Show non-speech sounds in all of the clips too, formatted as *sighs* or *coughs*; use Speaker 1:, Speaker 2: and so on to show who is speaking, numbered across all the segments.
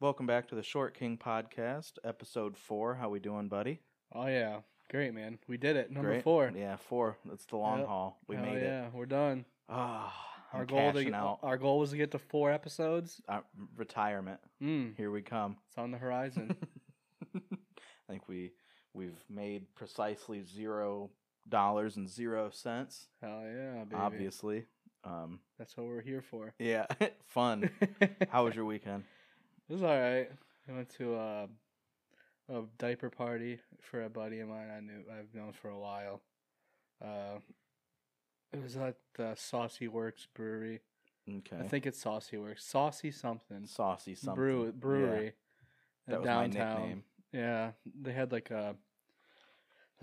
Speaker 1: Welcome back to the Short King podcast, episode four. How we doing, buddy?
Speaker 2: Oh yeah, great man. We did it. Number
Speaker 1: Great.
Speaker 2: four.
Speaker 1: Yeah, four. That's the long
Speaker 2: Yep.
Speaker 1: haul. We
Speaker 2: Hell
Speaker 1: made it.
Speaker 2: yeah, we're done.
Speaker 1: Ah,
Speaker 2: Our
Speaker 1: I'm
Speaker 2: goal
Speaker 1: cashing
Speaker 2: to
Speaker 1: out.
Speaker 2: our goal was to get to four episodes.
Speaker 1: Uh, retirement.
Speaker 2: Mm,
Speaker 1: Here we
Speaker 2: *laughs*
Speaker 1: come. *laughs*
Speaker 2: it's on the horizon.
Speaker 1: I think we we've made precisely zero dollars and zero cents.
Speaker 2: Hell yeah, baby.
Speaker 1: Obviously. Um,
Speaker 2: That's what we're here for.
Speaker 1: yeah, *laughs*
Speaker 2: *laughs*
Speaker 1: fun.
Speaker 2: it
Speaker 1: How was your weekend?
Speaker 2: was all right. I went to a, a diaper party for a buddy of mine I knew I've known for a while. Uh, it was at the Saucy Works Brewery.
Speaker 1: Okay.
Speaker 2: *laughs* I think it's Saucy Works. Saucy something.
Speaker 1: saucy something.
Speaker 2: Brew, brewery.
Speaker 1: Yeah, that
Speaker 2: in
Speaker 1: was my
Speaker 2: downtown.
Speaker 1: nickname.
Speaker 2: Yeah, they had like a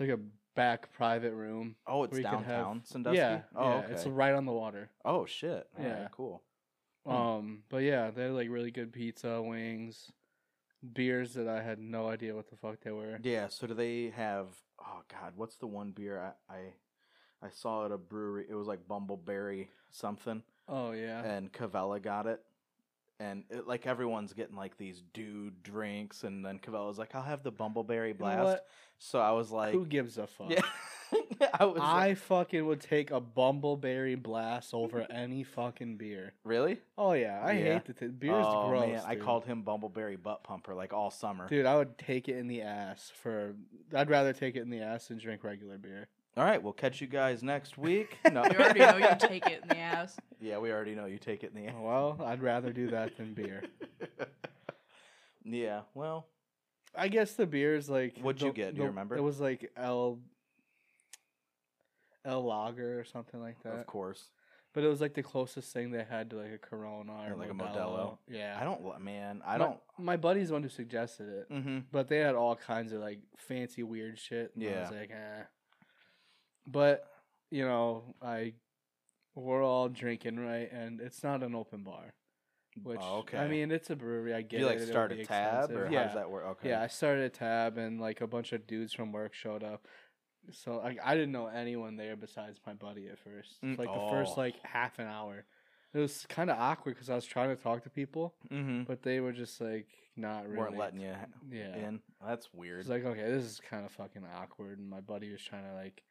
Speaker 2: like a back private room.
Speaker 1: Oh, it's
Speaker 2: where you could
Speaker 1: downtown
Speaker 2: have-
Speaker 1: Sandusky.
Speaker 2: Yeah,
Speaker 1: Oh,
Speaker 2: yeah,
Speaker 1: okay.
Speaker 2: it's right on the water.
Speaker 1: oh shit. All right,
Speaker 2: Yeah.
Speaker 1: cool. Hmm.
Speaker 2: Um, but yeah, they had like really good pizza, wings, beers that I had no idea what the fuck they were.
Speaker 1: Yeah. So do they have? Oh God, what's the one beer I I, I saw at a brewery? It was like Bumbleberry something,
Speaker 2: Oh yeah,
Speaker 1: and Cavella got it, and it, like everyone's getting like these dude drinks, and then Cavella's like, "I'll have the Bumbleberry
Speaker 2: You know
Speaker 1: blast."
Speaker 2: what?
Speaker 1: So I was like,
Speaker 2: Who gives a fuck?
Speaker 1: "Yeah." *laughs* I was
Speaker 2: I
Speaker 1: like,
Speaker 2: fucking would take a bumbleberry blast over any fucking beer.
Speaker 1: really.
Speaker 2: Oh yeah, I
Speaker 1: Yeah.
Speaker 2: hate the t- beer's
Speaker 1: oh
Speaker 2: gross.
Speaker 1: man, I
Speaker 2: dude.
Speaker 1: called him Bumbleberry butt pumper like all summer.
Speaker 2: Dude, I would take it in the ass for. I'd rather take it in the ass than drink regular beer.
Speaker 1: All right, we'll catch you guys next week.
Speaker 2: *laughs*
Speaker 1: No,
Speaker 3: We already
Speaker 1: *laughs*
Speaker 3: know you take it in the ass.
Speaker 1: Yeah, we already know you take it in the ass.
Speaker 2: *laughs* Well, I'd rather do that than beer.
Speaker 1: yeah, well,
Speaker 2: I guess the beer is like.
Speaker 1: What'd you
Speaker 2: the-
Speaker 1: get? Do you
Speaker 2: the-
Speaker 1: remember?
Speaker 2: It was like L. L lager or something like that.
Speaker 1: of course.
Speaker 2: But it was like the closest thing they had to like a Corona or
Speaker 1: Or Oh, like a Modelo.
Speaker 2: Yeah.
Speaker 1: I don't, li- man, I
Speaker 2: My-
Speaker 1: don't.
Speaker 2: My buddy's the one who suggested it,
Speaker 1: Mm-hmm.
Speaker 2: but they had all kinds of like fancy weird shit. and I
Speaker 1: Yeah.
Speaker 2: was like, eh. But you know, I we're all drinking right, and it's not an open bar. Which
Speaker 1: Oh, okay.
Speaker 2: I mean, it's a brewery. I
Speaker 1: Do
Speaker 2: get
Speaker 1: you like
Speaker 2: it, it would
Speaker 1: start
Speaker 2: be
Speaker 1: a tab
Speaker 2: expensive.
Speaker 1: or
Speaker 2: yeah.
Speaker 1: how does that work? Okay.
Speaker 2: Yeah, I started a tab and like a bunch of dudes from work showed up. So I, I didn't know anyone there besides my buddy at first.
Speaker 1: Mm,
Speaker 2: like the first
Speaker 1: oh.
Speaker 2: like half an hour. It was kind of awkward because I was trying to talk to people,
Speaker 1: mm-hmm.
Speaker 2: but they were just like not really.
Speaker 1: Weren't letting you ha-
Speaker 2: Yeah.
Speaker 1: in. That's weird.
Speaker 2: It's like, okay, this is kind of fucking awkward. And my buddy was trying to like,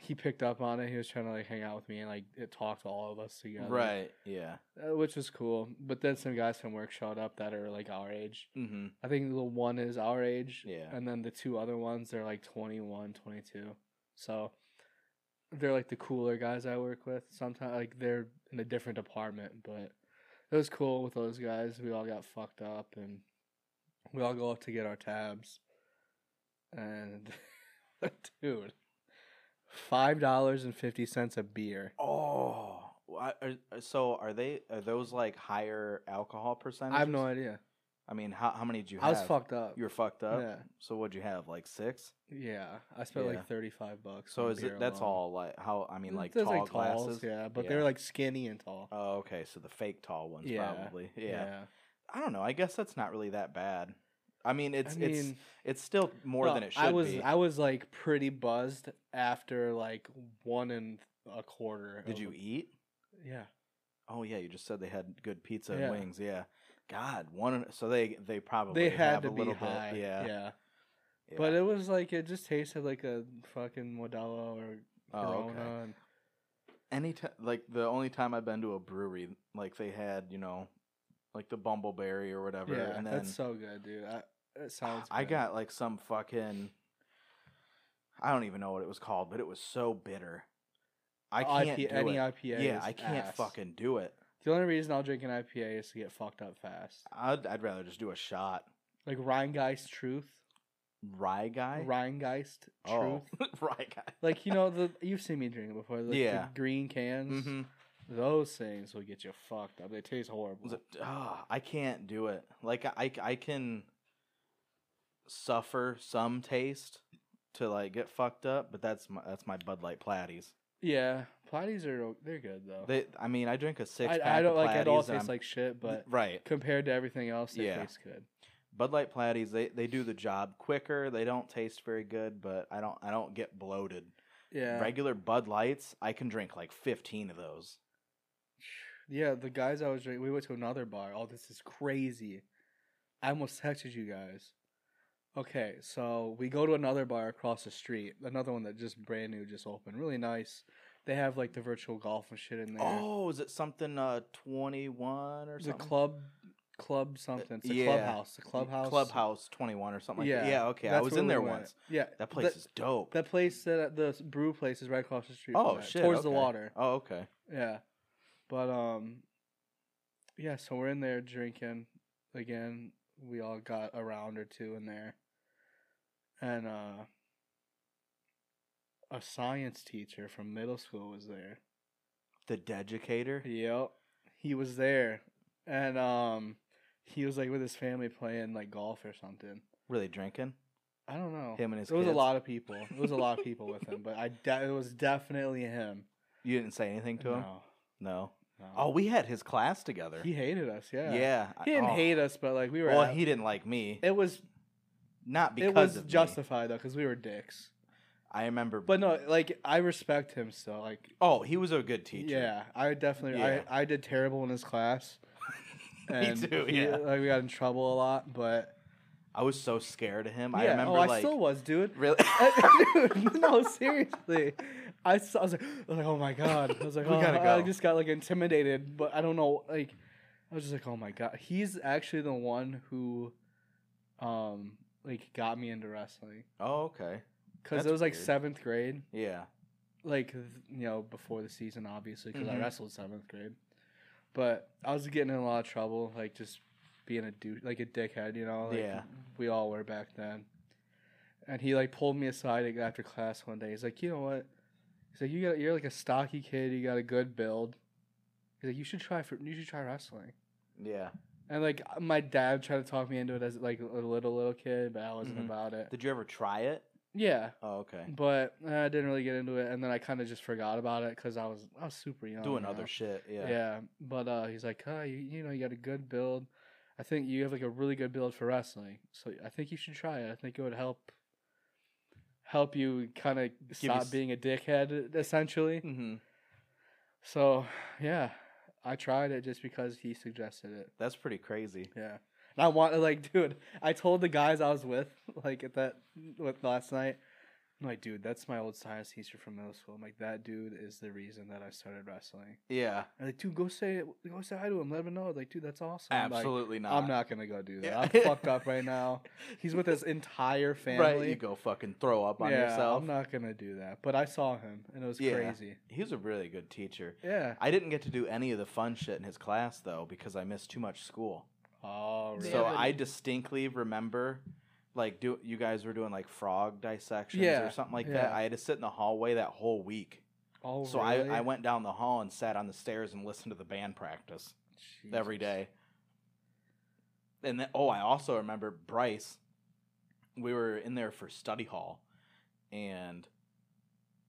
Speaker 2: he picked up on it. He was trying to like hang out with me and like it talked to all of us together.
Speaker 1: right. Yeah.
Speaker 2: Uh, which was cool. But then some guys from work showed up that are like our age.
Speaker 1: Mm-hmm.
Speaker 2: I think the one is our age.
Speaker 1: Yeah.
Speaker 2: And then the two other ones, they're like 21, 22. So they're like the cooler guys I work with. Sometimes, like, they're in a different department, but it was cool with those guys. We all got fucked up and we all go up to get our tabs. And, *laughs* dude, $5.50 a beer.
Speaker 1: Oh. I, are, so are they? Are those like higher alcohol percentages?
Speaker 2: I have no idea.
Speaker 1: I mean, how how many did you
Speaker 2: I
Speaker 1: have?
Speaker 2: was fucked up.
Speaker 1: You were fucked up.
Speaker 2: Yeah.
Speaker 1: So what'd you have? Like six.
Speaker 2: Yeah. I spent
Speaker 1: Yeah.
Speaker 2: like 35 bucks.
Speaker 1: So
Speaker 2: on
Speaker 1: is
Speaker 2: beer
Speaker 1: it? That's
Speaker 2: alone.
Speaker 1: all. Like how? I mean, like
Speaker 2: Those,
Speaker 1: tall
Speaker 2: talls,
Speaker 1: glasses.
Speaker 2: Yeah, but
Speaker 1: Yeah.
Speaker 2: they're like skinny and tall.
Speaker 1: Oh, okay. So the fake tall ones,
Speaker 2: Yeah,
Speaker 1: probably. Yeah. I don't know. I guess that's not really that bad. I mean, it's
Speaker 2: I mean,
Speaker 1: it's it's still more
Speaker 2: no,
Speaker 1: than it should
Speaker 2: I was
Speaker 1: be.
Speaker 2: I was like pretty buzzed after like one and a quarter.
Speaker 1: Did
Speaker 2: of
Speaker 1: you
Speaker 2: a-
Speaker 1: eat?
Speaker 2: Yeah.
Speaker 1: Oh yeah, you just said they had good pizza and
Speaker 2: Yeah.
Speaker 1: wings. Yeah. God, one. So they they probably
Speaker 2: they had
Speaker 1: Oh, have
Speaker 2: to
Speaker 1: a
Speaker 2: be
Speaker 1: little
Speaker 2: high.
Speaker 1: bit. Yeah.
Speaker 2: yeah.
Speaker 1: yeah.
Speaker 2: But it was like it just tasted like a fucking Modelo or
Speaker 1: oh,
Speaker 2: Corona.
Speaker 1: okay.
Speaker 2: and-
Speaker 1: Any ti- like the only time I've been to a brewery, like they had you know, like the Bumbleberry or whatever,
Speaker 2: yeah,
Speaker 1: and then
Speaker 2: that's so good, dude. I, it sounds.
Speaker 1: I
Speaker 2: good.
Speaker 1: got like some fucking. I don't even know what it was called, but it was so bitter. I can't
Speaker 2: IP,
Speaker 1: do
Speaker 2: any
Speaker 1: it.
Speaker 2: IPA.
Speaker 1: yeah,
Speaker 2: is
Speaker 1: I can't
Speaker 2: ass.
Speaker 1: fucking do it.
Speaker 2: The only reason I'll drink an IPA is to get fucked up fast.
Speaker 1: I'd, I'd rather just do a shot.
Speaker 2: Like Rheingeist Truth.
Speaker 1: Rye guy?
Speaker 2: Rheingeist Truth.
Speaker 1: Oh. *laughs* Rye guy.
Speaker 2: Like you know, the you've seen me drink it before. Like
Speaker 1: Yeah.
Speaker 2: the green cans.
Speaker 1: Mm-hmm.
Speaker 2: Those things will get you fucked up. They taste horrible.
Speaker 1: ah, I can't do it. Like, I, I can suffer some taste to, like, get fucked up, but that's my, that's my Bud Light Platties.
Speaker 2: Yeah, Platies are o- they're good though.
Speaker 1: They, I mean, I drink a six pack
Speaker 2: I, I don't
Speaker 1: of
Speaker 2: like it. All
Speaker 1: Platties and
Speaker 2: tastes
Speaker 1: I'm-
Speaker 2: like shit, but
Speaker 1: *laughs* Right.
Speaker 2: compared to everything else, they
Speaker 1: Yeah.
Speaker 2: taste good.
Speaker 1: Bud Light Platties, they, they do the job quicker. They don't taste very good, but I don't I don't get bloated.
Speaker 2: Yeah,
Speaker 1: Regular Bud Lights, I can drink like fifteen of those.
Speaker 2: yeah. The guys I was drinking, we went to another bar. Oh, this is crazy. I almost texted you guys. Okay, so we go to another bar across the street, another one that just brand new just opened, really nice. They have like the virtual golf and shit in there.
Speaker 1: Oh, is it something uh twenty one or
Speaker 2: the
Speaker 1: something?
Speaker 2: club, club something. It's a
Speaker 1: yeah.
Speaker 2: clubhouse. The clubhouse.
Speaker 1: Clubhouse twenty one or something. like that. Yeah, okay. I
Speaker 2: that's
Speaker 1: was
Speaker 2: where
Speaker 1: in
Speaker 2: we
Speaker 1: there
Speaker 2: went.
Speaker 1: once.
Speaker 2: Yeah,
Speaker 1: That place is dope.
Speaker 2: That place that the brew place is right across the street. from
Speaker 1: oh
Speaker 2: that,
Speaker 1: shit!
Speaker 2: towards the
Speaker 1: okay.
Speaker 2: water.
Speaker 1: Oh okay.
Speaker 2: Yeah. But um yeah, so we're in there drinking again. We all got a round or two in there. And uh a science teacher from middle school was there.
Speaker 1: The Dedicator.
Speaker 2: Yep. He was there. And um he was like with his family playing like golf or something.
Speaker 1: Were they drinking?
Speaker 2: I don't know.
Speaker 1: Him and his
Speaker 2: it was
Speaker 1: kids?
Speaker 2: a lot of people. It was a
Speaker 1: *laughs*
Speaker 2: lot of people with him, but I de- it was definitely him.
Speaker 1: You didn't say anything to him.
Speaker 2: No,
Speaker 1: No.
Speaker 2: no.
Speaker 1: Oh, we had his class together.
Speaker 2: he hated us. Yeah.
Speaker 1: yeah.
Speaker 2: He didn't
Speaker 1: oh.
Speaker 2: hate us, but like we were.
Speaker 1: Well,
Speaker 2: at-
Speaker 1: he didn't like me.
Speaker 2: it was
Speaker 1: Not because
Speaker 2: it was
Speaker 1: of me.
Speaker 2: justified though, 'cause though because we were dicks.
Speaker 1: I remember.
Speaker 2: But no, like I respect him still. Like
Speaker 1: oh, he was a good teacher.
Speaker 2: yeah, I definitely
Speaker 1: Yeah.
Speaker 2: I, I did terrible in his class.
Speaker 1: *laughs* Me
Speaker 2: and
Speaker 1: too,
Speaker 2: he-
Speaker 1: yeah.
Speaker 2: like we got in trouble a lot, but
Speaker 1: I was so scared of him.
Speaker 2: yeah.
Speaker 1: I remember
Speaker 2: oh, I
Speaker 1: like
Speaker 2: still was, dude. *laughs*
Speaker 1: really.
Speaker 2: Dude, *laughs* no, seriously. I, s- I was like, I was like, oh my god. I was like,
Speaker 1: We
Speaker 2: oh,
Speaker 1: gotta
Speaker 2: I
Speaker 1: go.
Speaker 2: just got like intimidated, but I don't know. Like, I was just like, oh my god. He's actually the one who, um, like got me into wrestling
Speaker 1: oh okay.
Speaker 2: because
Speaker 1: That's
Speaker 2: it was like
Speaker 1: weird.
Speaker 2: seventh grade.
Speaker 1: Yeah.
Speaker 2: like th- you know before the season obviously because
Speaker 1: Mhm.
Speaker 2: i wrestled seventh grade but i was getting in a lot of trouble like just being a dude like a dickhead you know like
Speaker 1: Yeah.
Speaker 2: we all were back then and he like pulled me aside like, after class one day he's like you know what he's like you got you're like a stocky kid you got a good build he's like you should try for you should try wrestling
Speaker 1: Yeah.
Speaker 2: and like my dad tried to talk me into it as like a little little kid but i wasn't
Speaker 1: Mhm.
Speaker 2: about it
Speaker 1: Did you ever try it?
Speaker 2: yeah
Speaker 1: Oh okay.
Speaker 2: but uh, I didn't really get into it, and then I kind of just forgot about it because I was I was super young.
Speaker 1: Doing
Speaker 2: you
Speaker 1: other
Speaker 2: know?
Speaker 1: shit.
Speaker 2: Yeah.
Speaker 1: Yeah.
Speaker 2: but uh, he's like, oh, you, you know, you got a good build. I think you have like a really good build for wrestling, so I think you should try it. I think it would help help you kind of
Speaker 1: you
Speaker 2: stop
Speaker 1: s-
Speaker 2: being a dickhead, e, essentially.
Speaker 1: Mm-hmm.
Speaker 2: So yeah, I tried it just because he suggested it.
Speaker 1: That's pretty crazy.
Speaker 2: Yeah. And I want to like, *laughs* dude, I told the guys I was with, like at that with last night, I'm like, dude, that's my old science teacher from middle school. I'm like, that dude is the reason that I started wrestling.
Speaker 1: Yeah.
Speaker 2: And like, dude, go say go say hi to him, let him know. Like, dude, that's awesome. I'm like,
Speaker 1: Absolutely not.
Speaker 2: I'm not gonna go do that.
Speaker 1: Yeah.
Speaker 2: I'm fucked up right now. He's with his entire family.
Speaker 1: *laughs* Right. You go fucking throw up on
Speaker 2: yeah,
Speaker 1: yourself.
Speaker 2: I'm not gonna do that. But I saw him and it was
Speaker 1: Yeah.
Speaker 2: crazy.
Speaker 1: He was a really good teacher.
Speaker 2: Yeah.
Speaker 1: I didn't get to do any of the fun shit in his class though because I missed too much school.
Speaker 2: Oh, really?
Speaker 1: So
Speaker 3: Yeah, but-
Speaker 1: I distinctly remember like do you guys were doing like frog dissections
Speaker 2: Yeah,
Speaker 1: or something like that.
Speaker 2: yeah.
Speaker 1: I had to sit in the hallway that whole week.
Speaker 2: oh,
Speaker 1: so
Speaker 2: really?
Speaker 1: I, I went down the hall and sat on the stairs and listened to the band practice every
Speaker 2: Jesus.
Speaker 1: day. And then oh, I also remember Bryce. We were in there for study hall and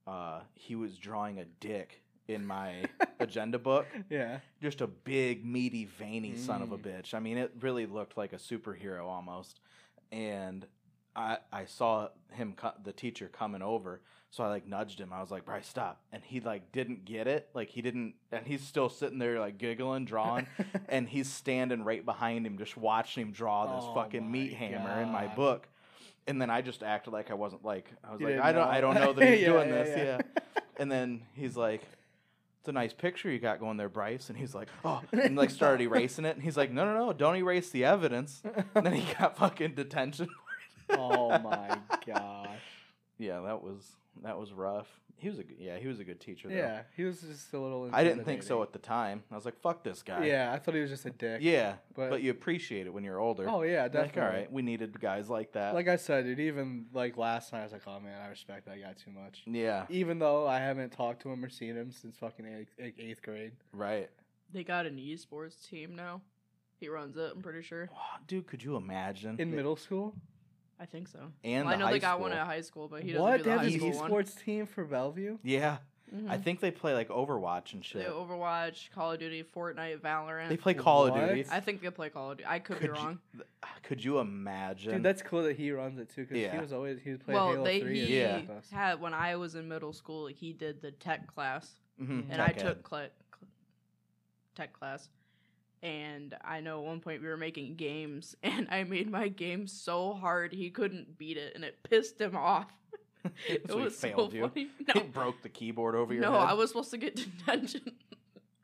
Speaker 1: uh he was drawing a dick in
Speaker 2: *laughs*
Speaker 1: my agenda book
Speaker 2: Yeah.
Speaker 1: just a big, meaty, veiny son of a
Speaker 2: Mm.
Speaker 1: bitch. I mean, it really looked like a superhero almost. And I I saw him co- the teacher coming over, so I like nudged him. I was like, "Bryce, stop!" And he like didn't get it. Like he didn't, and he's still sitting there like giggling,
Speaker 2: *laughs*
Speaker 1: drawing. and he's standing right behind him, just watching him draw this
Speaker 2: Oh my
Speaker 1: fucking meat hammer in my
Speaker 2: God.
Speaker 1: book. And then I just acted like I wasn't like I was
Speaker 2: You
Speaker 1: like
Speaker 2: didn't
Speaker 1: I don't
Speaker 2: know.
Speaker 1: I don't know that he's
Speaker 2: *laughs* Yeah,
Speaker 1: doing
Speaker 2: yeah,
Speaker 1: this.
Speaker 2: yeah.
Speaker 1: yeah. And then he's like, "It's a nice picture you got going there, Bryce." And he's like, "Oh," and like
Speaker 2: *laughs*
Speaker 1: started erasing it. And he's like, "No, no, no, don't erase the evidence." And then
Speaker 2: *laughs*
Speaker 1: he got fucking detention.
Speaker 2: oh my *laughs* gosh.
Speaker 1: Yeah, that was that was rough. He was a good, yeah, he was a good teacher. Though.
Speaker 2: Yeah, he was just a little.
Speaker 1: I didn't think
Speaker 2: intimidating.
Speaker 1: so at the time. I was like, "Fuck this guy."
Speaker 2: Yeah, I thought he was just a dick.
Speaker 1: yeah,
Speaker 2: but,
Speaker 1: but you appreciate it when you're older.
Speaker 2: oh yeah,
Speaker 1: like,
Speaker 2: definitely.
Speaker 1: all right, we needed guys like that.
Speaker 2: Like I said, dude, even like last night, I was like, oh man, I respect that guy too much.
Speaker 1: yeah,
Speaker 2: Even though I haven't talked to him or seen him since fucking eighth, like, eighth grade.
Speaker 1: right.
Speaker 3: They got an esports team now. He runs it, I'm pretty sure.
Speaker 1: Wow, dude, could you imagine?
Speaker 2: In middle school,
Speaker 3: I think so.
Speaker 1: and
Speaker 3: Well, I
Speaker 1: the
Speaker 3: know
Speaker 1: high
Speaker 3: they got
Speaker 1: school.
Speaker 3: one at high school, but he doesn't
Speaker 2: what
Speaker 3: do
Speaker 2: they
Speaker 3: the
Speaker 2: have
Speaker 3: high
Speaker 2: an
Speaker 3: school
Speaker 2: esports Mm-hmm.
Speaker 3: one.
Speaker 2: team for Bellevue?
Speaker 1: Yeah, I
Speaker 3: Mhm.
Speaker 1: think they play like Overwatch and
Speaker 3: They
Speaker 1: shit.
Speaker 3: Overwatch, Call of Duty, Fortnite, Valorant.
Speaker 1: They play Call
Speaker 2: What?
Speaker 1: of Duty.
Speaker 3: I think they play Call of Duty. I could, be wrong.
Speaker 1: You, th- *sighs* could you imagine?
Speaker 2: Dude, that's cool that he runs it too. Because he
Speaker 1: Yeah.
Speaker 2: was always he was playing
Speaker 3: Well,
Speaker 2: Halo
Speaker 3: they
Speaker 2: Three. and
Speaker 3: he
Speaker 1: Yeah.
Speaker 2: stuff with us.
Speaker 3: had when I was in middle school. He did the tech class,
Speaker 1: Mhm, *laughs*
Speaker 3: and
Speaker 1: tech
Speaker 3: I
Speaker 1: ed.
Speaker 3: took cl- cl- tech class, And I know at one point we were making games, *laughs* and I made my game so hard he couldn't beat it, and it pissed him off.
Speaker 1: *laughs*
Speaker 3: it
Speaker 1: So he
Speaker 3: was so
Speaker 1: failed you.
Speaker 3: funny.
Speaker 1: *laughs*
Speaker 3: *laughs*
Speaker 1: He
Speaker 3: No,
Speaker 1: broke the keyboard over your
Speaker 3: no,
Speaker 1: head.
Speaker 3: I was supposed to get *laughs* detention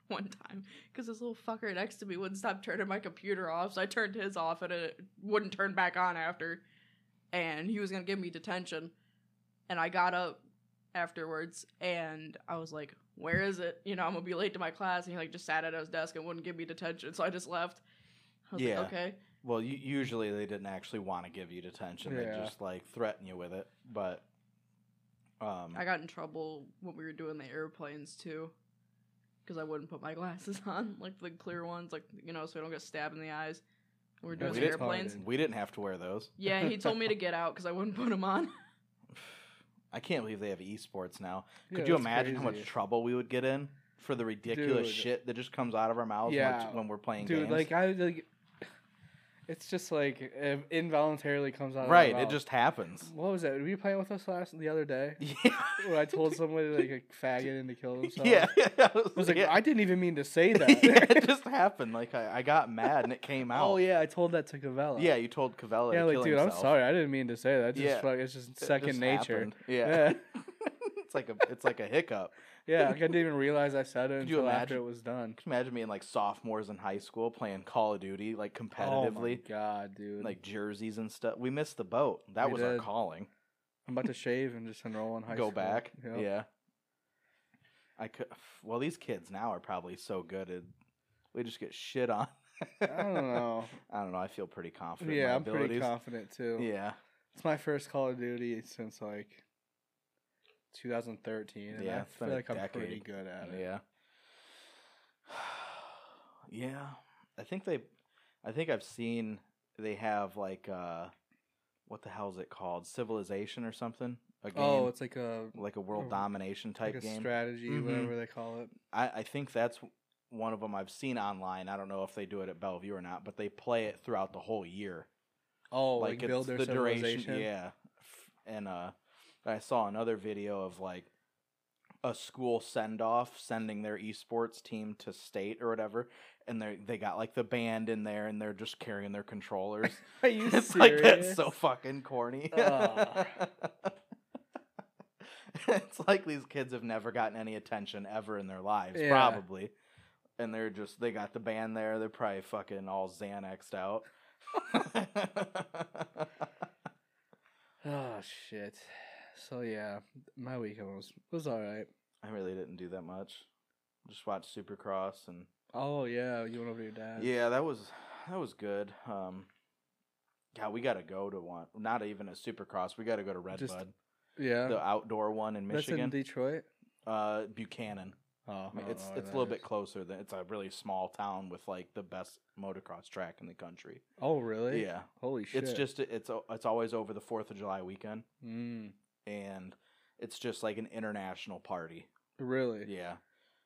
Speaker 3: one time because this little fucker next to me wouldn't stop turning my computer off. So I turned his off and it wouldn't turn back on after. And he was going to give me detention. And I got up afterwards and I was like, Where is it? You know, I'm going to be late to my class. And he like just sat at his desk and wouldn't give me detention. So I just left. I was
Speaker 1: Yeah.
Speaker 3: like, Okay.
Speaker 1: Well, u- usually they didn't actually want to give you detention. They
Speaker 2: Yeah.
Speaker 1: just like threaten you with it. But um,
Speaker 3: I got in trouble when we were doing the airplanes too, because I wouldn't put my *laughs* glasses on, like the clear ones, like you know, so I don't get stabbed in the eyes. When we were doing
Speaker 1: We
Speaker 3: the
Speaker 1: didn't-
Speaker 3: airplanes.
Speaker 1: we didn't have to wear those.
Speaker 3: Yeah, he told me to get out because I wouldn't put them on.
Speaker 1: I can't believe they have esports now.
Speaker 2: Yeah,
Speaker 1: Could you
Speaker 2: that's
Speaker 1: imagine how
Speaker 2: crazy.
Speaker 1: much trouble we would get in for the ridiculous
Speaker 2: Dude.
Speaker 1: shit that just comes out of our mouths when we're-
Speaker 2: Yeah.
Speaker 1: when we're playing
Speaker 2: dude?
Speaker 1: games?
Speaker 2: Like I like, *sighs* it's just like it involuntarily comes out. of my
Speaker 1: right, it
Speaker 2: mouth.
Speaker 1: just happens. *laughs*
Speaker 2: What was that? Were you playing with us last the other day?
Speaker 1: Yeah.
Speaker 2: Where I told somebody like a faggot and
Speaker 1: *laughs*
Speaker 2: to kill themselves.
Speaker 1: yeah, I was,
Speaker 2: I was like,
Speaker 1: yeah. *laughs*
Speaker 2: I didn't even mean to say
Speaker 1: Yeah,
Speaker 2: that. *laughs*
Speaker 1: it just happened. Like I, I got mad and it came out.
Speaker 2: oh yeah, I told that to Cavella.
Speaker 1: Yeah, you told Cavella.
Speaker 2: Yeah,
Speaker 1: to
Speaker 2: like
Speaker 1: kill
Speaker 2: dude,
Speaker 1: himself.
Speaker 2: I'm sorry, I didn't mean to say that. Just
Speaker 1: Yeah.
Speaker 2: fuck, it's just
Speaker 1: It
Speaker 2: second
Speaker 1: just
Speaker 2: nature. *laughs*
Speaker 1: happened. Yeah. *laughs* it's like a it's like a hiccup.
Speaker 2: Yeah, like
Speaker 1: *laughs*
Speaker 2: I didn't even realize I said it
Speaker 1: Could you
Speaker 2: until after
Speaker 1: imagine?
Speaker 2: it was done.
Speaker 1: Can you imagine being like sophomores in high school playing Call of Duty like
Speaker 2: Oh my
Speaker 1: competitively,
Speaker 2: god, dude!
Speaker 1: like jerseys and stuff. We missed the boat. That
Speaker 2: We
Speaker 1: was our
Speaker 2: did.
Speaker 1: calling.
Speaker 2: I'm about to shave and just enroll in high
Speaker 1: Go
Speaker 2: school.
Speaker 1: back.
Speaker 2: Yep.
Speaker 1: Yeah. I could. Well, these kids now are probably so good. At, we just get shit on.
Speaker 2: I don't know.
Speaker 1: *laughs* I don't know. I feel pretty confident. in my
Speaker 2: yeah, I'm pretty
Speaker 1: abilities.
Speaker 2: confident too.
Speaker 1: Yeah.
Speaker 2: It's my first Call of Duty since like 2013, and
Speaker 1: Yeah,
Speaker 2: I
Speaker 1: it's been a
Speaker 2: feel like I'm pretty
Speaker 1: decade.
Speaker 2: good at it.
Speaker 1: Yeah. *sighs* Yeah. I think they I think I've seen they have like uh what the hell is it called? Civilization or something? A game
Speaker 2: Oh, it's like a
Speaker 1: like a world
Speaker 2: a-
Speaker 1: domination type
Speaker 2: like a
Speaker 1: game.
Speaker 2: strategy,
Speaker 1: Mhm.
Speaker 2: whatever they call it.
Speaker 1: I, I think that's one of them I've seen online. I don't know if they do it at Bellevue or not, but they play it throughout the whole year.
Speaker 2: Oh,
Speaker 1: like
Speaker 2: like,
Speaker 1: it's
Speaker 2: build their
Speaker 1: the
Speaker 2: civilization.
Speaker 1: duration. Yeah. F- And uh I saw another video of like a school send off sending their esports team to state or whatever and they they got like the band in there and they're just carrying their controllers.
Speaker 2: *laughs* Are you
Speaker 1: *laughs* it's
Speaker 2: serious?
Speaker 1: like that's so fucking corny.
Speaker 2: Ah.
Speaker 1: *laughs* it's like these kids have never gotten any attention ever in their lives,
Speaker 2: Yeah.
Speaker 1: probably. And they're just they got the band there, they're probably fucking all Xanaxed out. *laughs*
Speaker 2: Oh shit. So yeah, my weekend was was all right.
Speaker 1: I really didn't do that much. Just watched Supercross and
Speaker 2: Oh yeah, you went over to your dad.
Speaker 1: yeah, that was that was good. Um, God, we gotta go to one. Not even a Supercross. We gotta go to Red
Speaker 2: Just
Speaker 1: Bud,
Speaker 2: yeah.
Speaker 1: the outdoor one in
Speaker 2: That's in
Speaker 1: Michigan.
Speaker 2: Detroit.
Speaker 1: uh, Buchanan.
Speaker 2: Oh,
Speaker 1: I mean, it's it's a little bit closer. Than, it's a really small town with like the best motocross track in the country.
Speaker 2: Oh really?
Speaker 1: Yeah,
Speaker 2: Holy shit.
Speaker 1: it's just it's it's always over the Fourth of July weekend,
Speaker 2: mm,
Speaker 1: and it's just like an international party.
Speaker 2: really.
Speaker 1: Yeah.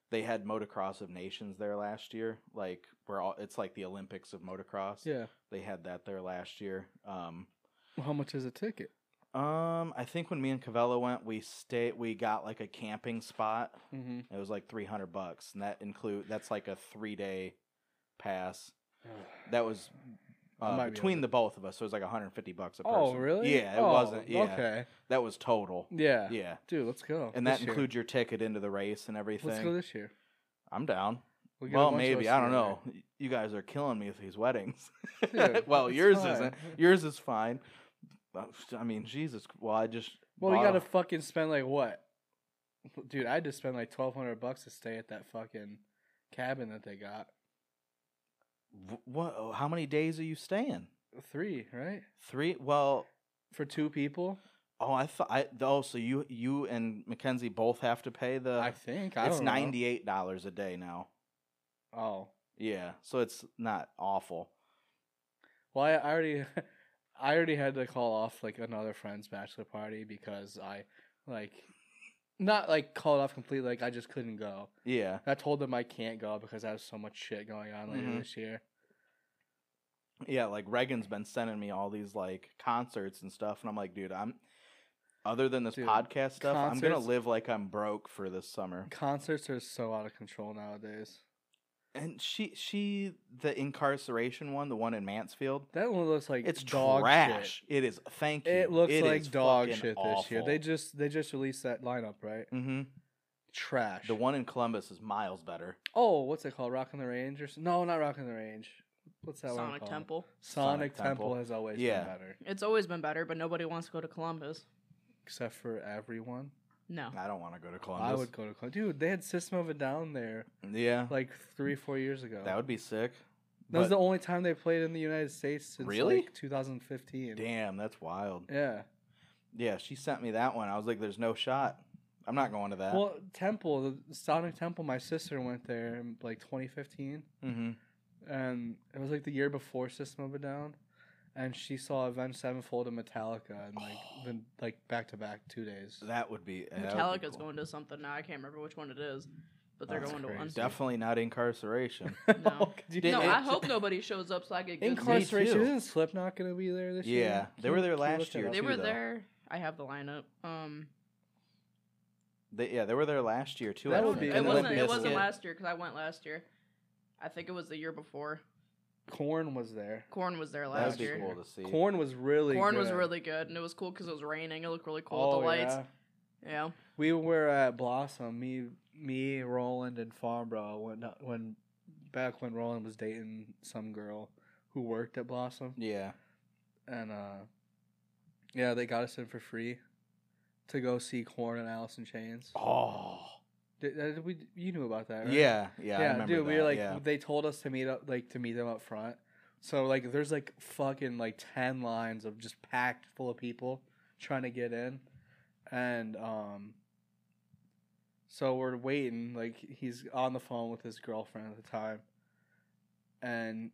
Speaker 1: They had motocross of nations there last year. Like where all it's like the Olympics of motocross.
Speaker 2: Yeah.
Speaker 1: They had that there last year. Um
Speaker 2: Well, how much is a ticket?
Speaker 1: um I think when me and Cavella went, we stay we got like a camping spot.
Speaker 2: Mm-hmm.
Speaker 1: It was like 300 bucks and that include that's like a 3-day
Speaker 2: *sighs*
Speaker 1: pass. That was
Speaker 2: I
Speaker 1: uh,
Speaker 2: might be
Speaker 1: between
Speaker 2: able
Speaker 1: the both of us, so it was like 150 bucks a person.
Speaker 2: Oh really?
Speaker 1: Yeah, it
Speaker 2: Oh,
Speaker 1: wasn't. Yeah.
Speaker 2: Okay.
Speaker 1: That was total.
Speaker 2: Yeah.
Speaker 1: Yeah.
Speaker 2: Dude, let's go.
Speaker 1: And
Speaker 2: this
Speaker 1: that
Speaker 2: year.
Speaker 1: includes your ticket into the race and everything.
Speaker 2: Let's go this year.
Speaker 1: I'm down.
Speaker 2: We'll get a
Speaker 1: Well,
Speaker 2: bunch of
Speaker 1: maybe
Speaker 2: us
Speaker 1: I don't
Speaker 2: together.
Speaker 1: know. Y- You guys are killing me with these weddings. *laughs*
Speaker 2: Dude,
Speaker 1: well,
Speaker 2: it's
Speaker 1: yours
Speaker 2: fine.
Speaker 1: isn't. Yours is fine. Uh, I mean, Jesus. Well, I just.
Speaker 2: *laughs* Well, we
Speaker 1: bought
Speaker 2: gotta
Speaker 1: a-
Speaker 2: fucking spend like what? Dude, I had to spend like twelve hundred bucks to stay at that fucking cabin that they got.
Speaker 1: Wh- what? How many days are you staying?
Speaker 2: Three, right?
Speaker 1: Three. Well.
Speaker 2: For two people,
Speaker 1: Oh, I thought. I, oh, so you you and Mackenzie both have to pay the.
Speaker 2: I think. I
Speaker 1: Uh, it's
Speaker 2: don't know.
Speaker 1: ninety eight dollars a day now.
Speaker 2: Oh,
Speaker 1: Yeah, so it's not awful.
Speaker 2: well, I, I already, *laughs* I already had to call off like another friend's bachelor party because I, like, not like called off completely. Like I just couldn't go.
Speaker 1: Yeah.
Speaker 2: I told them I can't go because I have so much shit going on later
Speaker 1: Mhm.
Speaker 2: this year.
Speaker 1: yeah, like Reagan's been sending me all these like concerts and stuff, and I'm like, dude, I'm other than this
Speaker 2: Dude,
Speaker 1: podcast stuff, I'm gonna
Speaker 2: concerts-
Speaker 1: live like I'm broke for this summer.
Speaker 2: Concerts are so out of control nowadays.
Speaker 1: And she she the incarceration one, the one in Mansfield.
Speaker 2: That one looks like
Speaker 1: It's
Speaker 2: dog
Speaker 1: trash. It
Speaker 2: shit.
Speaker 1: is. Thank you.
Speaker 2: It looks
Speaker 1: is
Speaker 2: like dog
Speaker 1: fucking
Speaker 2: shit this year.
Speaker 1: awful.
Speaker 2: They just they just released that lineup, right?
Speaker 1: Mhm.
Speaker 2: Trash.
Speaker 1: The one in Columbus is miles better.
Speaker 2: Oh, what's it called? Rock on the Range or s- no? Not Rock on the Range. What's that one
Speaker 3: Sonic
Speaker 2: called?
Speaker 3: Temple.
Speaker 1: Sonic
Speaker 2: Sonic, Temple.
Speaker 1: Temple.
Speaker 2: has always
Speaker 1: Yeah.
Speaker 2: been better,
Speaker 3: It's always been better, but nobody wants to go to Columbus.
Speaker 2: except for everyone.
Speaker 3: No.
Speaker 1: I don't want to go to Columbus.
Speaker 2: I would go to Col- dude. They had System of a Down there
Speaker 1: Yeah,
Speaker 2: like uh, three, four years ago.
Speaker 1: that would be sick.
Speaker 2: That was
Speaker 1: But-
Speaker 2: the only time they played in the United States since
Speaker 1: Really?
Speaker 2: like 2015.
Speaker 1: Damn, that's wild.
Speaker 2: Yeah.
Speaker 1: Yeah, she sent me that one. I was like, "There's no shot. I'm not going to that."
Speaker 2: Well, Temple, the Sonic Temple. My sister went there in like 2015,
Speaker 1: hmm
Speaker 2: and it was like the year before System of a Down, and she saw Avenged Sevenfold and Metallica, and like
Speaker 1: *gasps*
Speaker 2: then like back to back two days.
Speaker 1: That would be. that would be
Speaker 3: Metallica's
Speaker 1: cool.
Speaker 3: going to something now. I can't remember which one it is, but they're
Speaker 2: That's
Speaker 3: going to one.
Speaker 2: crazy.
Speaker 1: Definitely not
Speaker 2: *laughs*
Speaker 1: incarceration.
Speaker 3: No. *laughs*
Speaker 2: Could you
Speaker 1: Did-
Speaker 3: No,
Speaker 1: it-
Speaker 2: imagine?
Speaker 3: I hope nobody shows up so I get good
Speaker 1: Incar-
Speaker 3: seats.
Speaker 2: Incarceration
Speaker 1: too.
Speaker 2: isn't Slipknot going to be there this year?
Speaker 1: Yeah, they were there
Speaker 2: Can you
Speaker 1: last
Speaker 2: look that
Speaker 1: year,
Speaker 2: up?
Speaker 3: They
Speaker 1: too,
Speaker 3: were
Speaker 1: though.
Speaker 3: there. I have the lineup. Um,
Speaker 1: they, yeah, they were there last year too.
Speaker 2: That
Speaker 1: I
Speaker 2: would
Speaker 1: think, and
Speaker 2: be
Speaker 3: it
Speaker 1: they
Speaker 2: would
Speaker 3: wasn't.
Speaker 1: missed
Speaker 3: It wasn't
Speaker 2: it.
Speaker 3: last year because I went last year. I think it was the year before.
Speaker 2: Corn was there.
Speaker 3: Corn was there
Speaker 1: That'd
Speaker 3: last
Speaker 1: be
Speaker 3: year.
Speaker 1: cool to see.
Speaker 2: Corn was really.
Speaker 3: Corn was
Speaker 2: good.
Speaker 3: really good, and it was cool because it was raining. It looked really cool
Speaker 2: Oh,
Speaker 3: with the lights.
Speaker 2: yeah.
Speaker 3: Yeah.
Speaker 2: We were at Blossom. Me, me, Roland, and Farmbro. When when back when Roland was dating some girl who worked at Blossom,
Speaker 1: Yeah,
Speaker 2: and uh, yeah, they got us in for free to go see Corn and Alice in Chains.
Speaker 1: Oh,
Speaker 2: Did, uh, did we? You knew about that, right?
Speaker 1: yeah, yeah. I
Speaker 2: yeah,
Speaker 1: remember
Speaker 2: dude. we were
Speaker 1: that,
Speaker 2: like,
Speaker 1: yeah.
Speaker 2: they told us to meet up, like to meet them up front. So like, there's like fucking like ten lines of just packed full of people trying to get in, and um. So we're waiting. Like he's on the phone with his girlfriend at the time, and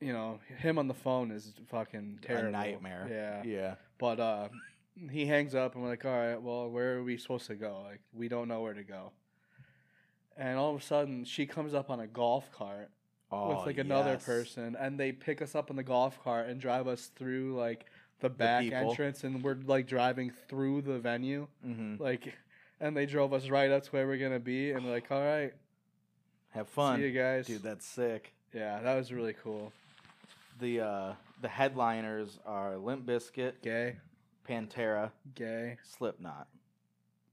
Speaker 2: you know him on the phone is fucking
Speaker 1: A
Speaker 2: terrible.
Speaker 1: nightmare.
Speaker 2: Yeah.
Speaker 1: yeah,
Speaker 2: But uh, he hangs up, and we're like, all right, well, where are we supposed to go? Like, we don't know where to go. And all of a sudden, she comes up on a golf cart
Speaker 1: oh,
Speaker 2: with like another
Speaker 1: yes.
Speaker 2: person, and they pick us up on the golf cart and drive us through like the back
Speaker 1: people.
Speaker 2: entrance, and we're like driving through the venue,
Speaker 1: Mhm.
Speaker 2: like, and they drove us right up to where we're gonna be, and like, all right,
Speaker 1: Have fun,
Speaker 2: see you guys,
Speaker 1: dude. That's sick.
Speaker 2: yeah, that was really cool.
Speaker 1: The uh, the headliners are Limp Bizkit,
Speaker 2: Gay,
Speaker 1: Pantera,
Speaker 2: gay,
Speaker 1: Slipknot.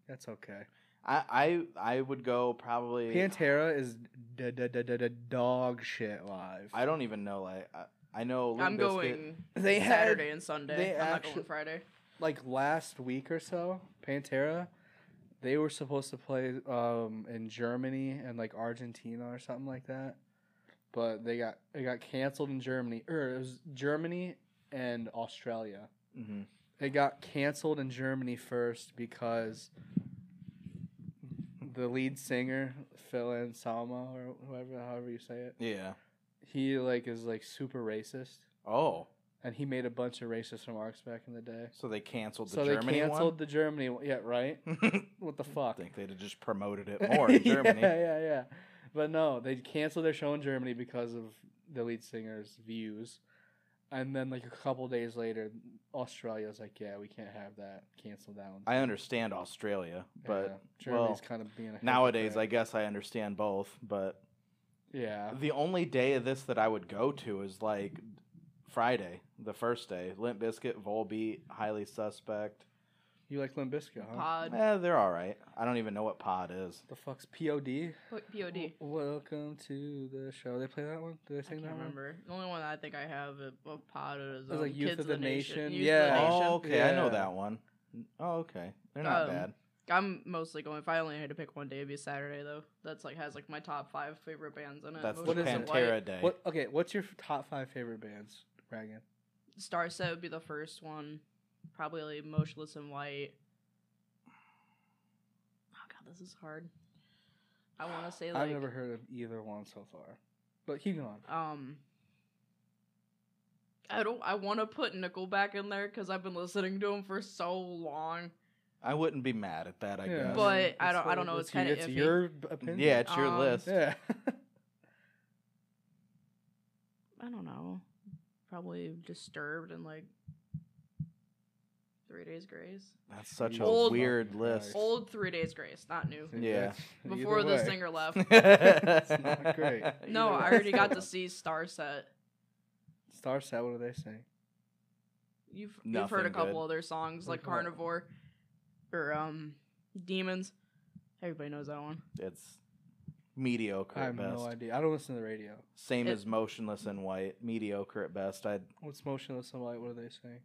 Speaker 2: that's okay.
Speaker 1: I I, I would go probably.
Speaker 2: Pantera is da da da da da dog shit live.
Speaker 1: I don't even know. Like I, I know. Limp
Speaker 3: I'm
Speaker 1: Bizkit-
Speaker 3: going
Speaker 2: They
Speaker 3: Saturday
Speaker 2: had
Speaker 3: and Sunday.
Speaker 2: they
Speaker 3: I'm not
Speaker 2: actu-
Speaker 3: going Friday.
Speaker 2: *laughs* like last week or so, Pantera. They were supposed to play um, in Germany and like Argentina or something like that, but they got it got canceled in Germany or it was Germany and Australia.
Speaker 1: Mhm.
Speaker 2: It got canceled in Germany first because the lead singer Phil Anselmo or whoever however you say it,
Speaker 1: Yeah.
Speaker 2: he like is like super racist
Speaker 1: Oh,
Speaker 2: and he made a bunch of racist remarks back in the day.
Speaker 1: so they canceled the
Speaker 2: so
Speaker 1: Germany
Speaker 2: they canceled the Germany. one- Yeah, right.
Speaker 1: one.
Speaker 2: What
Speaker 1: *laughs*
Speaker 2: the
Speaker 1: I
Speaker 2: fuck? *laughs*
Speaker 1: think they'd have just promoted it more in Germany.
Speaker 2: yeah, yeah, yeah. But no, they canceled their show in Germany because of the lead singer's views. And then, like a couple days later, Australia's like, "Yeah, we can't have that. Cancel that one."
Speaker 1: I understand Australia, but
Speaker 2: Yeah,
Speaker 1: well,
Speaker 2: Germany's kind of being a
Speaker 1: nowadays I
Speaker 2: hypocrite.
Speaker 1: guess I understand both. But
Speaker 2: yeah,
Speaker 1: the only day of this that I would go to is like Friday, the first day. Limp Biscuit, Volbeat, Highly Suspect.
Speaker 2: you like Limp Bizkit, huh?
Speaker 3: Pod.
Speaker 1: Eh, they're all right. I don't even know what pod is.
Speaker 2: The fuck's POD?
Speaker 3: Pod. I
Speaker 2: W- Welcome to the show. They play that one. Did I sing
Speaker 3: can't
Speaker 2: that one?
Speaker 3: remember. The only one I think I have of of pod is
Speaker 2: was like
Speaker 3: um,
Speaker 2: Youth
Speaker 3: Kids
Speaker 2: of the Nation.
Speaker 3: Youth of the
Speaker 2: Yeah.
Speaker 3: Nation.
Speaker 1: Oh, okay. I know
Speaker 2: Yeah.
Speaker 1: that one. Oh, okay. They're not
Speaker 3: Um,
Speaker 1: bad.
Speaker 3: I'm mostly going. If I only had to pick one day, it'd be Saturday though. That's like has like my top five favorite bands in it.
Speaker 1: That's
Speaker 3: Most
Speaker 1: the
Speaker 2: what
Speaker 3: of
Speaker 2: is
Speaker 3: them
Speaker 2: it?
Speaker 1: Pantera
Speaker 3: white.
Speaker 1: day.
Speaker 2: What? Okay, what's your f- top five favorite bands, Reagan?
Speaker 3: Star Set would be the first one. Probably Motionless in White. Oh god, this is hard. I want to say like
Speaker 2: I've never heard of either one so far. But keep going.
Speaker 3: um. I don't. I want to put Nickelback in there because I've been listening to him for so long.
Speaker 1: I wouldn't be mad at that. I
Speaker 2: Yeah.
Speaker 1: guess.
Speaker 3: Hmm. But I
Speaker 2: mean,
Speaker 3: don't- I
Speaker 2: what-
Speaker 3: don't know, it's
Speaker 2: your-
Speaker 3: kinda
Speaker 2: It's
Speaker 3: iffy.
Speaker 2: your b- opinion.
Speaker 1: yeah, it's your
Speaker 3: Um,
Speaker 1: list.
Speaker 3: *laughs*
Speaker 2: Yeah. *laughs*
Speaker 3: I don't know. Probably Disturbed and like Three days grace.
Speaker 1: That's such a
Speaker 3: Old-
Speaker 1: weird
Speaker 2: Fucking
Speaker 1: list.
Speaker 2: Christ.
Speaker 1: *laughs*
Speaker 3: Old Three Days Grace, not new.
Speaker 2: Think
Speaker 1: Yeah.
Speaker 2: that's- *laughs* either
Speaker 3: Before the
Speaker 2: way. *laughs*
Speaker 3: singer left.
Speaker 1: it's
Speaker 2: not great.
Speaker 3: No, I already got to see Star Set.
Speaker 2: Star Set, what are they saying?
Speaker 3: You've you've heard a
Speaker 1: Nothing
Speaker 3: couple
Speaker 1: good.
Speaker 3: other songs like
Speaker 2: Like what?
Speaker 3: Carnivore or um Demons. Everybody knows that one.
Speaker 1: *laughs* It's mediocre
Speaker 2: I
Speaker 1: at
Speaker 2: have
Speaker 1: best.
Speaker 2: no idea. I don't listen to the radio.
Speaker 1: Same
Speaker 3: It-
Speaker 1: as motionless and white. Mediocre at best. I'd
Speaker 2: What's motionless and light? What are they saying?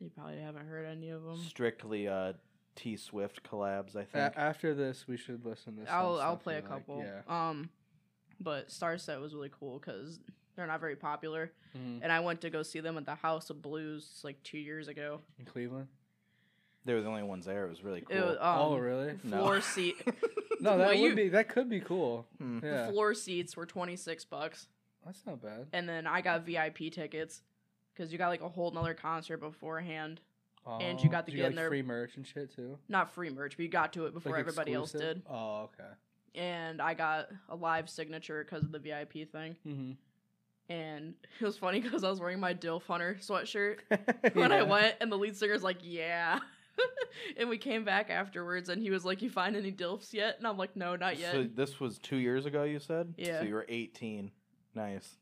Speaker 3: You probably haven't heard any of
Speaker 2: Um,
Speaker 3: them.
Speaker 1: strictly uh, T Swift collabs. I
Speaker 2: A-
Speaker 1: think.
Speaker 2: after this, we should listen to. some
Speaker 3: I'll I'll
Speaker 2: stuff
Speaker 3: play a
Speaker 2: we like.
Speaker 3: couple.
Speaker 2: yeah.
Speaker 3: Um, but Star Set was really cool because they're not very popular,
Speaker 1: Mm-hmm.
Speaker 2: Mhm.
Speaker 3: and I went to go see them at the House of Blues like two years ago.
Speaker 2: In Cleveland.
Speaker 1: they were the only ones there. It was really cool.
Speaker 3: It was, um,
Speaker 1: *laughs*
Speaker 2: oh really?
Speaker 1: No.
Speaker 3: Floor seat. *laughs*
Speaker 2: No, that
Speaker 3: Well,
Speaker 2: would
Speaker 3: you-
Speaker 2: be. That could be cool.
Speaker 1: Hmm.
Speaker 2: *laughs* Yeah.
Speaker 3: The floor seats were twenty six bucks,
Speaker 2: That's not bad.
Speaker 3: and then I got VIP tickets because you got like a whole nother concert beforehand. and you
Speaker 2: Oh,
Speaker 3: got to
Speaker 2: did
Speaker 3: get in
Speaker 2: like,
Speaker 3: there
Speaker 2: free merch and shit too.
Speaker 3: Not free merch, but you got to it before
Speaker 2: Like,
Speaker 3: everybody else
Speaker 2: exclusive?
Speaker 3: did.
Speaker 2: Oh okay.
Speaker 3: And I got a live signature because of the VIP thing.
Speaker 2: Mm-hmm.
Speaker 3: And it was funny because I was wearing my Dill Funner
Speaker 1: *laughs*
Speaker 3: sweatshirt
Speaker 2: Mm-hmm.
Speaker 3: *laughs* when I went, and the lead singer's like, "Yeah." *laughs* and we came back afterwards, and he was like, "You find any dilfs yet?" And I'm like, "No, not yet."
Speaker 1: So this was two years ago. You said.
Speaker 3: Yeah.
Speaker 1: So you were 18. Nice.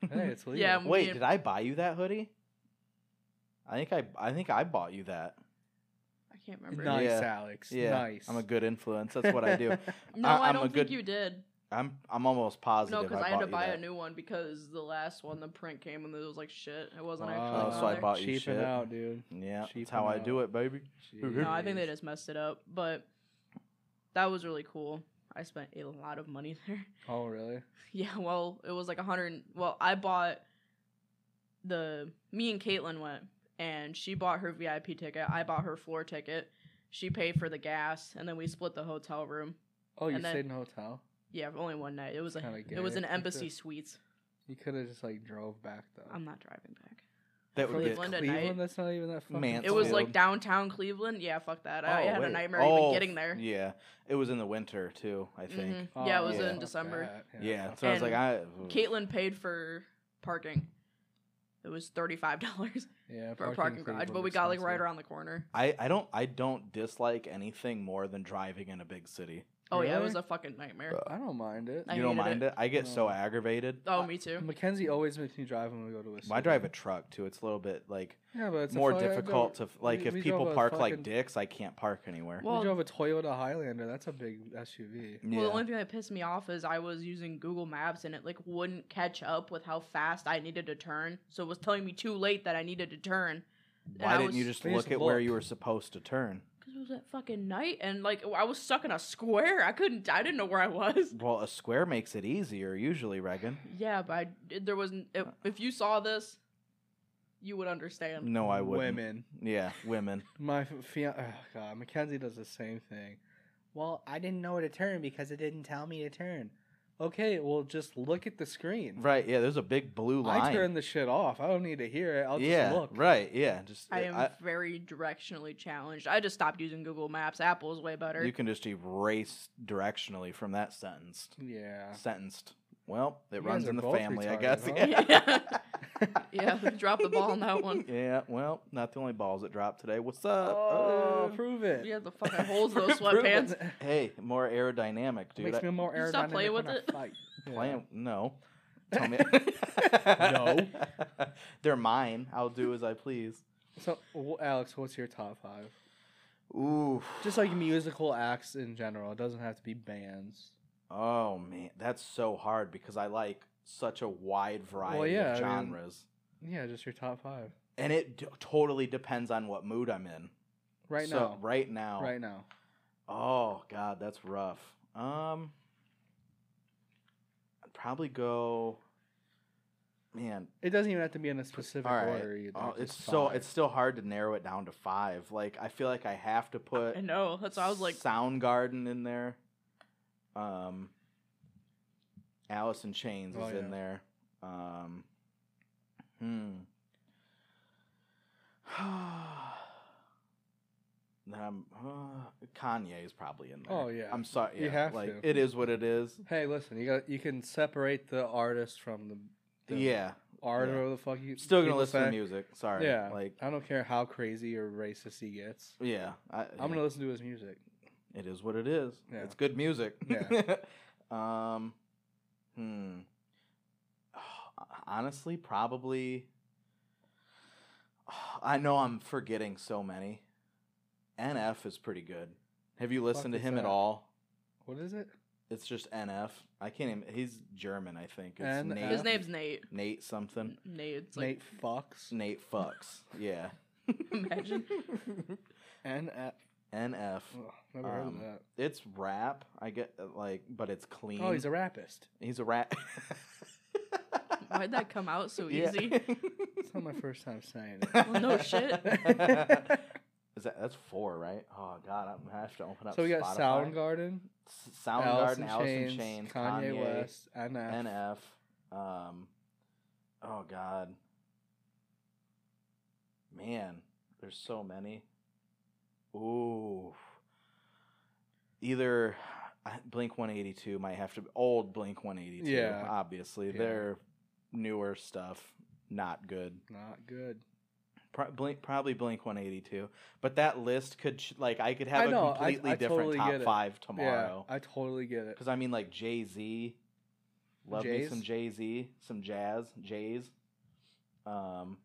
Speaker 2: Hey, it's legal.
Speaker 3: *laughs* Yeah,
Speaker 1: Wait,
Speaker 3: Me-
Speaker 1: did I buy you that hoodie? I think I I think I bought you that.
Speaker 3: I can't remember.
Speaker 2: nice,
Speaker 1: Yeah.
Speaker 2: Alex.
Speaker 1: Yeah,
Speaker 2: Nice.
Speaker 1: I'm a good influence. That's what I
Speaker 2: *laughs*
Speaker 3: *laughs*
Speaker 1: do.
Speaker 3: No,
Speaker 1: I-
Speaker 3: I,
Speaker 1: I'm a
Speaker 3: don't think
Speaker 1: good-
Speaker 3: you did.
Speaker 1: I'm I'm almost
Speaker 3: No,
Speaker 1: positive.
Speaker 3: because I, had to
Speaker 1: bought
Speaker 3: buy
Speaker 1: you
Speaker 3: a
Speaker 1: that.
Speaker 3: new one because the last one, the print came, and it was like shit. It wasn't
Speaker 2: Wow.
Speaker 3: actually.
Speaker 1: Oh,
Speaker 3: on
Speaker 1: so I
Speaker 3: there.
Speaker 1: bought you
Speaker 2: Cheaping
Speaker 1: shit. *laughs*
Speaker 2: out, dude.
Speaker 1: Yeah,
Speaker 2: Cheap
Speaker 1: that's how I
Speaker 2: and
Speaker 1: do it, baby.
Speaker 2: Jeez.
Speaker 3: No, I think they just messed it up, but that was really cool. I spent a lot of money *laughs* there.
Speaker 2: Oh really?
Speaker 3: *laughs* Yeah, well, it was like a hundred. Well, I bought the me and Caitlin went, and she bought her VIP ticket. I bought her floor ticket. She paid for the gas, and then we split the hotel room.
Speaker 2: Oh, you
Speaker 3: And then-
Speaker 2: stayed in a hotel.
Speaker 3: Yeah, for only one night. It was a
Speaker 2: Kinda
Speaker 3: it was
Speaker 2: gay.
Speaker 3: an
Speaker 2: That's
Speaker 3: embassy
Speaker 2: it.
Speaker 3: suites.
Speaker 2: You could have just like drove back though.
Speaker 3: I'm not driving back.
Speaker 1: That would
Speaker 2: From
Speaker 1: get
Speaker 3: Cleveland at night.
Speaker 2: Cleveland. That's not even that fucking.
Speaker 1: Mansfield.
Speaker 3: It was like
Speaker 1: Mansfield.
Speaker 3: downtown Cleveland. Yeah, fuck that. I
Speaker 1: Oh,
Speaker 3: had
Speaker 1: wait.
Speaker 3: a nightmare
Speaker 1: Oh,
Speaker 3: even getting there.
Speaker 1: Yeah, it was in the winter too. I think. Oh,
Speaker 3: Mhm. yeah, it was
Speaker 1: yeah.
Speaker 3: in
Speaker 2: fuck
Speaker 3: December.
Speaker 2: that.
Speaker 1: Yeah,
Speaker 2: fuck
Speaker 1: so I was like,
Speaker 3: And
Speaker 1: I
Speaker 3: Caitlin paid for parking. It was thirty five dollars
Speaker 2: Yeah,
Speaker 3: for a
Speaker 2: in
Speaker 3: parking garage,
Speaker 2: Cleveland
Speaker 3: but we got like right
Speaker 2: expensive.
Speaker 3: around the corner.
Speaker 1: I, I don't I don't dislike anything more than driving in a big city.
Speaker 3: Oh yeah, it
Speaker 2: Really?
Speaker 3: was a fucking nightmare.
Speaker 1: Uh,
Speaker 2: I don't mind it.
Speaker 3: I
Speaker 1: you don't
Speaker 3: hated
Speaker 1: mind it. I get so
Speaker 2: No.
Speaker 1: aggravated.
Speaker 3: Oh,
Speaker 1: I,
Speaker 3: me too.
Speaker 2: Mackenzie always makes me drive when we go to a.
Speaker 1: well, I drive a truck too. It's a little bit like
Speaker 2: Yeah, but it's a
Speaker 1: more
Speaker 2: fuck- I
Speaker 1: difficult to
Speaker 2: drove-
Speaker 1: f- like
Speaker 2: we-
Speaker 1: if
Speaker 2: we
Speaker 1: people
Speaker 2: drove a
Speaker 1: park
Speaker 2: fucking-
Speaker 1: like dicks, I can't park anywhere.
Speaker 3: Well-
Speaker 2: we drove a Toyota Highlander. That's a big SUV.
Speaker 3: Well, the
Speaker 1: yeah.
Speaker 3: only thing that pissed me off is I was using Google Maps and it like wouldn't catch up with how fast I needed to turn, so it was telling me too late that I needed to turn.
Speaker 1: Why
Speaker 3: I
Speaker 1: didn't you
Speaker 3: was-
Speaker 1: just
Speaker 2: They
Speaker 1: look
Speaker 2: just
Speaker 1: at where
Speaker 2: look.
Speaker 1: you were supposed to turn?
Speaker 3: Cause it was at fucking night and like I was stuck in a square. I couldn't. I didn't know where I was.
Speaker 1: Well, a square makes it easier usually, Regan.
Speaker 3: Yeah, but I, there was. If,
Speaker 1: Uh.
Speaker 3: if you saw this, you would understand.
Speaker 1: No, I wouldn't.
Speaker 2: Women.
Speaker 1: Yeah, women.
Speaker 2: My fiance. Oh God, Mackenzie does the same thing. Well, I didn't know where to turn because it didn't tell me to turn. Okay, well, just look at the screen.
Speaker 1: Right? Yeah, there's a big blue line.
Speaker 2: I turn the shit off. I don't need to hear it. I'll just
Speaker 1: yeah.
Speaker 2: look.
Speaker 1: Right. Yeah. Just uh,
Speaker 3: I am
Speaker 1: I-
Speaker 3: very directionally challenged. I just stopped using Google Maps. Apple is way better. *laughs*
Speaker 1: you can just erase directionally from that sentence.
Speaker 2: Yeah.
Speaker 1: sentenced. Well, it
Speaker 2: You
Speaker 1: runs
Speaker 2: guys are
Speaker 1: in the
Speaker 2: both
Speaker 1: family, I
Speaker 2: retarded,
Speaker 1: guess.
Speaker 2: huh?
Speaker 1: *laughs* Yeah.
Speaker 3: *laughs* yeah, drop the ball on that one.
Speaker 1: *laughs* Yeah, Well, not the only balls that dropped today. What's up?
Speaker 2: Oh,
Speaker 1: Uh,
Speaker 2: prove it. *laughs*
Speaker 3: Yeah, the fucking holes
Speaker 1: *laughs*
Speaker 3: those
Speaker 2: Prove it.
Speaker 3: sweatpants.
Speaker 2: *laughs*
Speaker 1: hey, more aerodynamic, dude.
Speaker 2: Makes
Speaker 1: I,
Speaker 2: me more
Speaker 3: You
Speaker 2: aerodynamic.
Speaker 3: stop playing
Speaker 2: when
Speaker 3: with
Speaker 2: I
Speaker 1: *laughs*
Speaker 3: it?
Speaker 2: fight. Yeah.
Speaker 1: plan- No. Tell me.
Speaker 2: *laughs* No.
Speaker 1: *laughs* They're mine. I'll do as I please.
Speaker 2: So, w- Alex, what's your top five?
Speaker 1: Ooh.
Speaker 2: Just like musical acts in general, it doesn't have to be bands.
Speaker 1: Oh man, that's so hard because I like such a wide variety
Speaker 2: yeah,
Speaker 1: of
Speaker 2: I mean-
Speaker 1: genres,
Speaker 2: Yeah, just your top five
Speaker 1: and it d- totally depends on what mood I'm in.
Speaker 2: right
Speaker 1: So,
Speaker 2: now.
Speaker 1: Right now.
Speaker 2: Right now.
Speaker 1: Oh God, that's rough. Um, I'd probably go. Man,
Speaker 2: It doesn't even have to be in a specific
Speaker 1: all right.
Speaker 2: order either.
Speaker 1: Oh, it's
Speaker 2: just
Speaker 1: so
Speaker 2: five.
Speaker 1: it's still hard to narrow it down to five. Like I feel like I have to put
Speaker 3: I know. That's why I was like,
Speaker 1: Soundgarden in there. Um, Alice in Chains
Speaker 2: Oh,
Speaker 1: is in
Speaker 2: yeah.
Speaker 1: there. Um, hmm. *sighs* Then I'm, uh, Kanye is probably in there.
Speaker 2: Oh, yeah.
Speaker 1: I'm sorry. Yeah,
Speaker 2: You have
Speaker 1: like
Speaker 2: to.
Speaker 1: it is what it is.
Speaker 2: Hey, listen, you got you can separate the artist from the. the
Speaker 1: Yeah,
Speaker 2: art
Speaker 1: Yeah.
Speaker 2: or whatever the fuck you
Speaker 1: Still gonna
Speaker 2: people
Speaker 1: listen to
Speaker 2: say.
Speaker 1: music. Sorry.
Speaker 2: Yeah,
Speaker 1: Like
Speaker 2: I don't care how crazy or racist he gets.
Speaker 1: yeah. I,
Speaker 2: I'm gonna listen to his music.
Speaker 1: It is what it is.
Speaker 2: Yeah.
Speaker 1: It's good music.
Speaker 2: Yeah.
Speaker 1: *laughs* um, hmm. *sighs* Honestly, probably. *sighs* I know I'm forgetting so many. NF is pretty good. Have you listened to
Speaker 2: is
Speaker 1: him at
Speaker 2: that?
Speaker 1: all?
Speaker 2: What is it?
Speaker 1: It's just NF. I can't even. He's German, I think. It's
Speaker 2: NF?
Speaker 1: Nate.
Speaker 3: His name's Nate.
Speaker 1: Nate something.
Speaker 3: Nate. It's like
Speaker 2: Nate Fox.
Speaker 1: Nate fucks. Yeah.
Speaker 2: *laughs*
Speaker 3: imagine.
Speaker 2: N F.
Speaker 1: NF.
Speaker 2: Ugh, Never heard of
Speaker 1: Um,
Speaker 2: that.
Speaker 1: It's rap. I get like, but it's clean.
Speaker 2: Oh, he's a rapist.
Speaker 1: He's a rat.
Speaker 3: Why'd that come out so
Speaker 1: Yeah. *laughs*
Speaker 2: *laughs*
Speaker 3: easy?
Speaker 2: It's not my first time saying it.
Speaker 3: Well, no shit.
Speaker 1: Is that that's four, right? Oh god, I'm gonna have to open up.
Speaker 2: so we got
Speaker 1: Spotify.
Speaker 2: Soundgarden,
Speaker 1: S-
Speaker 2: Alice in
Speaker 1: Soundgarden, Alice in
Speaker 2: Chains,
Speaker 1: Chains,
Speaker 2: Kanye,
Speaker 1: Kanye,
Speaker 2: West, NF.
Speaker 1: NF. Um, oh god, man, there's so many. Ooh, either Blink 182 might have to old Blink 182.
Speaker 2: Yeah.
Speaker 1: obviously
Speaker 2: Yeah.
Speaker 1: their newer stuff not good.
Speaker 2: Not good.
Speaker 1: Pro- Blink, probably Blink 182. But that list could ch- like I could have
Speaker 2: I
Speaker 1: a
Speaker 2: know, I-
Speaker 1: completely
Speaker 2: I
Speaker 1: different
Speaker 2: totally
Speaker 1: top
Speaker 2: get it.
Speaker 1: five
Speaker 2: Yeah,
Speaker 1: tomorrow.
Speaker 2: I totally get it.
Speaker 1: Because I mean, like Jay Z, love me
Speaker 2: Jays?
Speaker 1: some Jay Z, some jazz, Jays, um,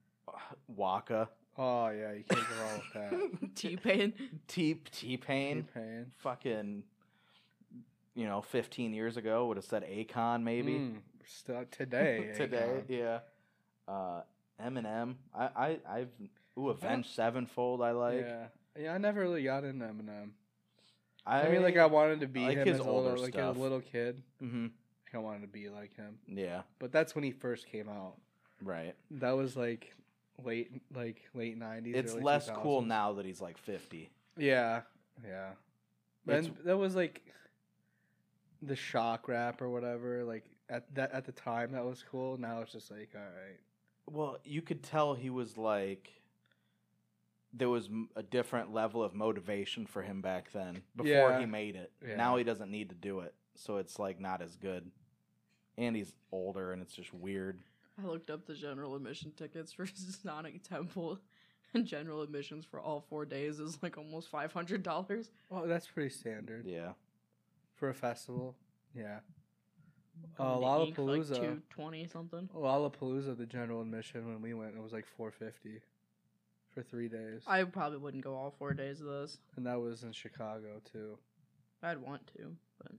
Speaker 1: Waka, *laughs*
Speaker 2: Oh yeah, you can't go wrong with that.
Speaker 3: T Pain.
Speaker 1: T T Pain,
Speaker 2: T-Pain.
Speaker 1: fucking, you know, 15 years ago would have said Akon maybe. *laughs*
Speaker 2: Mm, still today.
Speaker 1: today,
Speaker 2: Akon.
Speaker 1: yeah. Uh, Eminem, I I I've ooh Avenged Sevenfold I like.
Speaker 2: yeah, yeah. I never really got into Eminem.
Speaker 1: I,
Speaker 2: I mean, like I wanted to be
Speaker 1: like
Speaker 2: him
Speaker 1: his
Speaker 2: as a
Speaker 1: older
Speaker 2: little, like a
Speaker 1: stuff.
Speaker 2: little kid.
Speaker 1: hmm
Speaker 2: Like, I wanted to be like him,
Speaker 1: yeah,
Speaker 2: but that's when he first came out.
Speaker 1: right.
Speaker 2: That was like late, like late nineties.
Speaker 1: it's less cool now that he's like 50
Speaker 2: Yeah, yeah.
Speaker 1: It's-
Speaker 2: And that was like the shock rap or whatever. Like at that at the time, that was cool. Now it's just like, all right,
Speaker 1: well you could tell he was like there was m- a different level of motivation for him back then before
Speaker 2: Yeah.
Speaker 1: he made it
Speaker 2: Yeah.
Speaker 1: now he doesn't need to do it so it's like not as good and he's older and it's just weird
Speaker 3: I looked up the general admission tickets for *laughs* Sonic Temple, and general admissions for all four days is like almost five hundred dollars.
Speaker 2: well, that's pretty standard
Speaker 1: yeah
Speaker 2: for a festival. Yeah, Uh, Lollapalooza.
Speaker 3: like two twenty something.
Speaker 2: Lollapalooza, the general admission when we went, it was like four fifty for three days,
Speaker 3: I probably wouldn't go all four days of this.
Speaker 2: and that was in Chicago too.
Speaker 3: I'd want to, but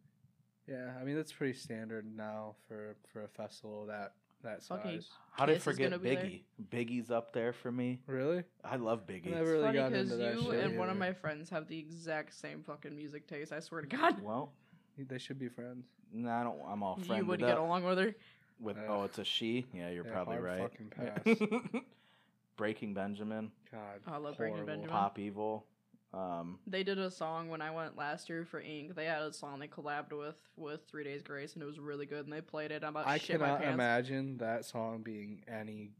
Speaker 2: Yeah, I mean that's pretty standard now for for a festival that that size.
Speaker 3: Fucking-
Speaker 1: how did i
Speaker 3: Kiss is
Speaker 1: forget
Speaker 3: gonna be there.
Speaker 1: biggie biggie's up there for me
Speaker 2: Really?
Speaker 1: i love biggie
Speaker 2: Never really
Speaker 3: funny
Speaker 2: got
Speaker 3: because
Speaker 2: into that
Speaker 3: you
Speaker 2: shit
Speaker 3: and one of
Speaker 2: either.
Speaker 3: my friends have the exact same fucking music taste. I swear to God,
Speaker 1: well
Speaker 2: They should be friends.
Speaker 1: no, i don't i'm all
Speaker 3: you
Speaker 1: friended
Speaker 3: would
Speaker 1: up
Speaker 3: get along with her.
Speaker 1: with
Speaker 2: Ugh.
Speaker 1: oh it's a she yeah you're
Speaker 2: Yeah,
Speaker 1: probably
Speaker 2: hard
Speaker 1: right *laughs*
Speaker 2: Fucking pass.
Speaker 1: breaking benjamin
Speaker 2: God,
Speaker 3: Oh, I love Breaking
Speaker 2: horrible.
Speaker 3: Benjamin.
Speaker 1: Pop Evil. Um,
Speaker 3: They did a song when I went last year for Ink. They had a song they collabed with with Three Days Grace, and it was really good. And they played it. I'm about
Speaker 2: I
Speaker 3: shit my
Speaker 2: cannot
Speaker 3: pants.
Speaker 2: imagine that song being any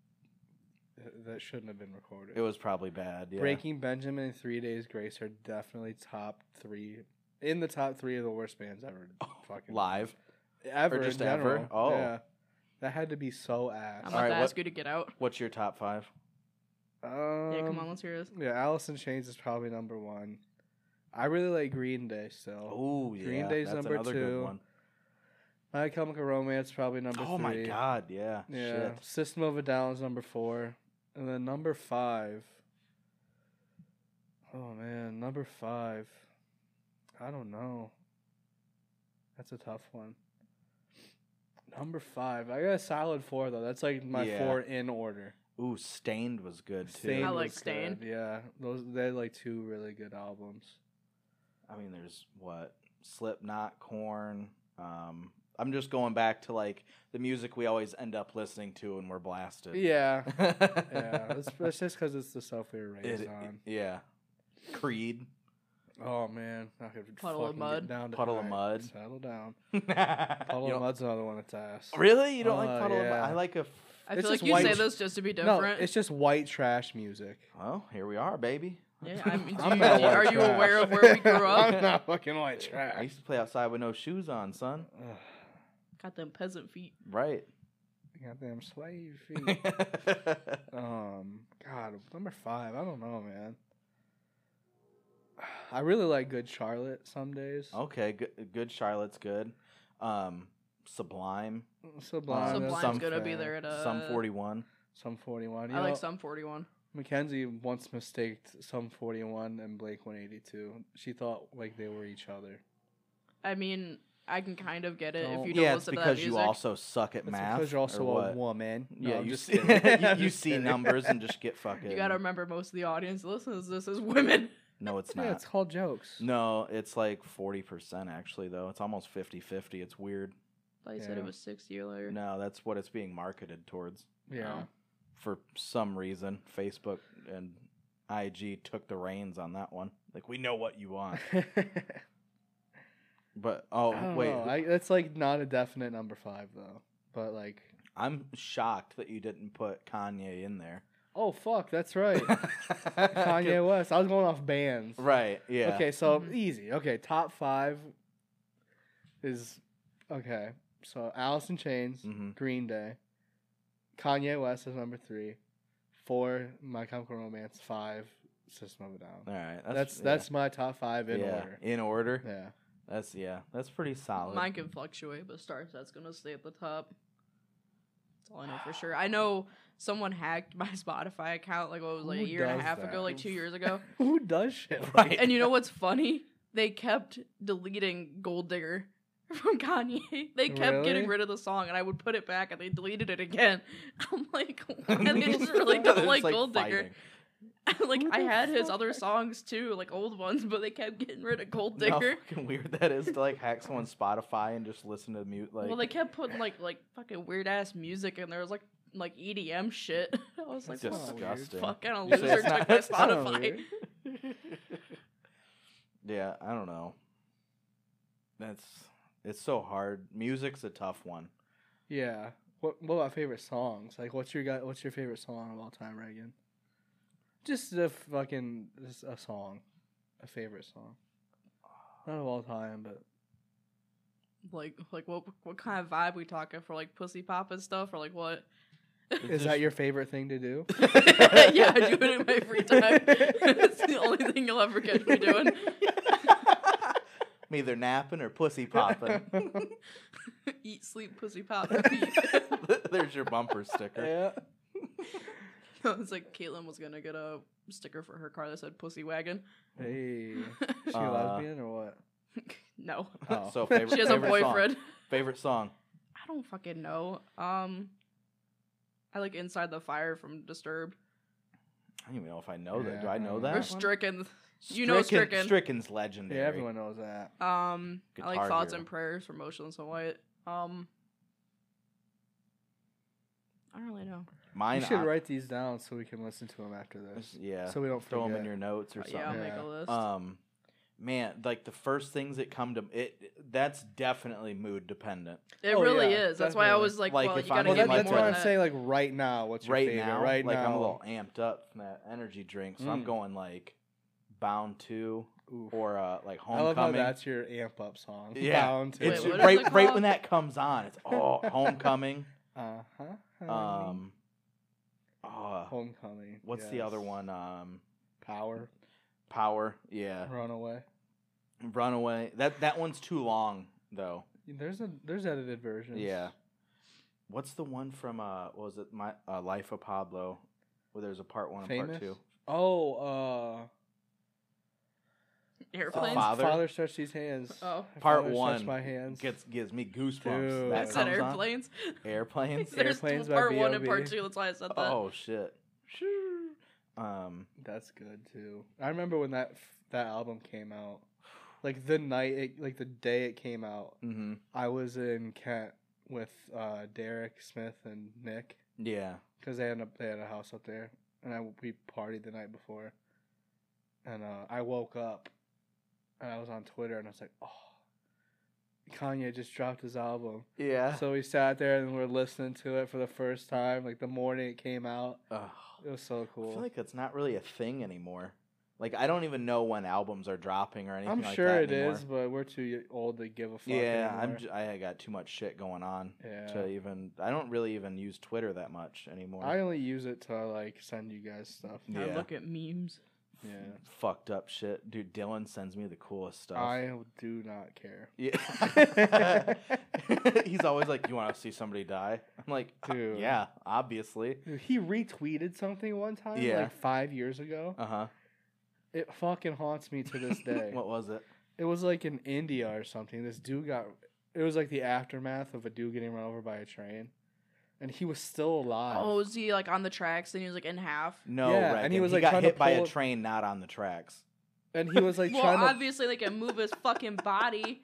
Speaker 2: th- that shouldn't have been recorded.
Speaker 1: it was probably bad. Yeah. *laughs*
Speaker 2: Breaking Benjamin and Three Days Grace are definitely top three in the top three of the worst
Speaker 1: *laughs*
Speaker 2: bands ever. fucking
Speaker 1: live.
Speaker 2: ever
Speaker 1: Or just
Speaker 2: in
Speaker 1: ever?
Speaker 2: general.
Speaker 1: Oh.
Speaker 2: yeah, that had to be so ass.
Speaker 3: I'm about
Speaker 1: All right,
Speaker 3: to
Speaker 1: what-
Speaker 3: ask you to get out.
Speaker 1: What's your top five?
Speaker 2: Um,
Speaker 3: yeah, come on, let's hear this.
Speaker 2: Yeah, Alice in Chains is probably number one. I really like Green Day still.
Speaker 1: Oh yeah,
Speaker 2: Green Day's
Speaker 1: that's
Speaker 2: number
Speaker 1: another
Speaker 2: two.
Speaker 1: good one.
Speaker 2: My Chemical Romance probably number
Speaker 1: Oh
Speaker 2: three.
Speaker 1: my god, yeah.
Speaker 2: Yeah.
Speaker 1: Shit.
Speaker 2: System of a Down is number four. And then number five. Oh man, number five. I don't know. That's a tough one. Number five. I got a solid four though. That's like my
Speaker 1: Yeah.
Speaker 2: four in order.
Speaker 1: Ooh, Stained was good too.
Speaker 2: Stained
Speaker 3: I like
Speaker 2: was
Speaker 3: Stained.
Speaker 2: good, Yeah. Those they had like two really good albums.
Speaker 1: I mean, there's what Slipknot, Corn. Um, I'm just going back to like the music we always end up listening to when we're blasted. *laughs*
Speaker 2: Yeah. Yeah.
Speaker 1: yeah.
Speaker 2: That's, that's just because it's the stuff we were raised on.
Speaker 1: yeah. Creed. *laughs*
Speaker 2: Oh man, I could
Speaker 3: Puddle of
Speaker 2: fucking get
Speaker 3: Mud.
Speaker 2: down to
Speaker 1: Puddle of
Speaker 2: alright,
Speaker 1: Mud.
Speaker 2: Settle down. Puddle
Speaker 1: You
Speaker 2: of
Speaker 1: don't-
Speaker 2: Mud's another one that's ass.
Speaker 1: Really? You don't
Speaker 2: Uh,
Speaker 1: like Puddle of Mud?
Speaker 2: yeah.
Speaker 1: I like a. F-
Speaker 3: I
Speaker 2: It's
Speaker 3: feel
Speaker 2: just
Speaker 3: like you
Speaker 2: white-
Speaker 3: say those just to be
Speaker 2: No,
Speaker 3: different.
Speaker 2: it's just white trash
Speaker 3: *laughs*
Speaker 2: music.
Speaker 1: well, here we are, baby.
Speaker 3: yeah,
Speaker 2: *laughs*
Speaker 3: I mean, do
Speaker 1: I'm
Speaker 3: you-
Speaker 1: not
Speaker 3: *laughs* are
Speaker 1: white
Speaker 3: you aware of
Speaker 2: trash.
Speaker 3: where
Speaker 2: *laughs*
Speaker 3: we grew up?
Speaker 2: I'm not fucking white
Speaker 1: I
Speaker 2: trash.
Speaker 1: used to play outside with no shoes on, son.
Speaker 2: Ugh. *laughs*
Speaker 3: Got them peasant feet.
Speaker 1: Right.
Speaker 2: I Goddamn slave
Speaker 3: *laughs*
Speaker 2: feet.
Speaker 1: I
Speaker 2: um, God, number five. I don't know, man. I really like Good Charlotte some days.
Speaker 3: Oh.
Speaker 1: okay, good, good Charlotte's good. Um, Sublime,
Speaker 2: Sublime.
Speaker 1: Um,
Speaker 2: that's
Speaker 3: Sublime's
Speaker 1: some
Speaker 3: gonna be
Speaker 2: fair.
Speaker 3: there at uh,
Speaker 1: Sum 41.
Speaker 2: Some 41. You
Speaker 3: I like
Speaker 2: know,
Speaker 3: Sum 41.
Speaker 2: Mackenzie once mistaked some 41 and Blake 182. She thought like they were each other.
Speaker 3: I mean, I can kind of get it
Speaker 2: Don't-
Speaker 3: if you don't
Speaker 1: Yeah, it's
Speaker 3: listen to that
Speaker 1: because
Speaker 3: music.
Speaker 1: you also suck at
Speaker 2: That's
Speaker 1: math.
Speaker 2: because you're also
Speaker 1: or
Speaker 2: a
Speaker 1: what?
Speaker 2: woman. No,
Speaker 1: yeah,
Speaker 2: I'm
Speaker 1: you
Speaker 2: just
Speaker 1: see, *laughs*
Speaker 2: kidding.
Speaker 1: you,
Speaker 2: I'm
Speaker 1: you
Speaker 2: just
Speaker 1: see
Speaker 2: kidding.
Speaker 1: numbers and just get fucking.
Speaker 3: *laughs* you gotta remember most of the audience listens to this is women. *laughs*
Speaker 1: no, it's
Speaker 2: *laughs* Yeah,
Speaker 1: not.
Speaker 2: it's called jokes.
Speaker 1: No, it's like 40% actually, though. It's almost 50 50. It's weird.
Speaker 3: I thought you said
Speaker 2: Yeah.
Speaker 3: it was 60 earlier.
Speaker 1: No, that's what it's being marketed towards
Speaker 2: *laughs* Yeah.
Speaker 3: Oh.
Speaker 1: for some reason. Facebook and IG took the reins on that one. Like, we know what you
Speaker 2: *laughs*
Speaker 1: want. But, oh,
Speaker 2: I don't
Speaker 1: wait.
Speaker 2: know. I, that's like not a definite number five though. But like,
Speaker 1: I'm shocked that you didn't put Kanye in there.
Speaker 2: oh fuck, that's
Speaker 1: *laughs*
Speaker 2: right, Kanye West. I was going off bands.
Speaker 1: Right, yeah.
Speaker 2: Okay, so
Speaker 3: Mhm.
Speaker 2: easy. Okay, top five is okay. So Alice in Chains,
Speaker 1: hmm
Speaker 2: Green Day, Kanye West is number three, four My Chemical Romance, five System of a Down.
Speaker 1: All right. That's
Speaker 2: That's that's,
Speaker 1: yeah.
Speaker 2: my top five in
Speaker 1: Yeah,
Speaker 2: order.
Speaker 1: In order. *laughs*
Speaker 2: Yeah.
Speaker 1: That's, yeah. That's pretty solid.
Speaker 3: Mine can fluctuate, but Star Set's gonna stay at the top. That's all I know for sure. I know someone hacked my *laughs* Spotify account like what was like
Speaker 2: Who
Speaker 3: a year and a
Speaker 2: does
Speaker 3: half
Speaker 2: that?
Speaker 3: ago, like
Speaker 2: *laughs*
Speaker 3: two years ago.
Speaker 2: Who
Speaker 1: *laughs*
Speaker 2: does shit?
Speaker 1: *laughs*
Speaker 2: like
Speaker 1: Right.
Speaker 3: and you know what's funny? They kept deleting Gold Digger *laughs* from Kanye. They kept
Speaker 2: Really?
Speaker 3: getting rid of the song, and I would put it back, and they deleted it again. *laughs* I'm
Speaker 2: *laughs*
Speaker 3: like, and they just
Speaker 1: It's *laughs*
Speaker 3: really don't
Speaker 1: just,
Speaker 3: like, Gold Digger.
Speaker 1: fighting.
Speaker 3: *laughs* like
Speaker 2: Who
Speaker 3: I
Speaker 2: the
Speaker 3: had his
Speaker 2: fuck
Speaker 3: other
Speaker 2: are-
Speaker 3: songs too, like old ones, but they kept getting rid of Gold
Speaker 1: You know
Speaker 3: Digger.
Speaker 1: How fucking weird that is to like hack someone's Spotify and just listen to mute like.
Speaker 3: well, they kept putting like like fucking weird ass music, and there was like like EDM shit. *laughs* I was like,
Speaker 1: it's
Speaker 2: That's
Speaker 3: what
Speaker 2: not
Speaker 3: the
Speaker 2: weird.
Speaker 1: disgusting.
Speaker 3: fuck kind of
Speaker 1: You say
Speaker 3: loser
Speaker 1: it's not-
Speaker 3: took
Speaker 1: *laughs*
Speaker 3: my
Speaker 1: it's not
Speaker 3: Spotify?
Speaker 1: yeah, I don't know. That's it's so hard. Music's a tough one.
Speaker 2: Yeah. What what about favorite songs? Like what's your guy what's your favorite song of all time, Reagan? Just a fucking just a song. A favorite song. Not of all time, but
Speaker 3: *laughs* Like like what what kind of vibe we talking for? Like pussy pop and stuff, or
Speaker 1: *laughs*
Speaker 3: like what? *laughs*
Speaker 2: is
Speaker 1: It's
Speaker 2: that
Speaker 1: just-
Speaker 2: your favorite thing
Speaker 1: *laughs*
Speaker 2: to do? *laughs*
Speaker 3: yeah, I do it in my free time. *laughs* it's the only thing you'll ever catch me doing. *laughs*
Speaker 1: I'm either napping or pussy
Speaker 3: *laughs*
Speaker 1: popping. *laughs*
Speaker 2: *laughs*
Speaker 3: Eat, sleep, pussy pop. *laughs*
Speaker 1: There's your bumper sticker.
Speaker 2: yeah.
Speaker 3: it's like Caitlin was gonna get a sticker for her car that said pussy wagon.
Speaker 2: Hey. She
Speaker 1: Uh,
Speaker 2: lesbian or what?
Speaker 3: *laughs* no,
Speaker 2: Oh.
Speaker 1: *laughs* So favorite,
Speaker 3: she has a
Speaker 1: favorite song.
Speaker 3: boyfriend.
Speaker 1: Favorite song.
Speaker 3: I don't fucking know. Um, I like Inside the Fire from Disturbed
Speaker 1: I don't even know if I know that. Do
Speaker 2: Yeah,
Speaker 1: I know
Speaker 2: um,
Speaker 1: that?
Speaker 3: or
Speaker 1: one?
Speaker 3: Stricken. you know Stricken.
Speaker 1: Stricken's legendary.
Speaker 2: Yeah, everyone knows that.
Speaker 3: Um, I
Speaker 1: Guitar
Speaker 3: like Thoughts
Speaker 1: Hero.
Speaker 3: and Prayers from Motionless and White. Um, I don't really know.
Speaker 1: Mine.
Speaker 2: you should
Speaker 1: I-
Speaker 2: write these down so we can listen to them after this.
Speaker 1: Yeah.
Speaker 2: So we don't
Speaker 1: throw
Speaker 2: forget.
Speaker 1: them in your notes or
Speaker 3: Uh,
Speaker 1: something.
Speaker 3: yeah, I'll
Speaker 2: Yeah.
Speaker 3: make a list.
Speaker 1: um man like the first things that come to it that's definitely mood dependent
Speaker 3: it
Speaker 2: oh,
Speaker 3: really
Speaker 2: yeah,
Speaker 3: is. That's why I
Speaker 2: definitely.
Speaker 3: was like,
Speaker 1: Like,
Speaker 3: well,
Speaker 1: if
Speaker 3: you
Speaker 1: I'm
Speaker 3: gotta
Speaker 2: Well,
Speaker 1: in
Speaker 3: get
Speaker 2: that,
Speaker 1: my
Speaker 3: me
Speaker 2: that's
Speaker 1: toilet.
Speaker 3: more
Speaker 2: what I'm
Speaker 3: than that.
Speaker 2: saying. Like right now, what's your
Speaker 1: right
Speaker 2: favorite?
Speaker 1: now
Speaker 2: right
Speaker 1: like
Speaker 2: now,
Speaker 1: i'm a little amped up from that energy drink so i'm
Speaker 2: Mm.
Speaker 1: going like bound to
Speaker 2: Oof.
Speaker 1: or uh like
Speaker 2: I love how
Speaker 1: homecoming
Speaker 2: that's your amp up song.
Speaker 1: Yeah.
Speaker 2: Bound to
Speaker 1: it's
Speaker 3: Wait, what is
Speaker 1: right
Speaker 3: it
Speaker 1: right
Speaker 3: called?
Speaker 1: when that comes on
Speaker 2: *laughs*
Speaker 1: it's oh homecoming
Speaker 2: Uh huh.
Speaker 1: um oh
Speaker 2: homecoming.
Speaker 1: what's the other
Speaker 2: yes.
Speaker 1: one um
Speaker 2: Power.
Speaker 1: power yeah
Speaker 2: Runaway.
Speaker 1: runaway that that one's too long though
Speaker 2: There's a there's edited versions.
Speaker 1: Yeah. What's the one from uh what was it my uh, Life of Pablo where there's a part 1
Speaker 2: Famous.
Speaker 1: and part 2?
Speaker 2: Oh. Uh.
Speaker 3: *laughs* Airplanes. *laughs*
Speaker 1: Five. Father?
Speaker 2: Father stretched these hands.
Speaker 3: Oh.
Speaker 2: My
Speaker 1: Part
Speaker 2: father
Speaker 1: one
Speaker 2: stretched My hands.
Speaker 1: Gets gives me goosebumps.
Speaker 2: Dude.
Speaker 1: That
Speaker 3: I said
Speaker 1: comes on?
Speaker 3: airplanes. *laughs*
Speaker 1: Airplanes?
Speaker 3: There's
Speaker 2: Airplanes by
Speaker 3: part one and part
Speaker 2: B.O.B..
Speaker 3: two. That's why I said that.
Speaker 1: oh shit. Shoo. Um
Speaker 2: That's good too. I remember when that f- that album came out. Like the night, it, like the day it came out,
Speaker 1: mhm.
Speaker 2: I was in Kent with uh, Derek Smith and Nick.
Speaker 1: Yeah.
Speaker 2: because they had a they had a house up there, and I we partied the night before, and uh, I woke up, and I was on Twitter, and I was like, oh, Kanye just dropped his album.
Speaker 1: Yeah.
Speaker 2: so we sat there and we were listening to it for the first time, like the morning it came out.
Speaker 1: Ugh.
Speaker 2: It was so
Speaker 1: I
Speaker 2: cool.
Speaker 1: feel like that's not really a thing anymore. Like I don't even know when albums are dropping or anything.
Speaker 2: I'm
Speaker 1: like
Speaker 2: sure
Speaker 1: that
Speaker 2: it
Speaker 1: anymore.
Speaker 2: is, but we're too old to give a fuck.
Speaker 1: Yeah, I'm.
Speaker 2: anymore.
Speaker 1: j- I got too much shit going on
Speaker 2: Yeah.
Speaker 1: to even. I don't really even use Twitter that much anymore.
Speaker 2: I only use it to like send you guys stuff.
Speaker 1: Yeah.
Speaker 3: I look at memes.
Speaker 2: Yeah.
Speaker 1: Fucked up shit, dude. Dylan sends me the coolest stuff.
Speaker 2: I do not care. *laughs*
Speaker 1: Yeah. *laughs* He's always like, "You want to see somebody die?" I'm like, "Uh,
Speaker 2: Dude.
Speaker 1: "Yeah, obviously."
Speaker 2: Dude, He retweeted something one time,
Speaker 1: Yeah.
Speaker 2: like five years ago.
Speaker 1: Uh huh.
Speaker 2: It fucking haunts me
Speaker 1: *laughs*
Speaker 2: to this day.
Speaker 1: What was it?
Speaker 2: it was like in India or something. This dude got. It was like the aftermath of a dude getting run over by a train, and he was still alive.
Speaker 3: Oh, is he like on the tracks and he was like in half?
Speaker 1: No,
Speaker 2: Yeah,
Speaker 1: Reagan.
Speaker 2: and he was, like,
Speaker 1: got
Speaker 2: trying to
Speaker 1: hit by a
Speaker 2: pull-
Speaker 1: train, not on the tracks.
Speaker 2: And he was like
Speaker 3: *laughs* well,
Speaker 2: trying to.
Speaker 3: obviously they can move his fucking
Speaker 1: *laughs*
Speaker 3: body.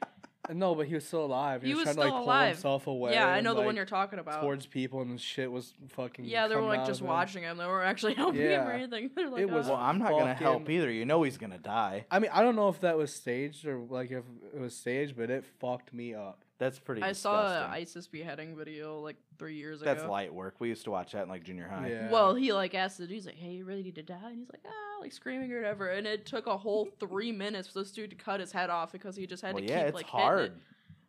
Speaker 2: No, but he was still alive. He,
Speaker 3: He
Speaker 2: was,
Speaker 3: was
Speaker 2: trying to
Speaker 3: still
Speaker 2: like pull
Speaker 3: alive.
Speaker 2: himself away.
Speaker 3: yeah, I
Speaker 2: and,
Speaker 3: know the
Speaker 2: like,
Speaker 3: one you're talking about.
Speaker 2: Towards people and shit was fucking.
Speaker 3: yeah, they were
Speaker 2: coming out
Speaker 3: like
Speaker 2: of
Speaker 3: just
Speaker 2: him.
Speaker 3: watching him. They were actually *laughs* helping him or
Speaker 2: Yeah.
Speaker 3: anything. They're like,
Speaker 2: It was-
Speaker 1: Well,
Speaker 3: "Uh,
Speaker 1: I'm not gonna help
Speaker 2: Fucking-
Speaker 1: either. You know he's gonna die.
Speaker 2: I mean, I don't know if that was staged or like if it was staged, but it fucked me up.
Speaker 1: That's pretty.
Speaker 3: I saw an
Speaker 1: disgusting.
Speaker 3: ISIS beheading video like three years ago.
Speaker 1: That's light work. We used to watch that in like junior high.
Speaker 2: Yeah.
Speaker 3: Well, he like asked the dude, he's like, "Hey, you ready to die?" And he's like, "Ah," like screaming or whatever. And it took a whole three minutes for this dude to cut his head off because he just had
Speaker 1: well,
Speaker 3: to
Speaker 1: yeah,
Speaker 3: keep
Speaker 1: it's
Speaker 3: like hitting
Speaker 1: hard.
Speaker 3: It.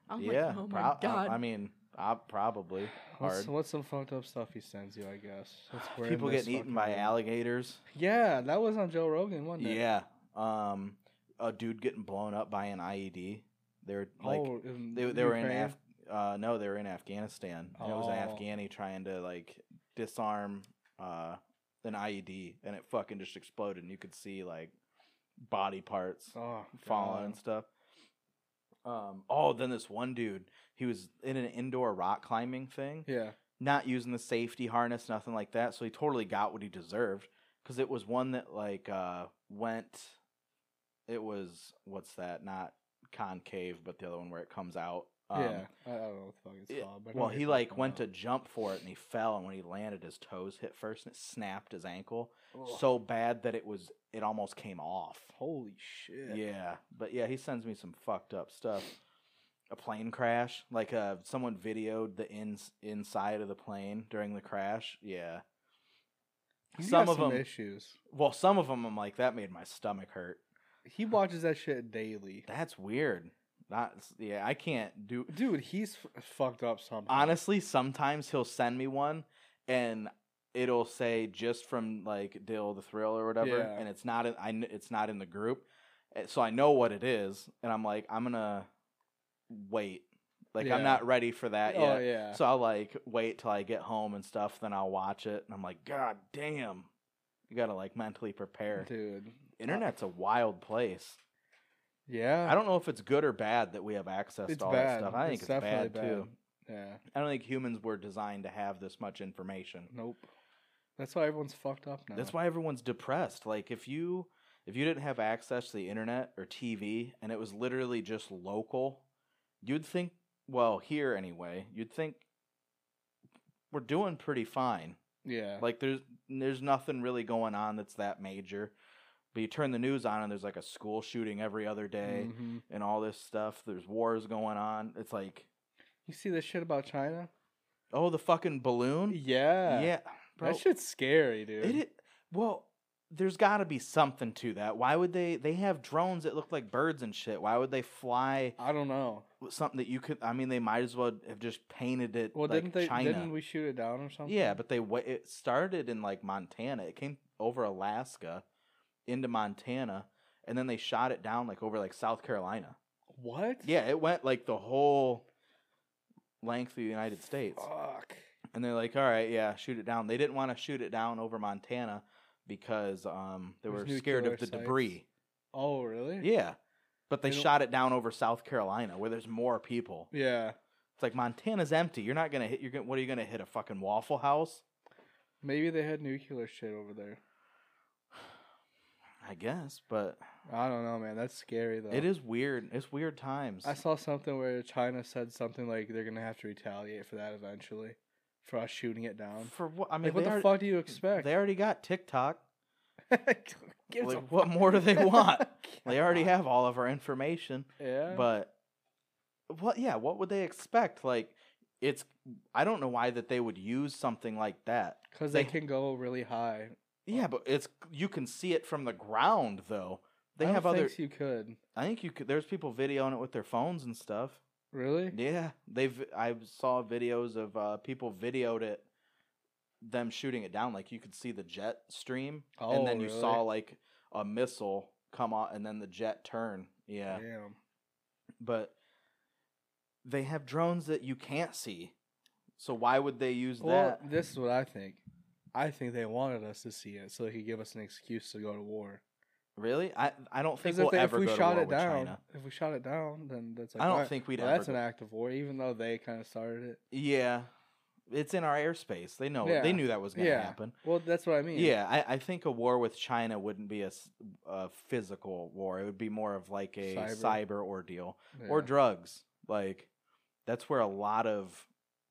Speaker 3: I'm
Speaker 1: yeah,
Speaker 3: like, oh my
Speaker 1: prob- I-
Speaker 3: god.
Speaker 1: I, mean, I probably
Speaker 2: What's,
Speaker 1: hard.
Speaker 2: what's some fucked up stuff he sends you? I guess
Speaker 1: *sighs*
Speaker 2: Since we're in
Speaker 1: People
Speaker 2: this
Speaker 1: getting eaten
Speaker 2: fucking
Speaker 1: by
Speaker 2: world.
Speaker 1: alligators.
Speaker 2: Yeah, that was on Joe Rogan, wasn't it?
Speaker 1: Yeah. Um, a dude getting blown up by an IED. They were like,
Speaker 2: oh, in
Speaker 1: they they were in
Speaker 2: Ukraine?
Speaker 1: Af- uh, no, they were in Afghanistan. And It was an
Speaker 2: Oh.
Speaker 1: Afghani trying to like disarm uh an IED, and it fucking just exploded, and you could see like body parts
Speaker 2: oh,
Speaker 1: falling and
Speaker 2: God.
Speaker 1: stuff. Um, oh, then this one dude, he was in an indoor rock climbing thing,
Speaker 2: Yeah,
Speaker 1: not using the safety harness, nothing like that. So he totally got what he deserved because it was one that like uh, went. It was what's that? Not concave, but the other one where it comes out. Um,
Speaker 2: yeah. I, I don't know what the fuck it's
Speaker 1: it-
Speaker 2: called. But I know
Speaker 1: well,
Speaker 2: what
Speaker 1: he
Speaker 2: you're
Speaker 1: like
Speaker 2: talking
Speaker 1: went to
Speaker 2: about.
Speaker 1: jump for it and he fell, and when he landed, his toes hit first and it snapped his ankle
Speaker 2: Ugh.
Speaker 1: so bad that it was it almost came off.
Speaker 2: holy shit.
Speaker 1: Yeah, but yeah, he sends me some fucked up stuff. A plane crash, like uh, someone videoed the ins inside of the plane during the crash. Yeah,
Speaker 2: He's
Speaker 1: Some
Speaker 2: got
Speaker 1: of
Speaker 2: some
Speaker 1: them-
Speaker 2: issues.
Speaker 1: well, some of them I'm like that made my stomach hurt.
Speaker 2: He watches that shit daily.
Speaker 1: That's weird. Not yeah, I can't do.
Speaker 2: Dude, he's f- fucked up somehow.
Speaker 1: Honestly, sometimes he'll send me one, and it'll say just from like Dill the Thrill or whatever,
Speaker 2: Yeah.
Speaker 1: and it's not in I kn- it's not in the group, Eh, so I know what it is, and I'm like I'm gonna wait. Like
Speaker 2: Yeah.
Speaker 1: I'm not ready for that yet.
Speaker 2: Oh yeah.
Speaker 1: So I'll like wait till I get home and stuff, then I'll watch it, and I'm like, God damn, you gotta like mentally prepare.
Speaker 2: Dude.
Speaker 1: Internet's a wild place.
Speaker 2: Yeah.
Speaker 1: I don't know if it's good or bad that we have access
Speaker 2: It's
Speaker 1: to all
Speaker 2: bad.
Speaker 1: that stuff. I think it's, bad, too.
Speaker 2: Yeah.
Speaker 1: I don't think humans were designed to have this much information.
Speaker 2: Nope. That's why everyone's fucked up now.
Speaker 1: That's why everyone's depressed. Like if you if you didn't have access to the internet or TV and it was literally just local, you'd think well, here anyway, you'd think we're doing pretty fine.
Speaker 2: Yeah.
Speaker 1: Like there's there's nothing really going on that's that major. But you turn the news on and there's like a school shooting every other day
Speaker 2: Mhm.
Speaker 1: and all this stuff. There's wars going on. It's like,
Speaker 2: You see this shit about China?
Speaker 1: oh, the fucking balloon.
Speaker 2: Yeah.
Speaker 1: yeah, bro.
Speaker 2: That shit's scary, dude.
Speaker 1: It, i- well, there's got to be something to that. Why would they? They have drones that look like birds and shit. Why would they fly
Speaker 2: I don't know.
Speaker 1: with something that you could? I mean, they might as well have just painted it
Speaker 2: Well,
Speaker 1: like
Speaker 2: didn't they?
Speaker 1: China.
Speaker 2: Didn't we shoot it down or something?
Speaker 1: Yeah, but they wa- it started in like Montana. It came over Alaska into Montana, and then they shot it down like over like South Carolina.
Speaker 2: What?
Speaker 1: Yeah, it went like the whole length of the United States.
Speaker 2: Fuck.
Speaker 1: And they're like, "All right, yeah, shoot it down." They didn't want to shoot it down over Montana because um, they
Speaker 2: There's
Speaker 1: were scared
Speaker 2: nuclear
Speaker 1: of the
Speaker 2: sites.
Speaker 1: debris.
Speaker 2: Oh, really?
Speaker 1: Yeah, but they
Speaker 2: They don't-
Speaker 1: shot it down over South Carolina where there's more people.
Speaker 2: Yeah.
Speaker 1: It's like Montana's empty. You're not gonna hit. You're gonna, what are you gonna hit? A fucking Waffle House?
Speaker 2: Maybe they had nuclear shit over there.
Speaker 1: I guess, but
Speaker 2: I don't know, man. That's scary though.
Speaker 1: It is weird. It's weird times.
Speaker 2: I saw something where China said something like they're gonna have to retaliate for that eventually, for us shooting it down.
Speaker 1: For what? I mean,
Speaker 2: like, what
Speaker 1: they
Speaker 2: the
Speaker 1: alre-
Speaker 2: fuck do you expect? *laughs*
Speaker 1: They already got TikTok.
Speaker 2: Gives a
Speaker 1: Like, what
Speaker 2: fuck.
Speaker 1: more
Speaker 2: *laughs*
Speaker 1: do they want? They already have all of our information.
Speaker 2: Yeah.
Speaker 1: But what? Yeah. What would they expect? Like, it's. I don't know why that they would use something like that.
Speaker 2: because they,
Speaker 1: they-
Speaker 2: can go really high
Speaker 1: Yeah, but it's you can see it from the ground though. They
Speaker 2: I don't
Speaker 1: have other.
Speaker 2: think You could
Speaker 1: I think you could. There's people videoing it with their phones and stuff.
Speaker 2: really.
Speaker 1: Yeah, they've. I saw videos of uh, people videoed it, them shooting it down. Like you could see the jet stream, and then
Speaker 2: Oh,
Speaker 1: you
Speaker 2: really?
Speaker 1: saw like a missile come out, and then the jet turn. Yeah,
Speaker 2: Damn.
Speaker 1: but they have drones that you can't see. So why would they use
Speaker 2: Well,
Speaker 1: that?
Speaker 2: this is what I think. I think they wanted us to see it so they could give us an excuse to go to war.
Speaker 1: Really? I I don't think
Speaker 2: Because
Speaker 1: we'll
Speaker 2: if, they- if
Speaker 1: ever
Speaker 2: we
Speaker 1: go
Speaker 2: shot
Speaker 1: to war
Speaker 2: it
Speaker 1: with
Speaker 2: down,
Speaker 1: China.
Speaker 2: if we shot it down, then that's like
Speaker 1: I don't
Speaker 2: "Alright,
Speaker 1: think we'd
Speaker 2: well,
Speaker 1: ever.
Speaker 2: that's an act of war, even though they kind of started it.
Speaker 1: Yeah, it's in our airspace. They know.
Speaker 2: Yeah.
Speaker 1: They knew that was going to
Speaker 2: Yeah.
Speaker 1: happen.
Speaker 2: Well, that's what I mean.
Speaker 1: Yeah, I, I think a war with China wouldn't be a, s- a physical war. It would be more of like a cyber,
Speaker 2: Cyber.
Speaker 1: ordeal
Speaker 2: Yeah.
Speaker 1: or drugs. Like that's where a lot of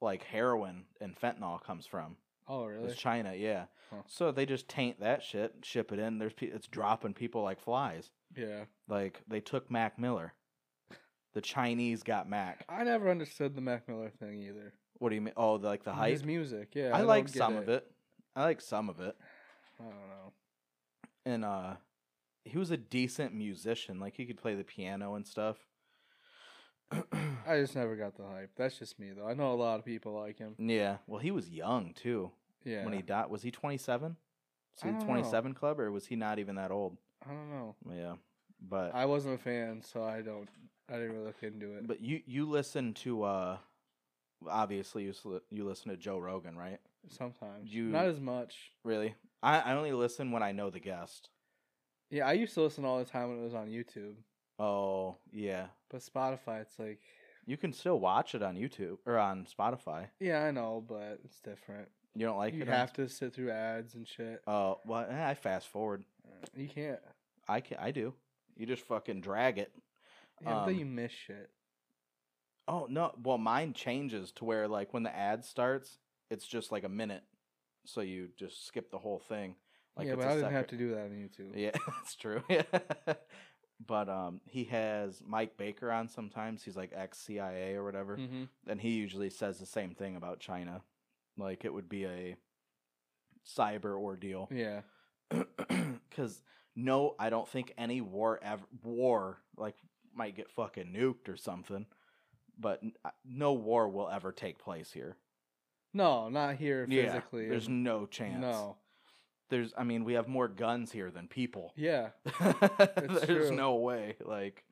Speaker 1: like heroin and fentanyl comes from.
Speaker 2: oh, really?
Speaker 1: It's China, yeah.
Speaker 2: Huh.
Speaker 1: So they just taint that shit, ship it in. There's pe- it's dropping people like flies.
Speaker 2: Yeah.
Speaker 1: Like they took Mac Miller. The Chinese got Mac.
Speaker 2: I never understood the Mac Miller thing either.
Speaker 1: What do you mean? Oh, the, like the hype.
Speaker 2: His music, yeah.
Speaker 1: I
Speaker 2: don't
Speaker 1: like
Speaker 2: get
Speaker 1: some of it. I like some of it.
Speaker 2: I don't know.
Speaker 1: and uh he was a decent musician like he could play the piano and stuff *clears throat*
Speaker 2: I just never got the hype. That's just me though. I know a lot of people like him.
Speaker 1: yeah well he was young too
Speaker 2: Yeah.
Speaker 1: when he died was he 27 was
Speaker 2: I
Speaker 1: he the
Speaker 2: don't know.
Speaker 1: 27 club or was he not even that old
Speaker 2: I don't know.
Speaker 1: yeah but
Speaker 2: I wasn't a fan, so I don't. I didn't really look into it.
Speaker 1: but you you listen to uh obviously you, sli- you listen to joe rogan right
Speaker 2: Sometimes
Speaker 1: You-
Speaker 2: not as much.
Speaker 1: really I, I only listen when i know the guest
Speaker 2: Yeah, I used to listen all the time when it was on YouTube,
Speaker 1: oh yeah
Speaker 2: but Spotify, it's like,
Speaker 1: you can still watch it on youtube or on spotify
Speaker 2: yeah, I know, but it's different.
Speaker 1: you don't like
Speaker 2: you
Speaker 1: it on-
Speaker 2: have to sit through ads and shit.
Speaker 1: oh well eh, i fast forward
Speaker 2: You can't.
Speaker 1: i can i do you just fucking drag it
Speaker 2: Yeah, but
Speaker 1: Um,
Speaker 2: then you miss shit.
Speaker 1: Oh no! Well, mine changes to where like when the ad starts, it's just like a minute, so you just skip the whole thing. Like
Speaker 2: yeah,
Speaker 1: it's
Speaker 2: but
Speaker 1: a
Speaker 2: I didn't
Speaker 1: separate-
Speaker 2: have to do that on YouTube.
Speaker 1: Yeah, *laughs* that's true. Yeah. but um, he has Mike Baker on sometimes. He's like ex CIA or whatever,
Speaker 2: hmm
Speaker 1: and he usually says the same thing about China, like it would be a cyber ordeal. *clears throat*
Speaker 2: Yeah.
Speaker 1: Because no, I don't think any war ever war like might get fucking nuked or something, but n- I- no war will ever take place here.
Speaker 2: No, not here physically.
Speaker 1: yeah, there's
Speaker 2: and-
Speaker 1: no chance.
Speaker 2: No.
Speaker 1: there's. I mean, we have more guns here than people.
Speaker 2: Yeah. *laughs*
Speaker 1: *laughs* there's
Speaker 2: true.
Speaker 1: no way. Like,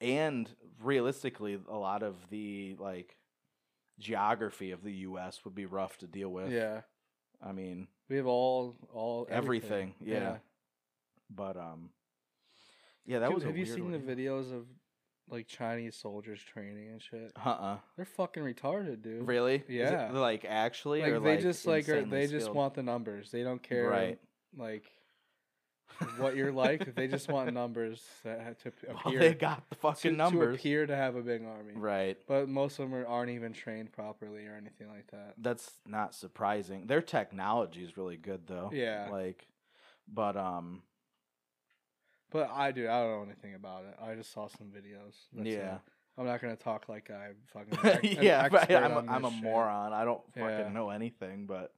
Speaker 1: and realistically, a lot of the like geography of the U.S. would be rough to deal with.
Speaker 2: Yeah.
Speaker 1: I mean,
Speaker 2: We have all all
Speaker 1: Everything, yeah. but um, yeah, that
Speaker 2: Dude,
Speaker 1: was. a
Speaker 2: have you
Speaker 1: weird
Speaker 2: seen the
Speaker 1: ordeal.
Speaker 2: videos of like Chinese soldiers training and shit?
Speaker 1: Uh-uh.
Speaker 2: They're fucking retarded, dude.
Speaker 1: Really? Is it,
Speaker 2: Yeah.
Speaker 1: like actually,
Speaker 2: Like
Speaker 1: or
Speaker 2: they
Speaker 1: like
Speaker 2: just like are,
Speaker 1: insanely
Speaker 2: they just
Speaker 1: skilled?
Speaker 2: want the numbers. They don't care
Speaker 1: right.
Speaker 2: like what
Speaker 1: *laughs*
Speaker 2: you're like. *laughs* they just want numbers that have to p-
Speaker 1: Well,
Speaker 2: appear
Speaker 1: they got the
Speaker 2: to,
Speaker 1: fucking
Speaker 2: to
Speaker 1: numbers.
Speaker 2: appear to have a big army.
Speaker 1: Right.
Speaker 2: But most of them are, aren't even trained properly or anything like that.
Speaker 1: That's not surprising. Their technology is really good though.
Speaker 2: Yeah.
Speaker 1: Like, but um,
Speaker 2: But I do. I don't know anything about it. I just saw some videos. That's it.
Speaker 1: Yeah.
Speaker 2: I'm not gonna talk like I
Speaker 1: *laughs*
Speaker 2: fucking an ex- an
Speaker 1: yeah, right,
Speaker 2: expert
Speaker 1: I'm,
Speaker 2: on
Speaker 1: a, I'm a
Speaker 2: this shit.
Speaker 1: moron. I don't fucking
Speaker 2: Yeah.
Speaker 1: know anything. But *clears throat*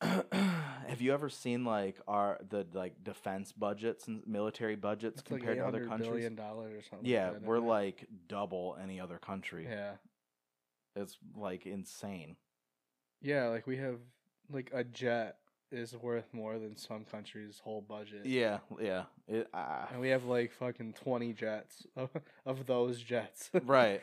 Speaker 1: have you ever seen like our the like defense budgets and military budgets
Speaker 2: It's
Speaker 1: compared to other
Speaker 2: $800
Speaker 1: countries?
Speaker 2: billion dollars or something.
Speaker 1: Yeah,
Speaker 2: like that,
Speaker 1: we're
Speaker 2: isn't it?
Speaker 1: like double any other country.
Speaker 2: yeah,
Speaker 1: It's like insane.
Speaker 2: yeah. Like we have like a jet is worth more than some countries' whole budget.
Speaker 1: Yeah, yeah. It, ah.
Speaker 2: and we have like fucking twenty jets of, of those jets. *laughs*
Speaker 1: Right.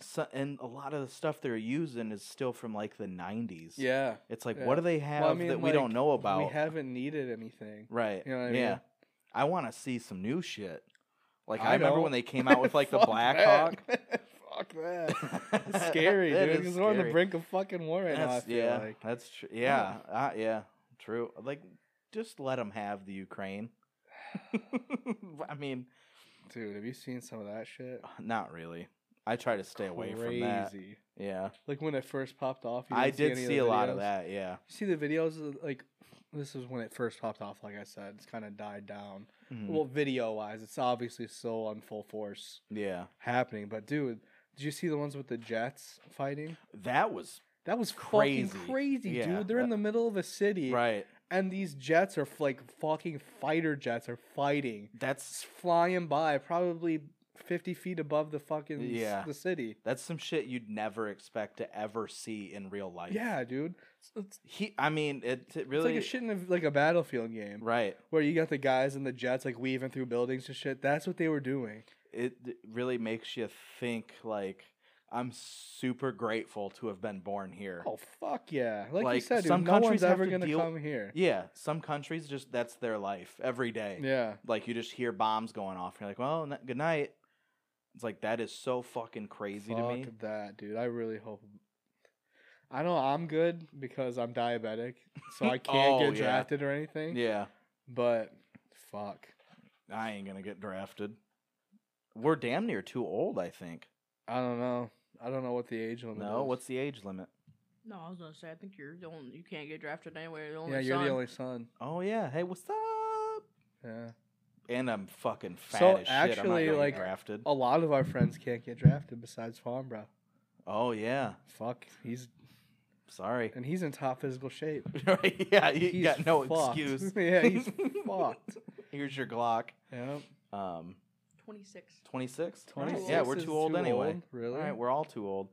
Speaker 1: So, and a lot of the stuff they're using is still from like the 90s.
Speaker 2: yeah.
Speaker 1: It's like,
Speaker 2: Yeah.
Speaker 1: what do they have
Speaker 2: Well, I mean,
Speaker 1: that we don't
Speaker 2: like,
Speaker 1: know about?
Speaker 2: We haven't needed anything.
Speaker 1: right.
Speaker 2: You know what I
Speaker 1: yeah.
Speaker 2: mean?
Speaker 1: I want to see some new shit. Like, I,
Speaker 2: I
Speaker 1: remember
Speaker 2: don't.
Speaker 1: when they came out with like the
Speaker 2: *laughs* Fuck
Speaker 1: Black
Speaker 2: that.
Speaker 1: Hawk.
Speaker 2: Fuck that.
Speaker 1: *laughs*
Speaker 2: It's *laughs* scary,
Speaker 1: That
Speaker 2: dude.
Speaker 1: is
Speaker 2: Because we're on the
Speaker 1: scary.
Speaker 2: brink of fucking war right now. I
Speaker 1: That's,
Speaker 2: feel
Speaker 1: yeah,
Speaker 2: like.
Speaker 1: that's
Speaker 2: *laughs*
Speaker 1: true. Yeah, uh, yeah, true. Like, just let them have the Ukraine. *laughs* I mean,
Speaker 2: Dude, have you seen some of that shit?
Speaker 1: Not really. I try to stay away from that.
Speaker 2: Crazy.
Speaker 1: Yeah.
Speaker 2: Like when it first popped off, you
Speaker 1: I
Speaker 2: didn't
Speaker 1: did
Speaker 2: any
Speaker 1: see,
Speaker 2: the
Speaker 1: a lot of
Speaker 2: videos?
Speaker 1: that, yeah.
Speaker 2: You see the videos of, like this is when it first popped off. Like I said, it's kind of died down.
Speaker 1: Mhm.
Speaker 2: Well, video wise, it's obviously still on full force
Speaker 1: yeah.
Speaker 2: happening. But dude, did you see the ones with the jets fighting?
Speaker 1: That was
Speaker 2: That was
Speaker 1: Crazy.
Speaker 2: crazy, crazy,
Speaker 1: Yeah,
Speaker 2: dude. They're in
Speaker 1: that-
Speaker 2: the middle of a city,
Speaker 1: right.
Speaker 2: and these jets are f- like fucking fighter jets are fighting,
Speaker 1: That's
Speaker 2: It's flying by, probably fifty feet above the fucking s-
Speaker 1: Yeah.
Speaker 2: the city.
Speaker 1: that's some shit you'd never expect to ever see in real life.
Speaker 2: Yeah, dude, it's, it's-
Speaker 1: He I mean it, it
Speaker 2: it's
Speaker 1: really
Speaker 2: like a shit in a, like a battlefield game
Speaker 1: right.
Speaker 2: where you got the guys and the jets like weaving through buildings and shit. That's what they were doing.
Speaker 1: It d- really makes you think like I'm super grateful to have been born here.
Speaker 2: Oh fuck yeah! Like, you
Speaker 1: Like,
Speaker 2: said, dude,
Speaker 1: some
Speaker 2: no
Speaker 1: countries
Speaker 2: one's
Speaker 1: have
Speaker 2: ever
Speaker 1: to
Speaker 2: gonna
Speaker 1: deal-
Speaker 2: come here.
Speaker 1: Yeah, some countries just that's their life every day.
Speaker 2: Yeah.
Speaker 1: Like you just hear bombs going off and you're like, "Well, n- good night." It's like that is so fucking crazy
Speaker 2: Fuck
Speaker 1: to me.
Speaker 2: that, dude. I really hope. I know I'm good because I'm diabetic, so *laughs* I can't
Speaker 1: Oh,
Speaker 2: get
Speaker 1: yeah.
Speaker 2: drafted or anything.
Speaker 1: Yeah.
Speaker 2: But fuck,
Speaker 1: I ain't gonna get drafted. We're damn near too old, I think.
Speaker 2: I don't know. I don't know what the age limit.
Speaker 1: No,
Speaker 2: is.
Speaker 1: what's the age limit?
Speaker 3: No, I was gonna say I think you're the only you can't get drafted anyway. You're the only
Speaker 2: yeah? You're
Speaker 3: son.
Speaker 2: the only son.
Speaker 1: Oh yeah, hey, what's up?
Speaker 2: Yeah.
Speaker 1: And I'm fucking fat
Speaker 2: So,
Speaker 1: as shit. I'm not
Speaker 2: actually,
Speaker 1: gonna get
Speaker 2: like,
Speaker 1: drafted.
Speaker 2: A lot of our friends can't get drafted besides Farm Bro.
Speaker 1: Oh yeah,
Speaker 2: Fuck, he's
Speaker 1: sorry.
Speaker 2: and he's in top physical shape.
Speaker 1: *laughs* Right, yeah, you
Speaker 2: He's
Speaker 1: got no
Speaker 2: fucked. *laughs*
Speaker 1: excuse. *laughs*
Speaker 2: yeah, he's fucked.
Speaker 1: Here's your Glock.
Speaker 2: Yeah,
Speaker 1: Um,
Speaker 3: Twenty six.
Speaker 1: 26?
Speaker 2: 26
Speaker 1: Yeah, we're
Speaker 2: is
Speaker 1: too old anyway.
Speaker 2: old, Really?
Speaker 1: All right, we're all too old.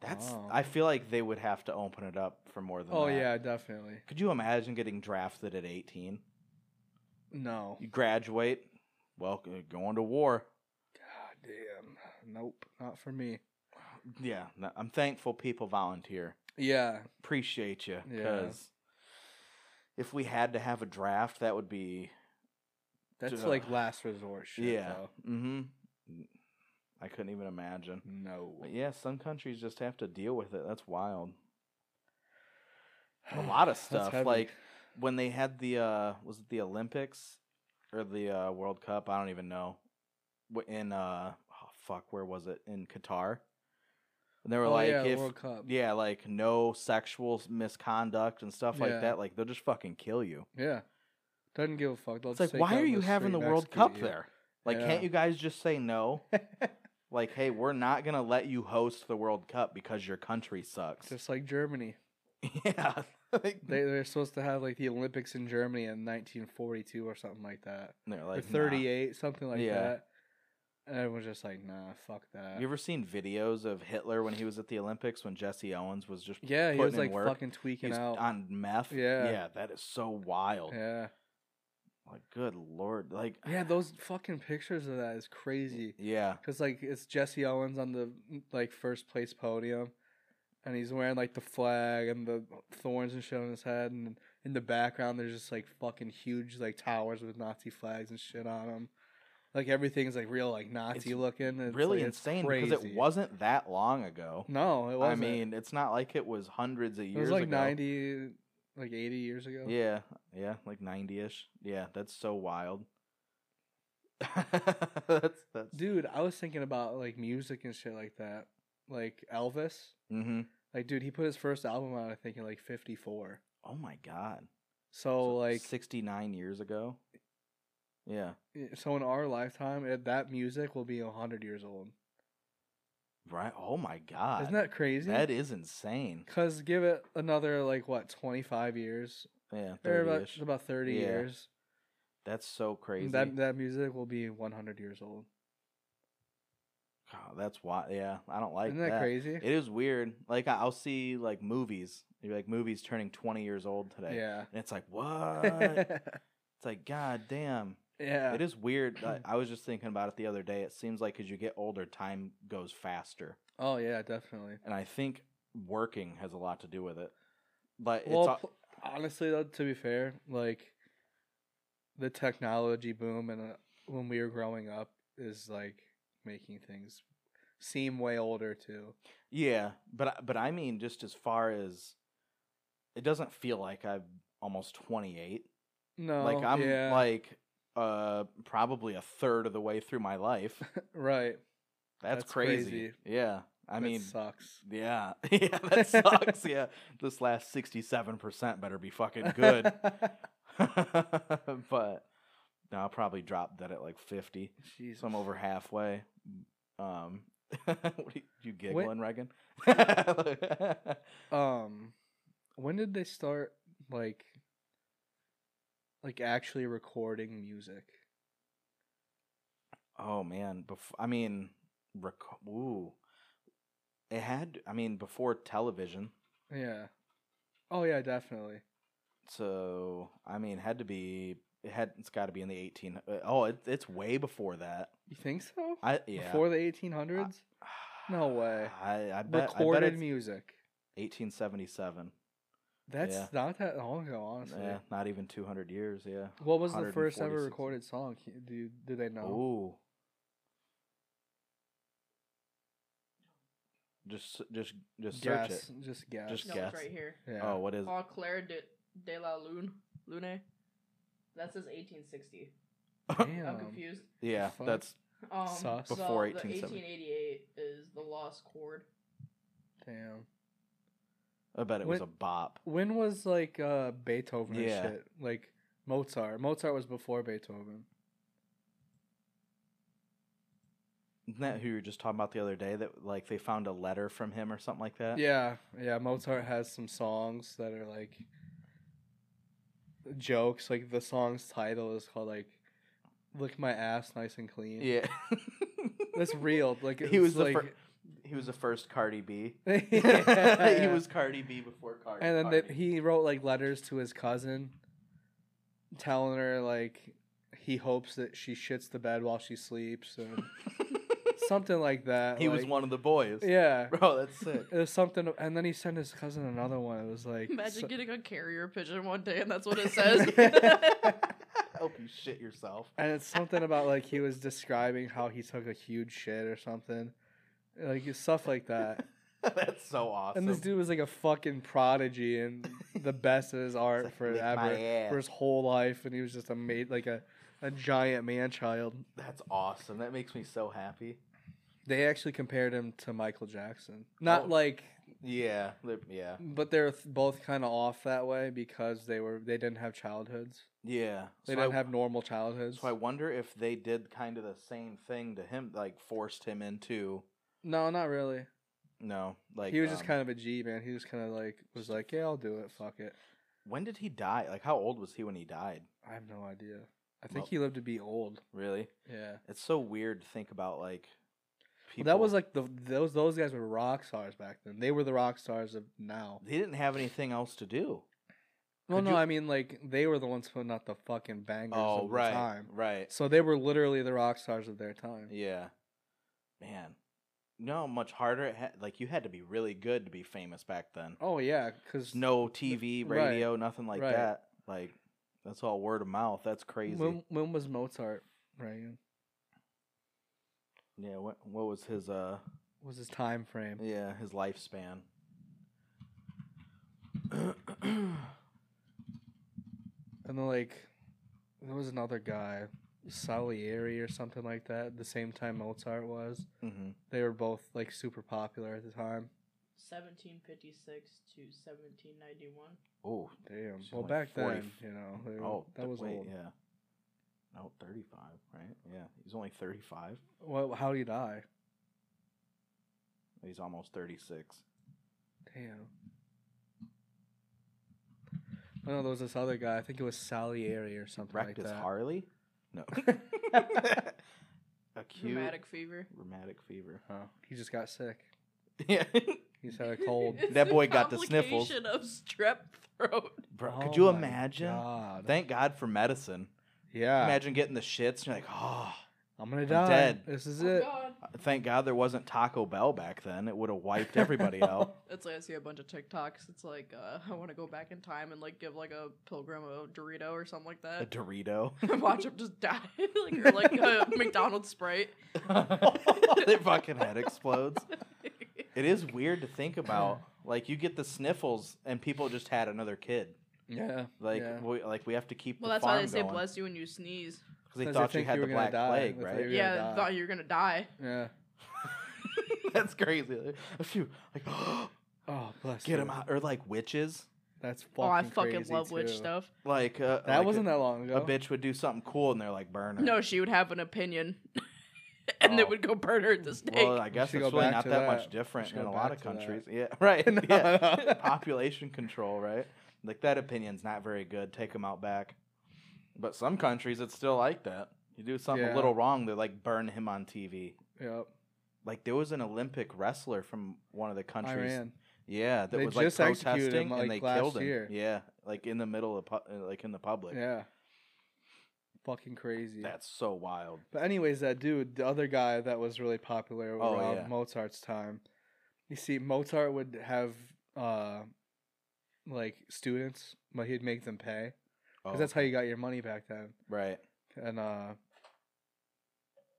Speaker 1: That's.
Speaker 2: Wow.
Speaker 1: I feel like they would have to open it up for more than.
Speaker 2: oh
Speaker 1: that.
Speaker 2: yeah, definitely.
Speaker 1: Could you imagine getting drafted at 18?
Speaker 2: No.
Speaker 1: You graduate. Well, uh, going to war.
Speaker 2: God damn. Nope, not for me.
Speaker 1: Yeah, no, I'm thankful people volunteer.
Speaker 2: Yeah,
Speaker 1: Appreciate you
Speaker 2: Yeah.
Speaker 1: because if we had to have a draft, that would be
Speaker 2: That's
Speaker 1: Duh.
Speaker 2: like last resort shit.
Speaker 1: yeah.
Speaker 2: Though.
Speaker 1: Mm-hmm. I couldn't even imagine.
Speaker 2: No.
Speaker 1: But
Speaker 2: *sighs*
Speaker 1: yeah, some countries just have to deal with it. That's wild.
Speaker 2: *sighs*
Speaker 1: A lot of
Speaker 2: That's
Speaker 1: stuff,
Speaker 2: heavy.
Speaker 1: like- When they had the uh was it the Olympics or the uh World Cup? I don't even know. W- In uh oh, fuck, where was it? In Qatar. And they were
Speaker 2: Oh,
Speaker 1: like,
Speaker 2: yeah,
Speaker 1: if
Speaker 2: World Cup. Yeah.
Speaker 1: yeah, like no sexual s- misconduct and stuff
Speaker 2: Yeah.
Speaker 1: like that. Like they'll just fucking kill you.
Speaker 2: Doesn't give a fuck. They'll
Speaker 1: It's like,
Speaker 2: just say,
Speaker 1: why
Speaker 2: "Go,
Speaker 1: are you
Speaker 2: we'll
Speaker 1: having the
Speaker 2: straight
Speaker 1: World
Speaker 2: execute
Speaker 1: Cup
Speaker 2: you."
Speaker 1: there? Like,
Speaker 2: Yeah.
Speaker 1: can't you guys just say
Speaker 2: *laughs*
Speaker 1: no? like, hey, we're not gonna let you host the World Cup because your country sucks.
Speaker 2: Just like Germany.
Speaker 1: *laughs* yeah, *laughs* like,
Speaker 2: They, they're supposed to have like the Olympics in Germany in 1942 or something like that.
Speaker 1: they're like nah.
Speaker 2: or 38, something like
Speaker 1: Yeah.
Speaker 2: that. And everyone's just like, nah, fuck that.
Speaker 1: You ever seen videos of Hitler when he was at the Olympics when Jesse Owens was just
Speaker 2: yeah, he
Speaker 1: putting
Speaker 2: was
Speaker 1: in
Speaker 2: like
Speaker 1: work?
Speaker 2: fucking tweaking
Speaker 1: he's
Speaker 2: out.
Speaker 1: on meth?
Speaker 2: Yeah.
Speaker 1: yeah, that is so wild.
Speaker 2: yeah.
Speaker 1: Like, good lord, like
Speaker 2: *laughs* Yeah, those fucking pictures of that is crazy.
Speaker 1: yeah,
Speaker 2: Cause like it's Jesse Owens on the like first place podium, and he's wearing like the flag and the thorns and shit on his head, and in the background there's just like fucking huge like towers with Nazi flags and shit on them. Like everything's like real like Nazi
Speaker 1: It's
Speaker 2: looking. It's
Speaker 1: really
Speaker 2: like, it's
Speaker 1: insane because it
Speaker 2: crazy.
Speaker 1: wasn't that long ago.
Speaker 2: No, it
Speaker 1: I
Speaker 2: wasn't.
Speaker 1: mean, it's not like it was hundreds of
Speaker 2: it
Speaker 1: years.
Speaker 2: was like
Speaker 1: ago.
Speaker 2: ninety, like eighty years ago.
Speaker 1: Yeah, yeah, like ninety ish. Yeah, that's so wild. *laughs* that's that's.
Speaker 2: dude, I was thinking about like music and shit like that, like Elvis.
Speaker 1: Mm-hmm.
Speaker 2: Like, dude, he put his first album out I think in like fifty four.
Speaker 1: Oh my god!
Speaker 2: So Oh, like
Speaker 1: sixty nine years ago. Yeah.
Speaker 2: Yeah, eh, So in our lifetime, it, that music will be hundred years old.
Speaker 1: Right. Oh my god.
Speaker 2: Isn't that crazy?
Speaker 1: that is insane.
Speaker 2: Cause give it another like what twenty five years
Speaker 1: Yeah,
Speaker 2: or
Speaker 1: thirty
Speaker 2: about
Speaker 1: ish.
Speaker 2: about thirty
Speaker 1: Yeah.
Speaker 2: years.
Speaker 1: That's so crazy.
Speaker 2: That that music will be one hundred years old.
Speaker 1: God, that's why. Yeah, I don't like
Speaker 2: Isn't that, crazy?
Speaker 1: It is weird. Like I- I'll see like movies. You're like movies turning twenty years old today.
Speaker 2: yeah.
Speaker 1: And it's like
Speaker 2: *laughs*
Speaker 1: what? it's like god damn.
Speaker 2: yeah.
Speaker 1: It is weird.
Speaker 2: *clears throat*
Speaker 1: I, I was just thinking about it the other day. It seems like as you get older, time goes faster,
Speaker 2: Oh yeah, definitely.
Speaker 1: and I think working has a lot to do with it. But it's
Speaker 2: well,
Speaker 1: all-
Speaker 2: pl- honestly, though, to be fair, like the technology boom and uh, when we were growing up is like making things seem way older too.
Speaker 1: yeah, but I- but I mean, just as far as it doesn't feel like I'm almost 28.
Speaker 2: No,
Speaker 1: like I'm
Speaker 2: Oh, yeah,
Speaker 1: like uh probably a third of the way through my
Speaker 2: *laughs*
Speaker 1: life.
Speaker 2: right.
Speaker 1: That's,
Speaker 2: That's
Speaker 1: crazy.
Speaker 2: crazy.
Speaker 1: Yeah, I
Speaker 2: That
Speaker 1: mean.
Speaker 2: sucks.
Speaker 1: Yeah, *laughs* yeah,
Speaker 2: *laughs*
Speaker 1: that sucks. yeah, this last sixty-seven percent better be fucking good. *laughs* but no, I'll probably drop that at like 50.
Speaker 2: *laughs* Jeez.
Speaker 1: So I'm over halfway. Um, *laughs* what are you, you giggling, Reagan? *laughs*
Speaker 2: Um, when did they start like like actually recording music.
Speaker 1: Oh man, Bef- I mean, rec- ooh, it had. I mean, before television,
Speaker 2: Yeah. Oh yeah, definitely.
Speaker 1: so I mean, had to be. It had. It's got to be in the eighteen. uh, Oh, it, it's way before that.
Speaker 2: You think so?
Speaker 1: I yeah.
Speaker 2: Before the 1800s, No way.
Speaker 1: *sighs* I, I bet. Recorded I
Speaker 2: recorded
Speaker 1: bet it's
Speaker 2: music.
Speaker 1: 1877.
Speaker 2: That's
Speaker 1: Yeah.
Speaker 2: not that long ago, honestly.
Speaker 1: Yeah, Eh, not even 200 years. Yeah.
Speaker 2: What was the first
Speaker 1: 146.
Speaker 2: ever recorded song? Can- Do you, do they know?
Speaker 1: Ooh. Just, just, just search
Speaker 2: guess. Just guess.
Speaker 1: Just
Speaker 3: No,
Speaker 1: guess.
Speaker 3: it's right here.
Speaker 1: it.
Speaker 2: Yeah.
Speaker 1: Oh, *laughs* what is?
Speaker 3: Au Claire de, de la Lune. Lune? That says 1860. I'm
Speaker 2: Damn.
Speaker 3: confused.
Speaker 1: Yeah,
Speaker 2: fuck?
Speaker 1: that's
Speaker 3: Um,
Speaker 2: Sus.
Speaker 3: so
Speaker 1: Before
Speaker 3: the
Speaker 1: 1870.
Speaker 3: 1888 is the lost chord.
Speaker 2: Damn.
Speaker 1: I bet it was a
Speaker 2: When-
Speaker 1: bop.
Speaker 2: When was like uh Beethoven and
Speaker 1: Yeah.
Speaker 2: shit? Like Mozart. Mozart was before Beethoven.
Speaker 1: Isn't that who you were just talking about the other day? That like they found a letter from him or something like that.
Speaker 2: Yeah, yeah. Mozart has some songs that are like jokes. Like the song's title is called like "Lick My Ass Nice and Clean."
Speaker 1: Yeah.
Speaker 2: that's real.
Speaker 1: *laughs*
Speaker 2: Like
Speaker 1: he was
Speaker 2: it's
Speaker 1: the
Speaker 2: like,
Speaker 1: fir- he was the first Cardi B.
Speaker 2: *laughs*
Speaker 1: *laughs*
Speaker 2: Yeah.
Speaker 1: he was Cardi B before Cardi.
Speaker 2: and then
Speaker 1: Cardi.
Speaker 2: the, he wrote like letters to his cousin, telling her like he hopes that she shits the bed while she
Speaker 1: *laughs*
Speaker 2: sleeps and something like that.
Speaker 1: He was
Speaker 2: uh, like-
Speaker 1: one of the boys.
Speaker 2: Yeah,
Speaker 1: *laughs* Bro, that's sick.
Speaker 2: *laughs* it was something. And then he sent his cousin another one. It was like
Speaker 3: *laughs* Imagine
Speaker 2: so-
Speaker 3: getting a carrier pigeon one day and that's what
Speaker 1: *laughs*
Speaker 3: it says. *laughs*
Speaker 1: hope you shit yourself.
Speaker 2: And it's something about like he was describing how he took a huge shit or something. Like it's stuff like that.
Speaker 1: *laughs* That's so awesome.
Speaker 2: Uh, And this dude was like a fucking prodigy and the best of his
Speaker 1: It's
Speaker 2: art
Speaker 1: like, "Lick my
Speaker 2: forever.
Speaker 1: ass."
Speaker 2: For his whole life and he was just a mate like a, a giant man child.
Speaker 1: That's awesome. That makes me so happy.
Speaker 2: They actually compared him to Michael Jackson. Not
Speaker 1: Oh.
Speaker 2: like
Speaker 1: Yeah, li- yeah,
Speaker 2: but they're th- both kind of off that way because they were they didn't have childhoods.
Speaker 1: yeah.
Speaker 2: They
Speaker 1: so
Speaker 2: didn't
Speaker 1: I,
Speaker 2: have normal childhoods.
Speaker 1: So I wonder if they did kind of the same thing to him, like forced him into
Speaker 2: no, not really.
Speaker 1: no, like
Speaker 2: he was just
Speaker 1: um,
Speaker 2: kind of a G man. He just kind of like was like, "Yeah, I'll do it. Fuck it."
Speaker 1: When did he die? Like, how old was he when he died?
Speaker 2: I have no idea. I think
Speaker 1: Well-
Speaker 2: he lived to be old.
Speaker 1: Really?
Speaker 2: Yeah.
Speaker 1: It's so weird to think about like people.
Speaker 2: that was like the those those guys were rock stars back then. They were the rock stars of now.
Speaker 1: they didn't have anything else to do.
Speaker 2: Well,
Speaker 1: Could
Speaker 2: no,
Speaker 1: you-
Speaker 2: I mean like they were the ones putting out the fucking bangers
Speaker 1: Oh,
Speaker 2: of
Speaker 1: right,
Speaker 2: the time.
Speaker 1: right.
Speaker 2: So they were literally the rock stars of their time.
Speaker 1: Yeah, man. No, much harder. It had, like you had to be really good to be famous back then.
Speaker 2: Oh yeah, because
Speaker 1: No TV,
Speaker 2: Right,
Speaker 1: radio, nothing like
Speaker 2: right.
Speaker 1: that. Like that's all word of mouth. That's crazy.
Speaker 2: when, when was Mozart? Ryan
Speaker 1: yeah. What, what was his uh?
Speaker 2: was his time frame.
Speaker 1: Yeah, his lifespan. *coughs* Mm-hmm.
Speaker 2: And then like there was another guy, Salieri or something like that. The same time Mozart was.
Speaker 1: hmm
Speaker 2: They were both like super popular at the time.
Speaker 3: 1756 to 1791.
Speaker 1: Oh,
Speaker 2: Damn.
Speaker 1: She's
Speaker 2: well,
Speaker 1: only
Speaker 2: back
Speaker 1: 40
Speaker 2: then, you know, they were-
Speaker 1: oh,
Speaker 2: that was
Speaker 1: wait,
Speaker 2: old.
Speaker 1: yeah. No, thirty-five, right? Yeah, he's only thirty-five.
Speaker 2: Well, how do you die?
Speaker 1: He's almost thirty-six.
Speaker 2: Damn. I know Oh, there was this other guy. I think it was Salieri or something
Speaker 1: Wrecked
Speaker 2: like
Speaker 1: his
Speaker 2: that.
Speaker 1: Harley?
Speaker 2: *laughs*
Speaker 1: No. *laughs* Acute
Speaker 3: Dramatic fever.
Speaker 1: rheumatic fever. *laughs*
Speaker 2: Oh, he just got sick.
Speaker 1: Yeah,
Speaker 2: He just had a
Speaker 3: *laughs*
Speaker 2: cold.
Speaker 3: It's
Speaker 1: That
Speaker 3: a
Speaker 1: boy got the sniffles.
Speaker 3: complication of strep throat.
Speaker 1: bro.
Speaker 2: Oh
Speaker 1: could you
Speaker 2: my
Speaker 1: imagine?
Speaker 2: God.
Speaker 1: Thank God for medicine.
Speaker 2: yeah.
Speaker 1: Imagine getting the shits. And you're like, oh,
Speaker 2: I'm gonna die.
Speaker 1: dead.
Speaker 2: This is
Speaker 3: Oh,
Speaker 2: it.
Speaker 3: God.
Speaker 1: thank God there wasn't Taco Bell back then. It would have wiped everybody out.
Speaker 2: *laughs*
Speaker 3: That's like I see a bunch of TikToks. It's like uh, *laughs* I want to go back in time and like give like a pilgrim a Dorito or something like
Speaker 1: A
Speaker 3: that.
Speaker 1: Dorito. *laughs*
Speaker 3: *laughs* Watch him just die, *laughs* like or like a McDonald's Sprite.
Speaker 1: Their fucking head explodes. It is weird to think about. Like you get the sniffles, and people just had another kid.
Speaker 2: Yeah.
Speaker 1: Like,
Speaker 2: yeah.
Speaker 1: we, like we have to keep
Speaker 3: Well,
Speaker 1: the
Speaker 3: that's
Speaker 1: farm
Speaker 3: why they say
Speaker 1: going
Speaker 3: bless you when you sneeze.
Speaker 1: because they
Speaker 2: Because they
Speaker 1: thought you
Speaker 2: think
Speaker 1: had
Speaker 2: you
Speaker 1: the
Speaker 2: were gonna
Speaker 1: black
Speaker 2: die.
Speaker 1: plague,
Speaker 2: That's why
Speaker 1: right?
Speaker 2: You're
Speaker 3: yeah,
Speaker 2: gonna die.
Speaker 3: thought you were gonna die.
Speaker 2: yeah.
Speaker 1: *laughs* That's crazy. A few like *gasps*
Speaker 2: Oh, bless.
Speaker 1: get
Speaker 2: you.
Speaker 1: him out, or like witches.
Speaker 2: That's fucking.
Speaker 3: Oh, I fucking
Speaker 2: crazy,
Speaker 3: love witch
Speaker 2: too.
Speaker 3: stuff.
Speaker 1: Like uh,
Speaker 2: That
Speaker 1: like
Speaker 2: wasn't
Speaker 1: a,
Speaker 2: that long ago.
Speaker 1: A bitch would do something cool, and they're like burn her.
Speaker 3: No, she would have an opinion, *laughs* and they
Speaker 1: Oh.
Speaker 3: would go burn her at the stake.
Speaker 1: well, I guess
Speaker 2: should
Speaker 1: it's
Speaker 2: go
Speaker 1: really not
Speaker 2: back to
Speaker 1: that, much
Speaker 2: that.
Speaker 1: different
Speaker 2: should
Speaker 1: in
Speaker 2: go
Speaker 1: a lot
Speaker 2: back
Speaker 1: of
Speaker 2: to that.
Speaker 1: countries.
Speaker 2: *laughs*
Speaker 1: Yeah, right.
Speaker 2: No,
Speaker 1: yeah.
Speaker 2: no.
Speaker 1: Population control, right? Like that opinion's not very good. Take them out back. But some countries it's still like that. You do something
Speaker 2: Yeah.
Speaker 1: a little wrong, they like burn him on TV.
Speaker 2: Yep.
Speaker 1: Like there was an Olympic wrestler from one of the countries.
Speaker 2: Iran.
Speaker 1: Yeah, that
Speaker 2: They
Speaker 1: was like
Speaker 2: just executed
Speaker 1: protesting
Speaker 2: him,
Speaker 1: and
Speaker 2: like,
Speaker 1: they
Speaker 2: last
Speaker 1: killed him.
Speaker 2: year.
Speaker 1: Yeah, like in the middle of pu- uh, like in the public.
Speaker 2: Yeah. Fucking crazy.
Speaker 1: That's so wild.
Speaker 2: But anyways, that dude, the other guy that was really popular
Speaker 1: Oh,
Speaker 2: around
Speaker 1: yeah.
Speaker 2: Mozart's time. You see, Mozart would have uh, like students, but he'd make them pay
Speaker 1: Oh,
Speaker 2: because that's how you got your money back then.
Speaker 1: right.
Speaker 2: And uh,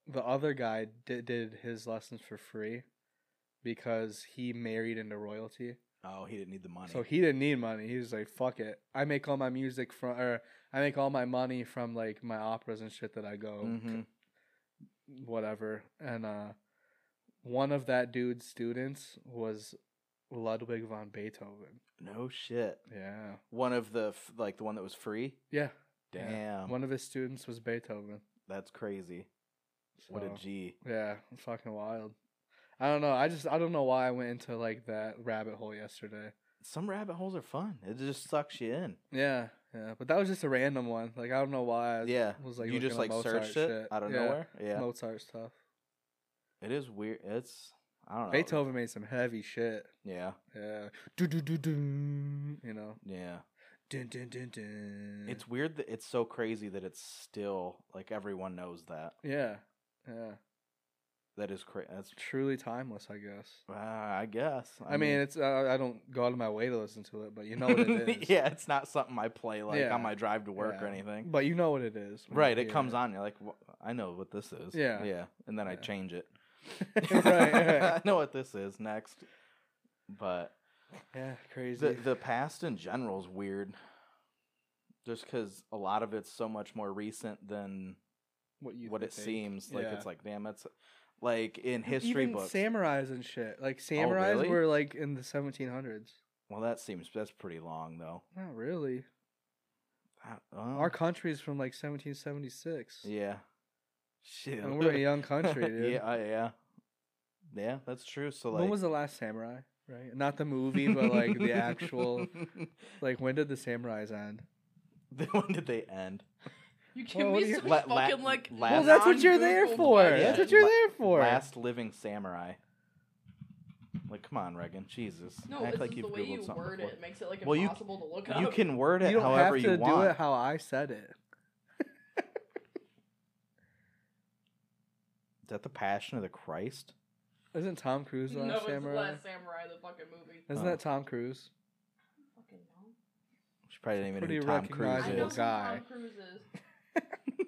Speaker 2: the other guy did, did his lessons for free because he married into royalty,
Speaker 1: Oh, he didn't need the money.
Speaker 2: so he didn't need money. He was like, "Fuck it, I make all my music from, or I make all my money from like my operas and shit that I go."
Speaker 1: Mhm.
Speaker 2: whatever. And uh one of that dude's students was Ludwig von Beethoven.
Speaker 1: No shit.
Speaker 2: Yeah.
Speaker 1: One of the f- like the one that was free.
Speaker 2: Yeah. Yeah.
Speaker 1: Damn,
Speaker 2: One of his students was Beethoven.
Speaker 1: that's crazy. What
Speaker 2: So,
Speaker 1: a G.
Speaker 2: Yeah, fucking wild. I don't know. I just I don't know why I went into like that rabbit hole yesterday.
Speaker 1: Some rabbit holes are fun. It just sucks you in.
Speaker 2: Yeah, yeah. But that was just a random one. Like I don't know why I
Speaker 1: Yeah.
Speaker 2: was like
Speaker 1: you just like
Speaker 2: looking up Mozart
Speaker 1: searched it
Speaker 2: shit.
Speaker 1: out of
Speaker 2: Yeah,
Speaker 1: nowhere. Yeah.
Speaker 2: Mozart stuff.
Speaker 1: It is weird. It's I don't know.
Speaker 2: Beethoven made some heavy shit.
Speaker 1: Yeah.
Speaker 2: Yeah. Do do do do. You know.
Speaker 1: Yeah.
Speaker 2: Dun, dun, dun, dun.
Speaker 1: It's weird that it's so crazy that it's still like everyone knows that.
Speaker 2: Yeah. Yeah.
Speaker 1: That is crazy. That's
Speaker 2: Truly timeless, I guess.
Speaker 1: uh, I guess.
Speaker 2: I, mean, it's uh, I don't go out of my way to listen to it, but you know
Speaker 1: *laughs*
Speaker 2: what it is.
Speaker 1: yeah, it's not something I play like
Speaker 2: Yeah.
Speaker 1: on my drive to work or
Speaker 2: Yeah.
Speaker 1: anything.
Speaker 2: But you know what it is. when you
Speaker 1: Right, it
Speaker 2: hear
Speaker 1: comes on. You're like, "Wha- I know what this is.
Speaker 2: Yeah.
Speaker 1: yeah, and then I
Speaker 2: Yeah.
Speaker 1: change it.
Speaker 2: *laughs* right, right.
Speaker 1: *laughs* I know what this is next. But
Speaker 2: Yeah, crazy.
Speaker 1: the the past in general is weird, just because a lot of it's so much more recent than
Speaker 2: what you
Speaker 1: what it
Speaker 2: think.
Speaker 1: seems. Like
Speaker 2: Yeah.
Speaker 1: it's like, damn, it's like in history
Speaker 2: Even
Speaker 1: books. Oh,
Speaker 2: samurais and shit. Like samurais
Speaker 1: really?
Speaker 2: were like in the 1700s.
Speaker 1: well, that seems that's pretty long though.
Speaker 2: Not really.
Speaker 1: I-
Speaker 2: Our
Speaker 1: well,
Speaker 2: country's from like 1776.
Speaker 1: Oh. yeah, shit,
Speaker 2: And we're a young country,
Speaker 1: *laughs*
Speaker 2: dude.
Speaker 1: yeah, I- yeah, yeah, that's true. So like,
Speaker 2: when was the last samurai? Right? Not the movie, but like
Speaker 1: *laughs*
Speaker 2: the actual. Like when did the samurais end?
Speaker 1: when did they end?
Speaker 2: Well,
Speaker 3: You give
Speaker 2: what do
Speaker 3: me
Speaker 2: you-
Speaker 3: such
Speaker 1: La- la-
Speaker 3: fucking like.
Speaker 1: Well,
Speaker 2: Well,
Speaker 1: Last-
Speaker 2: that's what you're there
Speaker 3: non-Google
Speaker 2: for.
Speaker 1: Yeah,
Speaker 2: That's what you're
Speaker 1: la-
Speaker 2: there for.
Speaker 1: Last Living Samurai. Like, come on, Reagan. Jesus.
Speaker 3: No,
Speaker 1: Act
Speaker 3: it's
Speaker 1: like
Speaker 3: just
Speaker 1: you've
Speaker 3: the way
Speaker 1: Googled
Speaker 3: you
Speaker 1: something
Speaker 3: word
Speaker 1: before.
Speaker 3: it makes it like
Speaker 1: Well, you-
Speaker 3: impossible to look up. *laughs*
Speaker 1: You can word it
Speaker 2: you don't
Speaker 1: however
Speaker 2: have
Speaker 1: you
Speaker 2: to
Speaker 1: want.
Speaker 2: do it how I said it.
Speaker 1: Is that the Passion of the Christ?
Speaker 2: Isn't Tom Cruise the
Speaker 3: no,
Speaker 2: last
Speaker 3: it's
Speaker 2: samurai?
Speaker 3: the last samurai, the fucking
Speaker 1: *laughs*
Speaker 3: movie.
Speaker 2: Isn't
Speaker 1: Oh.
Speaker 2: that Tom Cruise?
Speaker 3: Fucking no.
Speaker 1: She probably didn't even know who Tom
Speaker 2: Pretty
Speaker 1: Cruise
Speaker 3: I know who
Speaker 2: recognizable.
Speaker 1: is.
Speaker 2: guy.
Speaker 3: Tom Cruise is.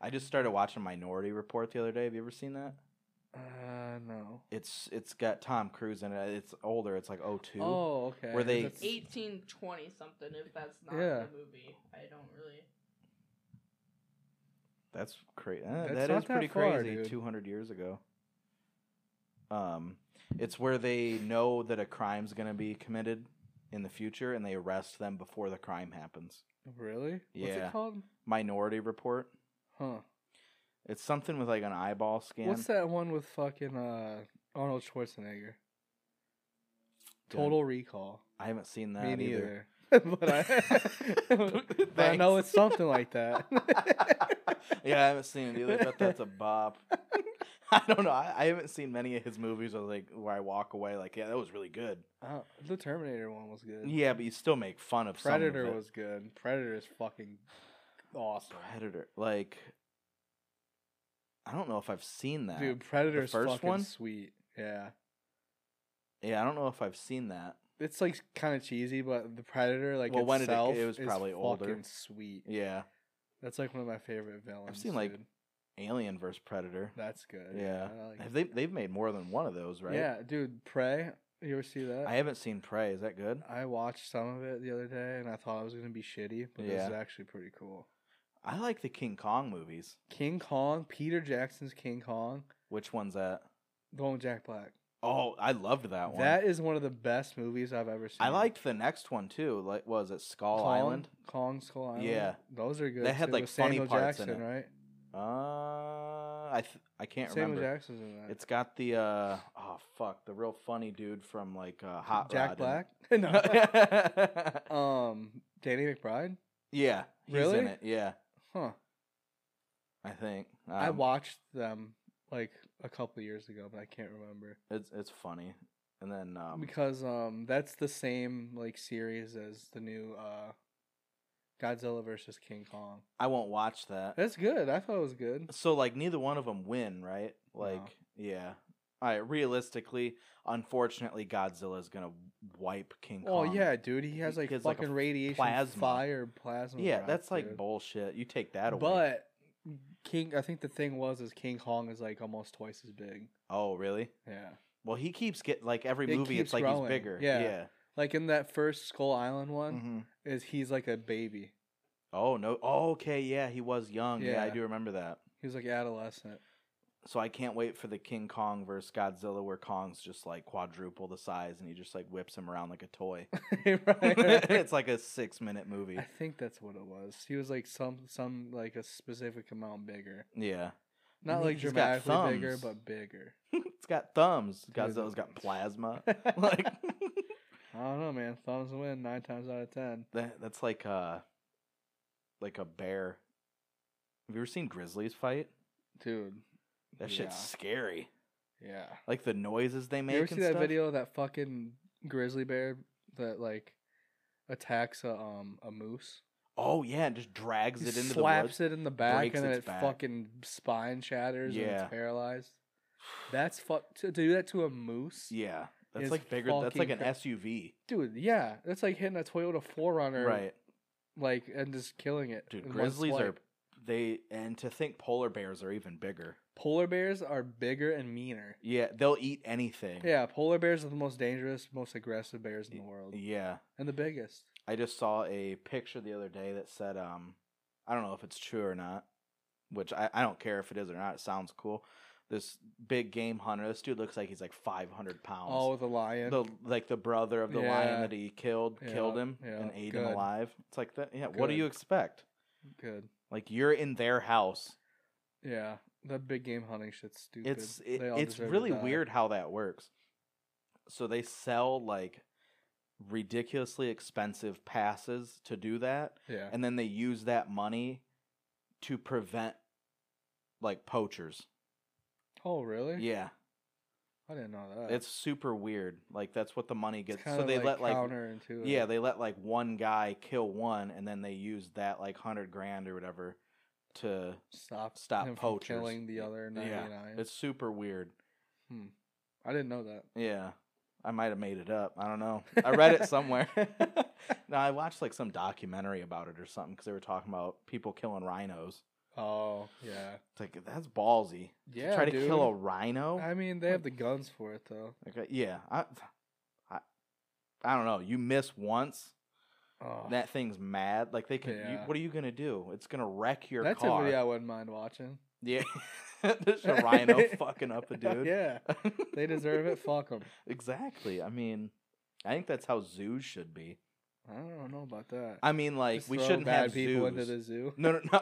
Speaker 1: I just started watching Minority Report the other day. Have you ever seen that?
Speaker 2: Uh, no.
Speaker 1: It's it's got Tom Cruise in it. It's older. It's like oh two.
Speaker 2: Oh, okay.
Speaker 1: Were they-
Speaker 2: That's-
Speaker 3: 1820 something, if that's not
Speaker 2: Yeah.
Speaker 3: the movie. I don't really.
Speaker 1: That's crazy.
Speaker 2: That's
Speaker 1: that
Speaker 2: not
Speaker 1: is
Speaker 2: that
Speaker 1: pretty
Speaker 2: far, dude.
Speaker 1: crazy. Two hundred years ago. Um, it's where they know that a crime's gonna be committed in the future, and they arrest them before the crime happens.
Speaker 2: Really? What's
Speaker 1: Yeah.
Speaker 2: it called?
Speaker 1: Minority Report.
Speaker 2: Huh.
Speaker 1: It's something with like an eyeball scan.
Speaker 2: What's that one with fucking uh, Arnold Schwarzenegger?
Speaker 1: Don't-
Speaker 2: Total Recall.
Speaker 1: I haven't seen that *laughs*
Speaker 2: Me
Speaker 1: either.
Speaker 2: neither. *laughs* but, I,
Speaker 1: *laughs*
Speaker 2: but I know it's *laughs* something like that.
Speaker 1: yeah, I haven't seen it either. But that's a bop. *laughs* I don't know. I, I haven't seen many of his movies. Where, like where I walk away, like yeah, that was really good.
Speaker 2: Uh, the Terminator one was good.
Speaker 1: Yeah, but you still make fun of some of
Speaker 2: Predator
Speaker 1: it.
Speaker 2: was good. Predator is fucking awesome.
Speaker 1: Predator. Like, I don't know if I've seen that.
Speaker 2: Dude, Predator's
Speaker 1: first
Speaker 2: fucking
Speaker 1: one?
Speaker 2: sweet. Yeah.
Speaker 1: Yeah, I don't know if I've seen that.
Speaker 2: It's like kind of cheesy, but the Predator, like
Speaker 1: Well, when did it-
Speaker 2: itself,
Speaker 1: it was
Speaker 2: is
Speaker 1: probably older.
Speaker 2: fucking sweet.
Speaker 1: Yeah,
Speaker 2: That's like one of my favorite villains.
Speaker 1: seen, like,
Speaker 2: dude.
Speaker 1: Alien versus Predator.
Speaker 2: that's good.
Speaker 1: yeah,
Speaker 2: I like
Speaker 1: Have
Speaker 2: it.
Speaker 1: they they've made more than one of those, right?
Speaker 2: Yeah, dude, Prey. You ever see that?
Speaker 1: I haven't seen Prey. Is that good?
Speaker 2: I watched some of it the other day, and I thought it was gonna be shitty, but it was
Speaker 1: Yeah.
Speaker 2: actually pretty cool.
Speaker 1: I like the King Kong movies.
Speaker 2: King Kong, Peter Jackson's King Kong,
Speaker 1: Which one's that?
Speaker 2: the one with Jack Black.
Speaker 1: Oh, I loved that one.
Speaker 2: That is one of the best movies I've ever seen.
Speaker 1: I liked the next one too. Like, was it Skull
Speaker 2: Kong,
Speaker 1: Island?
Speaker 2: Kong Skull Island.
Speaker 1: Yeah.
Speaker 2: those are good.
Speaker 1: They had,
Speaker 2: too,
Speaker 1: like,
Speaker 2: with
Speaker 1: funny
Speaker 2: Samuel
Speaker 1: parts in
Speaker 2: Jackson,
Speaker 1: it.
Speaker 2: right?
Speaker 1: Uh, I th- I can't
Speaker 2: Samuel
Speaker 1: remember.
Speaker 2: Jackson's in that.
Speaker 1: It's got the uh oh fuck the real funny dude from like uh, Hot Rod *laughs*
Speaker 2: Jack Black. *laughs* no.
Speaker 1: and-
Speaker 2: um, Danny McBride.
Speaker 1: Yeah, he's
Speaker 2: Really?
Speaker 1: in it. Yeah,
Speaker 2: Huh.
Speaker 1: I think.
Speaker 2: I
Speaker 1: Um,
Speaker 2: watched them like a couple years ago, but I can't remember
Speaker 1: It's it's funny, and then um,
Speaker 2: because um that's the same like series as the new uh Godzilla versus King Kong.
Speaker 1: I won't watch that.
Speaker 2: That's good. I thought it was good.
Speaker 1: So like neither one of them win, right? Like yeah. All right, realistically, unfortunately, Godzilla is gonna wipe King
Speaker 2: Oh
Speaker 1: Kong.
Speaker 2: yeah, dude, he has
Speaker 1: He
Speaker 2: like
Speaker 1: gets, like, a
Speaker 2: fucking
Speaker 1: f-
Speaker 2: radiation
Speaker 1: plasma.
Speaker 2: fire plasma.
Speaker 1: yeah.
Speaker 2: breath,
Speaker 1: That's like
Speaker 2: dude.
Speaker 1: bullshit. You take that away.
Speaker 2: But King, I think the thing was is King Kong is like almost twice as big.
Speaker 1: oh really?
Speaker 2: Yeah,
Speaker 1: Well, he keeps get like every
Speaker 2: It
Speaker 1: movie.
Speaker 2: keeps
Speaker 1: It's like
Speaker 2: growing,
Speaker 1: he's bigger.
Speaker 2: yeah.
Speaker 1: Yeah.
Speaker 2: like in that first Skull Island one,
Speaker 1: Mhm.
Speaker 2: is he's like a baby.
Speaker 1: Oh no. Oh, okay. Yeah, he was young. Yeah. I
Speaker 2: Yeah.
Speaker 1: do remember that.
Speaker 2: He's like adolescent.
Speaker 1: So I can't wait for the King Kong versus Godzilla, where Kong's just like quadruple the size, and he just like whips him around like a
Speaker 2: *laughs*
Speaker 1: toy.
Speaker 2: right.
Speaker 1: *laughs* it's like a six-minute
Speaker 2: *laughs*
Speaker 1: movie.
Speaker 2: I think that's what it was. He was like some some like a specific amount bigger,
Speaker 1: Yeah.
Speaker 2: not
Speaker 1: he-
Speaker 2: like
Speaker 1: he's got
Speaker 2: dramatically bigger,
Speaker 1: thumbs.
Speaker 2: but bigger.
Speaker 1: It's got thumbs.
Speaker 2: Dude.
Speaker 1: Godzilla's got
Speaker 2: *laughs*
Speaker 1: plasma.
Speaker 2: I
Speaker 1: like *laughs*
Speaker 2: don't know, man. Thumbs win nine times out of ten.
Speaker 1: that, that's like a like a bear. Have you ever seen grizzlies fight?
Speaker 2: Dude,
Speaker 1: That
Speaker 2: Yeah.
Speaker 1: shit's scary.
Speaker 2: yeah.
Speaker 1: Like the noises they make.
Speaker 2: you ever see
Speaker 1: and
Speaker 2: that
Speaker 1: stuff?
Speaker 2: video of that fucking grizzly bear that like attacks a um a moose?
Speaker 1: Oh yeah, it just drags
Speaker 2: He
Speaker 1: it into
Speaker 2: slaps
Speaker 1: the
Speaker 2: it in the back
Speaker 1: breaks
Speaker 2: and then
Speaker 1: its
Speaker 2: it
Speaker 1: back.
Speaker 2: fucking spine shatters and
Speaker 1: Yeah.
Speaker 2: it's paralyzed. That's fuck to, to do that to a moose.
Speaker 1: woods. Yeah,
Speaker 2: is
Speaker 1: that's like bigger. That's like
Speaker 2: fucking
Speaker 1: an
Speaker 2: cra-
Speaker 1: SUV,
Speaker 2: Dude, yeah, that's like hitting a Toyota 4Runner,
Speaker 1: right?
Speaker 2: Like and just killing it.
Speaker 1: Dude,
Speaker 2: in one
Speaker 1: grizzlies are
Speaker 2: swipe.
Speaker 1: they, and to think polar bears are even bigger.
Speaker 2: polar bears are bigger and meaner.
Speaker 1: Yeah, they'll eat anything.
Speaker 2: Yeah, polar bears are the most dangerous, most aggressive bears in the world,
Speaker 1: yeah.
Speaker 2: and the biggest.
Speaker 1: I just saw a picture the other day that said, um, I don't know if it's true or not, which I, I don't care if it is or not. It sounds cool. This big game hunter, this dude looks like he's like 500 pounds.
Speaker 2: Oh, the lion.
Speaker 1: the like the brother of the lion
Speaker 2: Yeah.
Speaker 1: that he killed killed
Speaker 2: Yeah,
Speaker 1: him
Speaker 2: yeah,
Speaker 1: and ate
Speaker 2: good.
Speaker 1: him alive. It's like that. Yeah. What do
Speaker 2: Good.
Speaker 1: you expect?
Speaker 2: Good.
Speaker 1: Like you're in their house.
Speaker 2: Yeah, that big game hunting shit's stupid.
Speaker 1: It's it,
Speaker 2: They all
Speaker 1: it's
Speaker 2: deserve to
Speaker 1: really
Speaker 2: die.
Speaker 1: weird how that works. So they sell like ridiculously expensive passes to do that.
Speaker 2: Yeah,
Speaker 1: and then they use that money to prevent like poachers.
Speaker 2: Oh, really?
Speaker 1: Yeah,
Speaker 2: I didn't know that.
Speaker 1: it's super weird. Like that's what the money
Speaker 2: Uh, It's
Speaker 1: gets. So
Speaker 2: kinda,
Speaker 1: they let like
Speaker 2: counterintuitive.
Speaker 1: yeah, they let like one guy kill one, and then they use that like hundred grand or whatever to.
Speaker 2: stop
Speaker 1: stop
Speaker 2: him from
Speaker 1: poachers.
Speaker 2: killing the other ninety
Speaker 1: Yeah,
Speaker 2: nine.
Speaker 1: it's super weird.
Speaker 2: I didn't know that.
Speaker 1: Yeah, I might have made it up. I don't know. I read it somewhere. *laughs* no, I watched like some documentary about it or something because they were talking about people killing rhinos.
Speaker 2: Oh yeah,
Speaker 1: It's like that's ballsy.
Speaker 2: yeah.
Speaker 1: Try to
Speaker 2: dude.
Speaker 1: kill a rhino.
Speaker 2: I mean, they have the guns for it though.
Speaker 1: Okay, yeah, I, I, I don't know. You miss once,
Speaker 2: Oh,
Speaker 1: that thing's mad. Like they can. You,
Speaker 2: Yeah.
Speaker 1: what are you gonna do? It's gonna wreck your
Speaker 2: that's a
Speaker 1: car.
Speaker 2: video I wouldn't mind watching.
Speaker 1: yeah, *laughs* there's a rhino
Speaker 2: *laughs*
Speaker 1: fucking up a dude. *laughs*
Speaker 2: yeah, they deserve it. Fuck them.
Speaker 1: exactly. I mean, I think that's how zoos should be.
Speaker 2: I don't know about that.
Speaker 1: I mean, like
Speaker 2: Just
Speaker 1: we
Speaker 2: throw
Speaker 1: shouldn't
Speaker 2: bad
Speaker 1: have zoos.
Speaker 2: people into
Speaker 1: *laughs*
Speaker 2: the zoo. *laughs*
Speaker 1: No, no, no.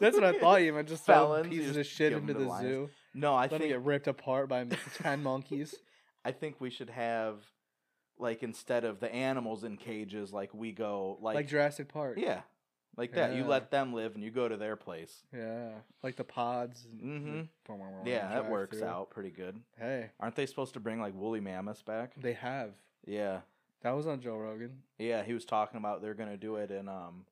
Speaker 2: That's what I thought you meant. Just throw
Speaker 1: Felons, you
Speaker 2: pieces of
Speaker 1: just
Speaker 2: shit
Speaker 1: give 'em
Speaker 2: into
Speaker 1: to
Speaker 2: the
Speaker 1: lions.
Speaker 2: zoo.
Speaker 1: No, I
Speaker 2: Let
Speaker 1: think
Speaker 2: them get ripped apart by *laughs* ten monkeys.
Speaker 1: I think we should have, like, instead of the animals in cages, like we go
Speaker 2: Like,
Speaker 1: like
Speaker 2: Jurassic Park.
Speaker 1: Yeah. Like that. You
Speaker 2: Yeah.
Speaker 1: let them live and you go to their place.
Speaker 2: Yeah. Like the pods. and-
Speaker 1: Mm-hmm. Yeah, that
Speaker 2: drive
Speaker 1: works
Speaker 2: through.
Speaker 1: out pretty good.
Speaker 2: Hey,
Speaker 1: Aren't they supposed to bring like woolly mammoths back?
Speaker 2: they have.
Speaker 1: Yeah.
Speaker 2: That was on Joe Rogan
Speaker 1: Yeah, he was talking about they're going to do it in um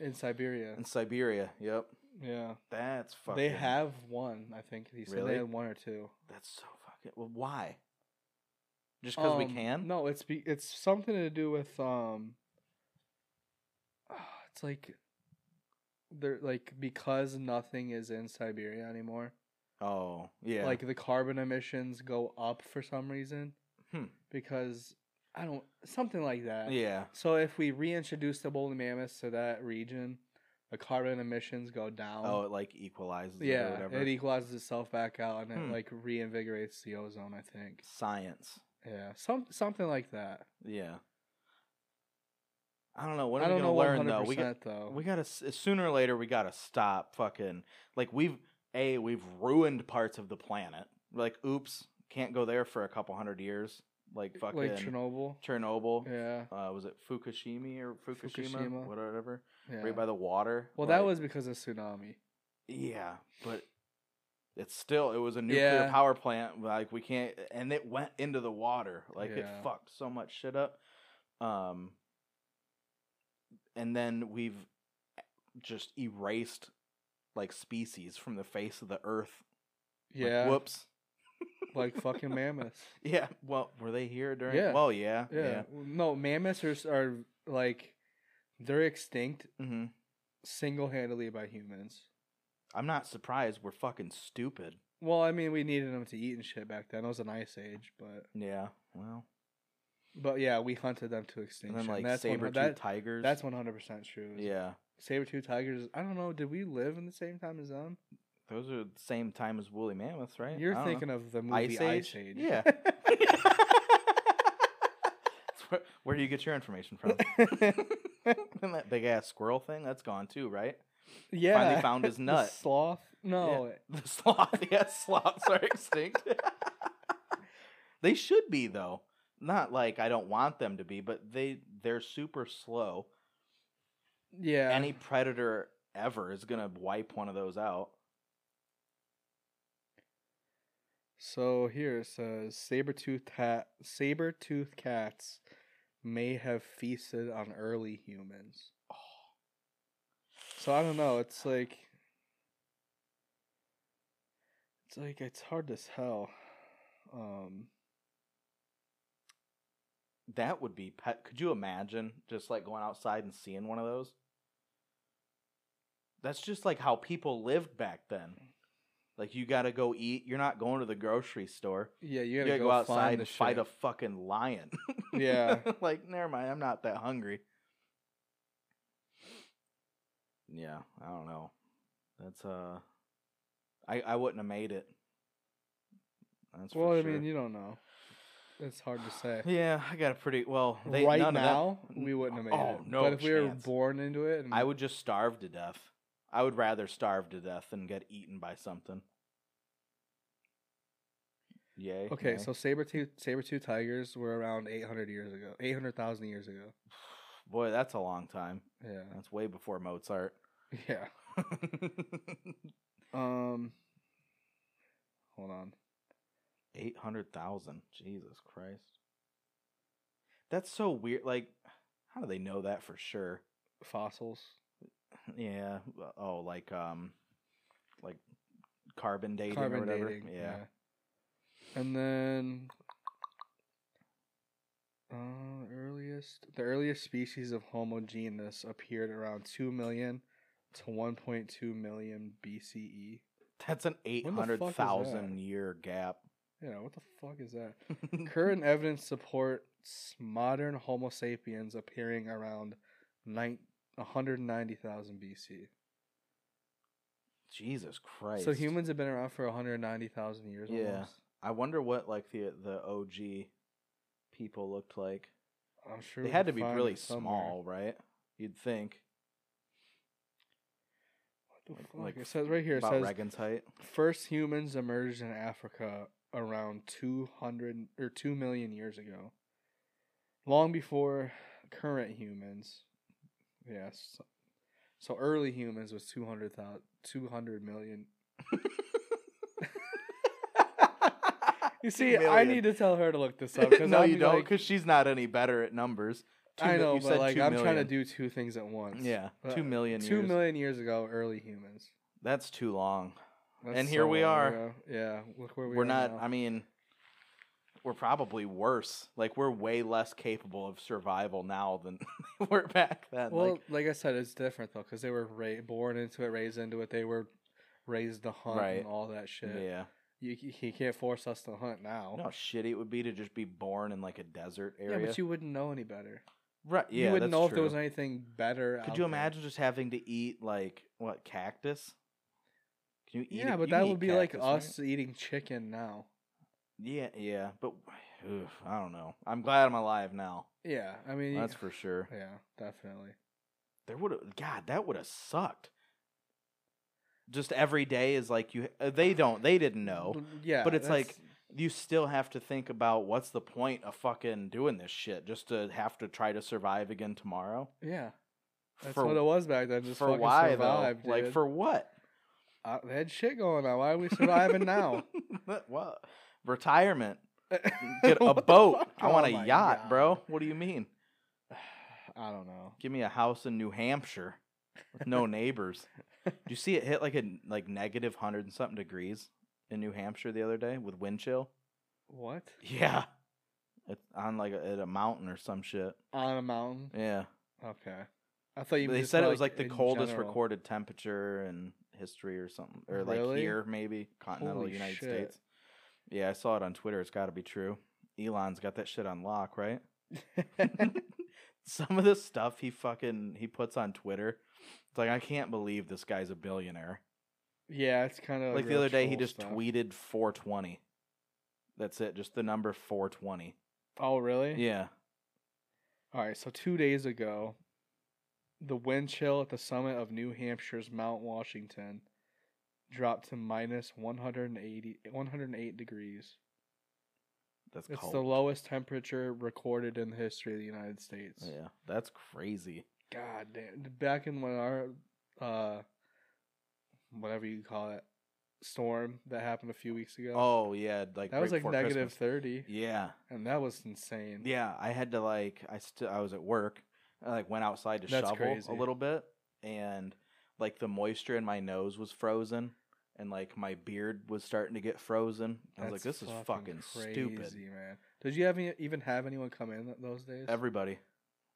Speaker 2: in Siberia.
Speaker 1: in Siberia. Yep.
Speaker 2: Yeah.
Speaker 1: That's fucking
Speaker 2: They have one, I think. He said
Speaker 1: Really?
Speaker 2: they had one or two.
Speaker 1: That's so fucking Well, why? Just cuz we
Speaker 2: Um,
Speaker 1: can?
Speaker 2: No, it's be, it's something to do with um *sighs* it's like they're like because nothing is in Siberia anymore.
Speaker 1: Oh, yeah.
Speaker 2: like the carbon emissions go up for some reason
Speaker 1: Hmm.
Speaker 2: because I don't something like that.
Speaker 1: yeah.
Speaker 2: So if we reintroduce the woolly mammoths to that region, the carbon emissions go down.
Speaker 1: Oh, it like equalizes it or
Speaker 2: Um, yeah,
Speaker 1: whatever.
Speaker 2: it equalizes itself back out and
Speaker 1: Hmm.
Speaker 2: it like reinvigorates the ozone. I think.
Speaker 1: Science.
Speaker 2: Yeah, some something like that.
Speaker 1: Yeah. I don't know. What are
Speaker 2: I
Speaker 1: we going
Speaker 2: don't know
Speaker 1: to
Speaker 2: one
Speaker 1: learn
Speaker 2: hundred
Speaker 1: though? We got
Speaker 2: percent though.
Speaker 1: We gotta s- sooner or later. We gotta stop fucking like we've a we've ruined parts of the planet. Like, oops, can't go there for a couple hundred years. like fucking
Speaker 2: like Chernobyl.
Speaker 1: Chernobyl.
Speaker 2: Yeah.
Speaker 1: Uh, was it Fukushima or Fukushima,
Speaker 2: Fukushima.
Speaker 1: whatever?
Speaker 2: yeah.
Speaker 1: Right by the water.
Speaker 2: well, that
Speaker 1: like-
Speaker 2: was because of tsunami.
Speaker 1: yeah, but it's still it was a nuclear
Speaker 2: Yeah.
Speaker 1: power plant. Like we can't, and it went into the water. Like it
Speaker 2: Yeah.
Speaker 1: fucked so much shit up. Um, and then we've just erased like species from the face of the earth. Like,
Speaker 2: Yeah.
Speaker 1: whoops.
Speaker 2: *laughs*
Speaker 1: *laughs*
Speaker 2: like fucking mammoths.
Speaker 1: Yeah. Well, were they here during?
Speaker 2: Yeah.
Speaker 1: Well, yeah.
Speaker 2: Yeah.
Speaker 1: Yeah.
Speaker 2: No, mammoths are s- are like they're extinct
Speaker 1: hmm
Speaker 2: single handedly by humans.
Speaker 1: I'm not surprised. We're fucking stupid.
Speaker 2: Well, I mean, we needed them to eat and shit back then. It was an ice age, but
Speaker 1: Yeah. Well,
Speaker 2: but yeah, we hunted them to extinction.
Speaker 1: and then like
Speaker 2: that's one-
Speaker 1: saber
Speaker 2: that-
Speaker 1: toothed tigers.
Speaker 2: That's one hundred percent true.
Speaker 1: yeah.
Speaker 2: saber tooth tigers. I don't know. Did we live in the same time as them?
Speaker 1: Those are the same time as woolly mammoths, right?
Speaker 2: You're
Speaker 1: I don't know.
Speaker 2: thinking of the movie Ice
Speaker 1: Ice
Speaker 2: Age.
Speaker 1: Age? Yeah. That's where, where do you get your information *laughs* from?
Speaker 2: *laughs*
Speaker 1: and that big ass squirrel thing, that's gone too, right? *laughs*
Speaker 2: yeah.
Speaker 1: found his
Speaker 2: *laughs* The
Speaker 1: nut.
Speaker 2: sloth. No.
Speaker 1: The sloth, yeah, sloths are extinct. *laughs* they should be though. Not like I don't want them to be, but they they're super slow.
Speaker 2: Yeah.
Speaker 1: Any predator ever is gonna wipe one of those out.
Speaker 2: So here it says saber-toothed cat saber-toothed cats may have feasted on early humans. So I don't know, it's like it's like it's hard as hell. Um
Speaker 1: That would be pet. Could you imagine just like going outside and seeing one of those? That's just like how people lived back then. Like you got to go eat. You're not going to the grocery store.
Speaker 2: yeah, you
Speaker 1: You
Speaker 2: gotta
Speaker 1: got to
Speaker 2: go,
Speaker 1: go outside
Speaker 2: find the
Speaker 1: and fight a
Speaker 2: shit.
Speaker 1: fucking lion. *laughs*
Speaker 2: Yeah.
Speaker 1: like never mind. I'm not that hungry. Yeah, I don't know. That's uh, I I wouldn't have made it. That's for
Speaker 2: Well, I
Speaker 1: sure.
Speaker 2: mean, you don't know. It's hard to say.
Speaker 1: Yeah, I got a pretty well. They,
Speaker 2: right
Speaker 1: none of them-
Speaker 2: now, we wouldn't have made
Speaker 1: Oh,
Speaker 2: it.
Speaker 1: no
Speaker 2: but if we were
Speaker 1: chance.
Speaker 2: born into it, and
Speaker 1: I would just starve to death. I would rather starve to death than get eaten by something. Yay.
Speaker 2: Okay,
Speaker 1: nay.
Speaker 2: so saber tooth saber tooth tigers were around 800 years ago, 800,000 years ago.
Speaker 1: boy, that's a long time.
Speaker 2: Yeah,
Speaker 1: That's way before Mozart.
Speaker 2: *laughs*
Speaker 1: *laughs*
Speaker 2: yeah. Um, hold on.
Speaker 1: 800,000. Jesus Christ. That's so weird. Like, how do they know that for sure? *laughs*
Speaker 2: Fossils.
Speaker 1: Yeah. Oh, like, um, like carbon dating or
Speaker 2: Carbon
Speaker 1: whatever.
Speaker 2: dating.
Speaker 1: yeah.
Speaker 2: yeah. And then, uh, earliest the earliest species of Homo genus appeared around two million to 1.2 million E. BCE.
Speaker 1: That's an
Speaker 2: the fuck is that?
Speaker 1: 800,000 year gap. *laughs*
Speaker 2: Yeah, what the fuck is that? Current evidence supports modern Homo sapiens appearing around nine, 190,000 BC.
Speaker 1: Jesus Christ.
Speaker 2: So humans have been around for 190,000 years
Speaker 1: Yeah.
Speaker 2: almost.
Speaker 1: I wonder what like the the OG people looked like.
Speaker 2: I'm sure
Speaker 1: they
Speaker 2: we
Speaker 1: had to
Speaker 2: could
Speaker 1: be
Speaker 2: find
Speaker 1: really
Speaker 2: it somewhere.
Speaker 1: small, right? You'd think.
Speaker 2: What the
Speaker 1: Like-
Speaker 2: fuck?
Speaker 1: like
Speaker 2: it says right here, it
Speaker 1: about
Speaker 2: says
Speaker 1: Reagan's height.
Speaker 2: first humans emerged in Africa around 200 or 2 million years ago. Long before current humans. Yes. So, so early humans was 200,000 200 million *laughs* You see, I
Speaker 1: Million. *laughs*
Speaker 2: need to tell her to look this up because
Speaker 1: no, you don't, because she's not any better at numbers. Two
Speaker 2: I
Speaker 1: mi-
Speaker 2: know,
Speaker 1: you
Speaker 2: but
Speaker 1: said
Speaker 2: like
Speaker 1: two
Speaker 2: I'm trying to
Speaker 1: million.
Speaker 2: do two things at once.
Speaker 1: Yeah,
Speaker 2: Uh,
Speaker 1: two million.
Speaker 2: two
Speaker 1: years.
Speaker 2: million years ago, early humans.
Speaker 1: That's too long.
Speaker 2: That's
Speaker 1: And here we
Speaker 2: long
Speaker 1: are.
Speaker 2: ago. Yeah, look where we
Speaker 1: we're
Speaker 2: are
Speaker 1: not.
Speaker 2: now.
Speaker 1: I mean, we're probably worse. Like we're way less capable of survival now than *laughs* we were back then.
Speaker 2: well,
Speaker 1: like,
Speaker 2: like, I said, it's different though because they were ra- born into it, raised into it. They were raised to hunt
Speaker 1: Right.
Speaker 2: and all that shit.
Speaker 1: yeah.
Speaker 2: You, c- he can't force us to hunt now.
Speaker 1: You know how shitty it would be to just be born in like a desert area.
Speaker 2: yeah, but you wouldn't know any better.
Speaker 1: right? Yeah,
Speaker 2: you wouldn't
Speaker 1: that's
Speaker 2: know if
Speaker 1: true.
Speaker 2: there was anything better. out
Speaker 1: Could you
Speaker 2: there.
Speaker 1: imagine just having to eat like what cactus? Can you eat?
Speaker 2: Yeah,
Speaker 1: a- you
Speaker 2: but
Speaker 1: can
Speaker 2: that
Speaker 1: eat
Speaker 2: would be like
Speaker 1: cactus, right?
Speaker 2: us eating chicken now.
Speaker 1: Yeah, yeah, but ugh, I don't know. I'm glad I'm alive now.
Speaker 2: Yeah, I mean
Speaker 1: That's for sure.
Speaker 2: Yeah, definitely.
Speaker 1: There would have God, that would have sucked. Just every day is like you. uh, They don't. They didn't know.
Speaker 2: L- Yeah,
Speaker 1: but it's
Speaker 2: that's-
Speaker 1: like you still have to think about what's the point of fucking doing this shit just to have to try to survive again tomorrow.
Speaker 2: Yeah, that's
Speaker 1: for
Speaker 2: what it was back then. Just
Speaker 1: for
Speaker 2: fucking
Speaker 1: why
Speaker 2: survive,
Speaker 1: though? Like
Speaker 2: dude.
Speaker 1: for
Speaker 2: *laughs*
Speaker 1: what?
Speaker 2: Uh, they had shit going on. Why are we surviving now?
Speaker 1: *laughs*
Speaker 2: *laughs*
Speaker 1: what? Retirement.
Speaker 2: *laughs*
Speaker 1: Get a
Speaker 2: What the
Speaker 1: boat.
Speaker 2: fuck?
Speaker 1: I want
Speaker 2: Oh
Speaker 1: a
Speaker 2: my
Speaker 1: yacht, bro.
Speaker 2: God.
Speaker 1: What do you mean?
Speaker 2: *sighs* I don't know.
Speaker 1: Give me a house in New Hampshire with no
Speaker 2: *laughs*
Speaker 1: neighbors. Did you see it hit like a like negative hundred and something degrees in New Hampshire the other day with wind chill? *laughs*
Speaker 2: What
Speaker 1: Yeah. It's on like a, at a mountain or some shit.
Speaker 2: on a mountain?
Speaker 1: Yeah.
Speaker 2: Okay, I thought you.
Speaker 1: they
Speaker 2: just
Speaker 1: said it
Speaker 2: meant,
Speaker 1: was like the
Speaker 2: in
Speaker 1: coldest
Speaker 2: general.
Speaker 1: recorded temperature in history or something, or like
Speaker 2: Really?
Speaker 1: here maybe continental
Speaker 2: Holy
Speaker 1: United
Speaker 2: shit.
Speaker 1: States. Yeah, I saw it on Twitter. It's got to be true. Elon's got that shit on lock, right? *laughs* Some of the stuff he fucking he puts on Twitter, it's like I can't believe this guy's a billionaire.
Speaker 2: yeah, it's kind of
Speaker 1: Like,
Speaker 2: like,
Speaker 1: the
Speaker 2: Oh, real
Speaker 1: other day, he
Speaker 2: troll
Speaker 1: just
Speaker 2: stuff.
Speaker 1: tweeted 420. That's it, just the number 420.
Speaker 2: Oh really?
Speaker 1: Yeah,
Speaker 2: All right, so two days ago, the wind chill at the summit of New Hampshire's Mount Washington dropped to minus 180, 108 degrees.
Speaker 1: that's
Speaker 2: It's
Speaker 1: cold.
Speaker 2: the lowest temperature recorded in the history of the United States.
Speaker 1: yeah, that's crazy.
Speaker 2: God damn. Back in when our, uh, whatever you call it, storm that happened a few weeks ago.
Speaker 1: Oh yeah, like
Speaker 2: that
Speaker 1: right
Speaker 2: was like
Speaker 1: before
Speaker 2: negative
Speaker 1: Christmas.
Speaker 2: 30,
Speaker 1: Yeah,
Speaker 2: and that was insane.
Speaker 1: Yeah, I had to like I still I was at work. I like went outside to
Speaker 2: That's
Speaker 1: shovel
Speaker 2: crazy.
Speaker 1: a little bit and like the moisture in my nose was frozen and like my beard was starting to get frozen. I was like this is fucking stupid.
Speaker 2: crazy, man. Did you have any, even have anyone come in th- those days?
Speaker 1: Everybody.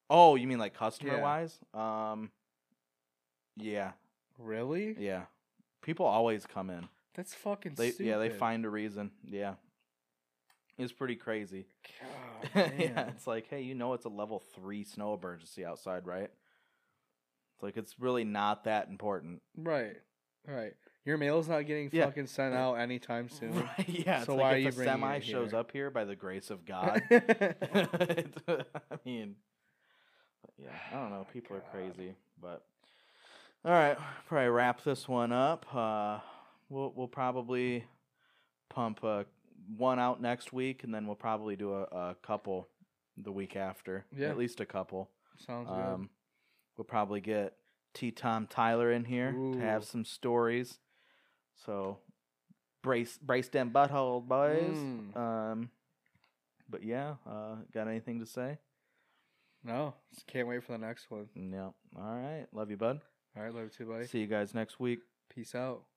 Speaker 1: Oh, you mean like customer
Speaker 2: Yeah.
Speaker 1: wise? Um Yeah,
Speaker 2: Really?
Speaker 1: yeah. People always come in.
Speaker 2: That's fucking
Speaker 1: They
Speaker 2: stupid.
Speaker 1: yeah, they find a reason. Yeah. It's pretty crazy.
Speaker 2: God,
Speaker 1: *laughs* yeah,
Speaker 2: damn.
Speaker 1: it's like, hey, you know, it's a level three snow emergency outside, right? It's like it's really not that important.
Speaker 2: Right. Right. Your mail's not getting
Speaker 1: Yeah.
Speaker 2: fucking sent out
Speaker 1: *laughs*
Speaker 2: anytime soon.
Speaker 1: Right? Yeah. It's
Speaker 2: So
Speaker 1: like
Speaker 2: why
Speaker 1: if
Speaker 2: are
Speaker 1: a
Speaker 2: you bringing
Speaker 1: semi
Speaker 2: it
Speaker 1: shows
Speaker 2: here?
Speaker 1: up here by the grace
Speaker 2: *laughs*
Speaker 1: of God. *laughs* It's- I mean, but yeah, I don't know. People are
Speaker 2: Oh God.
Speaker 1: crazy, but all right, probably wrap this one up. Uh, we'll we'll probably pump uh, one out next week, and then we'll probably do a, a couple the week after.
Speaker 2: Yeah.
Speaker 1: at least a couple.
Speaker 2: Sounds
Speaker 1: Um, we'll probably get T. Tom Tyler in here to have
Speaker 2: Ooh.
Speaker 1: some stories. So brace brace them butthole
Speaker 2: good.
Speaker 1: boys.
Speaker 2: Mm.
Speaker 1: Um, but yeah, uh, got anything to say?
Speaker 2: no. Just can't wait for the next one.
Speaker 1: No. All right, love you, bud.
Speaker 2: All right, love you too, buddy.
Speaker 1: See you guys next week.
Speaker 2: Peace out.